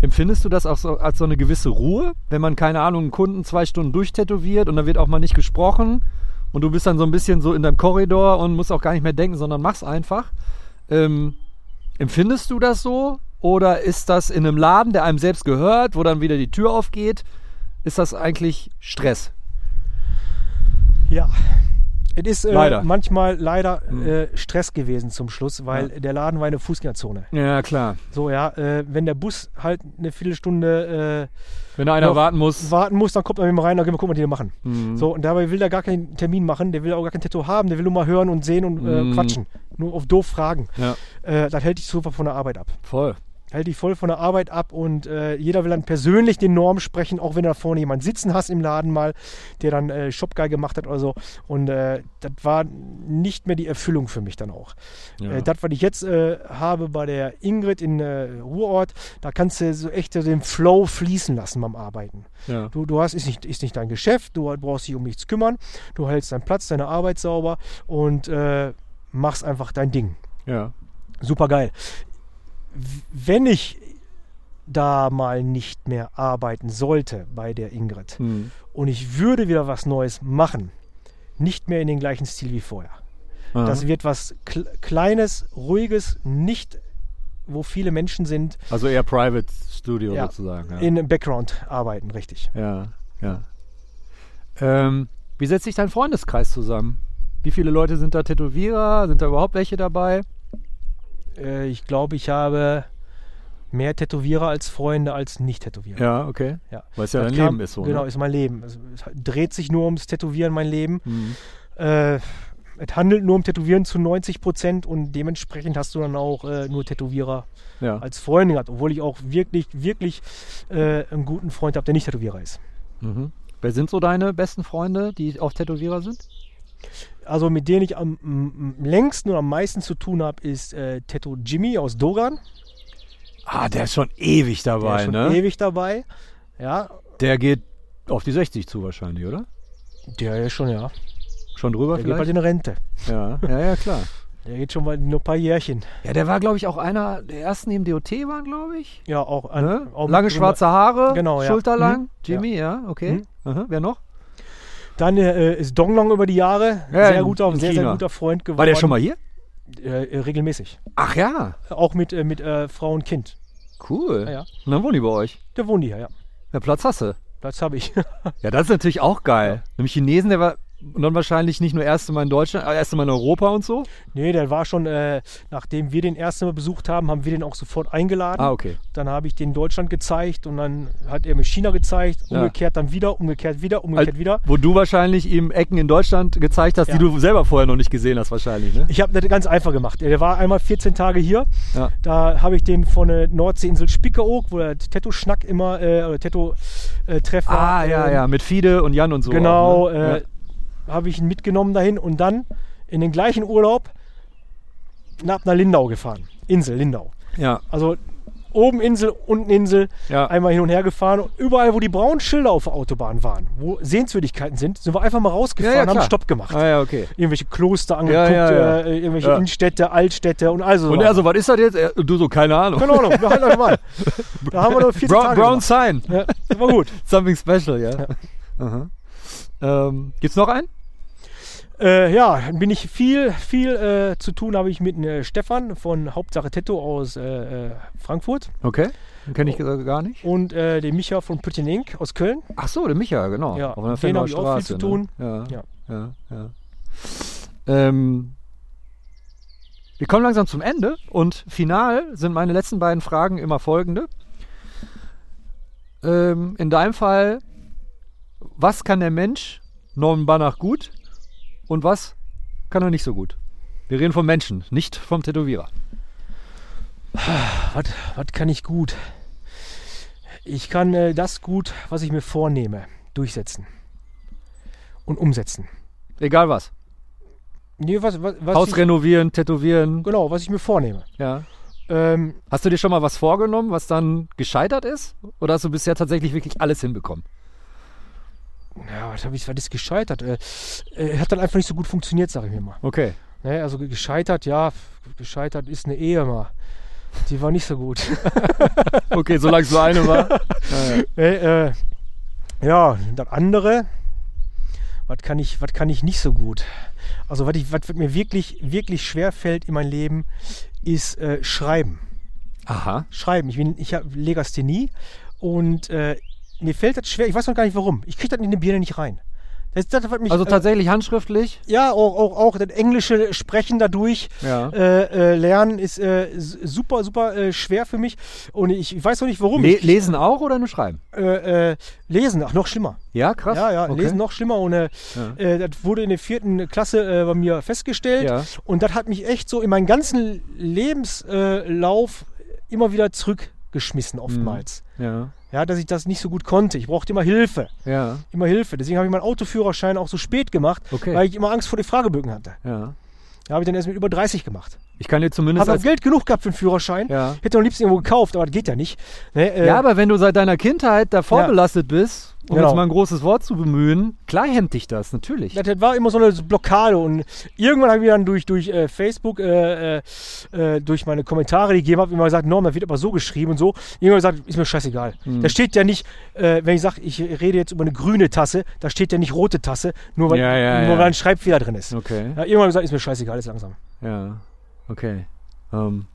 empfindest du das auch so, als so eine gewisse Ruhe, wenn man, keine Ahnung, einen Kunden zwei Stunden durchtätowiert und da wird auch mal nicht gesprochen und du bist dann so ein bisschen so in deinem Korridor und musst auch gar nicht mehr denken, sondern mach's einfach. Ähm, Empfindest du das so? Oder ist das in einem Laden, der einem selbst gehört, wo dann wieder die Tür aufgeht? Ist das eigentlich Stress? Ja. Es ist äh, Leider. Mhm. manchmal leider äh, Stress gewesen zum Schluss, weil der Laden war eine Fußgängerzone. Ja, klar. So, ja, äh, wenn der Bus halt eine Viertelstunde Wenn da einer Noch- warten äh, muss. hm. warten muss, dann kommt man mit ihm rein, dann gehen wir gucken, was die da machen. Mhm. So, und dabei will der gar keinen Termin machen, der will auch gar kein Tattoo haben, der will nur mal hören und sehen und äh, Mhm. quatschen. Nur auf doof fragen. Ja, Äh, das hält dich super von der Arbeit ab. voll. Hält dich voll von der Arbeit ab und äh, jeder will dann persönlich den Norm sprechen, auch wenn du da vorne jemanden sitzen hast im Laden mal, der dann äh, Shopguy gemacht hat oder so. Und äh, das war nicht mehr die Erfüllung für mich dann auch. Ja. Äh, das, was ich jetzt äh, habe bei der Ingrid in äh, Ruhrort, da kannst du so echt so den Flow fließen lassen beim Arbeiten. ja. Du, du hast, ist nicht, ist nicht dein Geschäft, du brauchst dich um nichts kümmern, du hältst deinen Platz, deine Arbeit sauber und äh, machst einfach dein Ding. ja. Super geil. Wenn ich da mal nicht mehr arbeiten sollte bei der Ingrid Hm. und ich würde wieder was Neues machen, nicht mehr in den gleichen Stil wie vorher. Aha. Das wird was Kle- Kleines, Ruhiges, nicht wo viele Menschen sind, also eher Private Studio Ja. sozusagen. Ja. in im Background arbeiten, richtig. ja, ja. Ähm, wie setzt sich dein Freundeskreis zusammen? Wie viele Leute sind da Tätowierer? Sind da überhaupt welche dabei? Äh, ich glaube, ich habe mehr Tätowierer als Freunde als Nicht-Tätowierer. Ja, okay. Ja. Weil es ja Das dein kam- Leben ist so. Genau, Ne? ist mein Leben. Es, es dreht sich nur ums Tätowieren, mein Leben. Mhm. Äh, es handelt nur um Tätowieren zu 90 Prozent und dementsprechend hast du dann auch äh, nur Tätowierer Ja. als Freundin gehabt, obwohl ich auch wirklich, wirklich äh, einen guten Freund habe, der nicht Tätowierer ist. Mhm. Wer sind so deine besten Freunde, die auch Tätowierer sind? Also mit denen ich am m- m- längsten und am meisten zu tun habe, ist äh, Tattoo Jimmy aus Dogan. Ah, der ist schon ewig Der dabei, ist schon ne? ewig dabei. Ja, Der geht auf die 60 zu wahrscheinlich, oder? der ist schon, ja. Schon drüber Der geht bald vielleicht? in Rente. Ja, ja, ja, klar. Der geht schon mal noch ein paar Jährchen. Ja, der war, glaube ich, auch einer der ersten, die im DOT waren, glaube ich. Ja, auch. an- Ne? auch mit- Lange schwarze Haare, Genau, ja. schulterlang. Mhm. Jimmy, ja, okay. Aha, wer noch? Dann äh, ist Donglong über die Jahre Ja, sehr in- guter, in sehr, sehr China. guter Freund geworden. War der schon mal hier? Äh, äh, regelmäßig. Ach ja, Auch mit, äh, mit äh, Frau und Kind. cool. Ja, ja. Und dann wohnen die bei euch. Da wohnen die ja, ja. Ja, Platz hast du. Platz habe ich. Ja, das ist natürlich auch geil. Nämlich Chinesen, der war dann wahrscheinlich nicht nur erste Mal in Deutschland, aber erste Mal in Europa und so. nee, der war schon, äh, nachdem wir den ersten Mal besucht haben, haben wir den auch sofort eingeladen. Ah, okay. Dann habe ich den Deutschland gezeigt und dann hat er mir China gezeigt. Ja. Umgekehrt dann wieder, umgekehrt wieder, umgekehrt wieder. Wo du wahrscheinlich ihm Ecken in Deutschland gezeigt hast, Ja. die du selber vorher noch nicht gesehen hast, wahrscheinlich, ne? Ich habe das ganz einfach gemacht. Der war einmal 14 Tage hier. Ja. Da habe ich den von der Nordseeinsel Spickeroog, wo der Tattoo-Schnack immer, äh, oder Tattoo-Treff Ah, war. ja, ähm, ja, mit Fide und Jan und so. Genau, auch, ne? äh, habe ich ihn mitgenommen dahin und dann in den gleichen Urlaub nach, nach Lindau gefahren. Insel, Lindau. ja. Also oben Insel, unten Insel, Ja. einmal hin und her gefahren. Und überall, wo die braunen Schilder auf der Autobahn waren, wo Sehenswürdigkeiten sind, sind wir einfach mal ja, rausgefahren ja und haben klar. Stopp gemacht. Ah, ja, okay. Irgendwelche Kloster angeguckt, ja, ja. Äh, irgendwelche Ja. Innenstädte, Altstädte und also. Und er so, was ist das jetzt? Er- Du so, keine Ahnung. Keine Ahnung, wir halten einfach mal. Da haben wir nur 14 Brown, Tage Brown gemacht. Sign. ja, War gut. Something special, ja. Aha. Ähm, gibt's noch einen? Äh, ja, dann bin ich viel, viel äh, zu tun habe ich mit äh, Stefan von Hauptsache Tattoo aus äh, äh, Frankfurt Okay. Oh. Den kenne ich gar nicht. und äh, dem Micha von Pretty Ink aus Köln. Ach so, der Micha, genau. Ja, Auf einer mit denen Fenloer hab ich auch viel Straße, zu tun. Ne? Ja, Ja. ja, ja. Ähm, wir kommen langsam zum Ende und final sind meine letzten beiden Fragen immer folgende. Ähm, in deinem Fall, was kann der Mensch Norman Banach gut und was kann er nicht so gut? Wir reden vom Menschen, nicht vom Tätowierer. Was, was kann ich gut? Ich kann äh, das gut, was ich mir vornehme, durchsetzen und umsetzen. Egal was. Nee, was, was, was Haus ich, renovieren, tätowieren. genau, was ich mir vornehme. Ja. Ähm, Hast du dir schon mal was vorgenommen, was dann gescheitert ist? Oder hast du bisher tatsächlich wirklich alles hinbekommen? ja, was, hab ich, was ist gescheitert? Äh, äh, hat dann einfach nicht so gut funktioniert, sage ich mir mal. Okay. Ne, also ge- gescheitert, ja, f- gescheitert ist eine Ehe mal. Die war nicht so gut. Okay, solange es so eine war. Naja. äh, äh, ja, das andere, was kann ich, was kann ich nicht so gut? Also was ich, was mir wirklich, wirklich schwer fällt in meinem Leben, ist äh, Schreiben. Aha. Schreiben. Ich bin, ich habe Legasthenie und äh, mir fällt das schwer. Ich weiß noch gar nicht warum. Ich kriege das in die Birne nicht rein. Das, ist das, was mich, Also äh, tatsächlich handschriftlich? ja, auch, auch, auch das englische Sprechen dadurch Ja. äh, äh, lernen ist äh, s- super, super äh, schwer für mich. Und ich, ich weiß noch nicht warum. Le ich, lesen auch oder nur schreiben? äh, äh, lesen, ach, noch schlimmer. Ja, krass. Ja, ja, okay. lesen noch schlimmer. Und äh, Ja. äh, das wurde in der vierten Klasse äh, bei mir festgestellt. Ja. Und das hat mich echt so in meinen ganzen Lebenslauf immer wieder zurückgeschmissen, oftmals. Ja. Ja, dass ich das nicht so gut konnte. Ich brauchte immer Hilfe. Ja. Immer Hilfe. Deswegen habe ich meinen Autoführerschein auch so spät gemacht, Okay. weil ich immer Angst vor den Fragebögen hatte. Ja. Da habe ich dann erst mit über 30 gemacht. Ich kann dir zumindest Habe auch als. Geld genug gehabt für den Führerschein. Ja. Hätte am liebsten irgendwo gekauft, aber das geht ja nicht. Ne, äh, Ja, aber wenn du seit deiner Kindheit davor Ja. belastet bist, um Genau. jetzt mal ein großes Wort zu bemühen, klar hemmt dich das, natürlich. das, das war immer so eine Blockade und irgendwann habe ich dann durch, durch äh, Facebook, äh, äh, äh, durch meine Kommentare, die ich gegeben habe, immer gesagt, Norm, da wird aber so geschrieben und so. Irgendwann gesagt, ist mir scheißegal. Hm. Da steht ja nicht, äh, wenn ich sage, ich rede jetzt über eine grüne Tasse, da steht ja nicht rote Tasse, nur weil, Ja, ja, nur ja. weil ein Schreibfehler drin ist. Okay. Ja, irgendwann habe ich gesagt, ist mir scheißegal, ist langsam. Ja, okay. Ähm,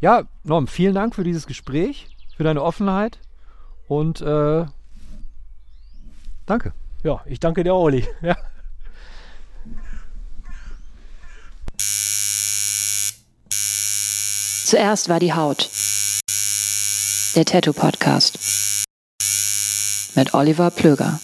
ja, Norm, vielen Dank für dieses Gespräch, für deine Offenheit und äh, danke. Ja, ich danke dir, Olli. Ja. Zuerst war die Haut. Der Tattoo Podcast mit Oliver Plöger.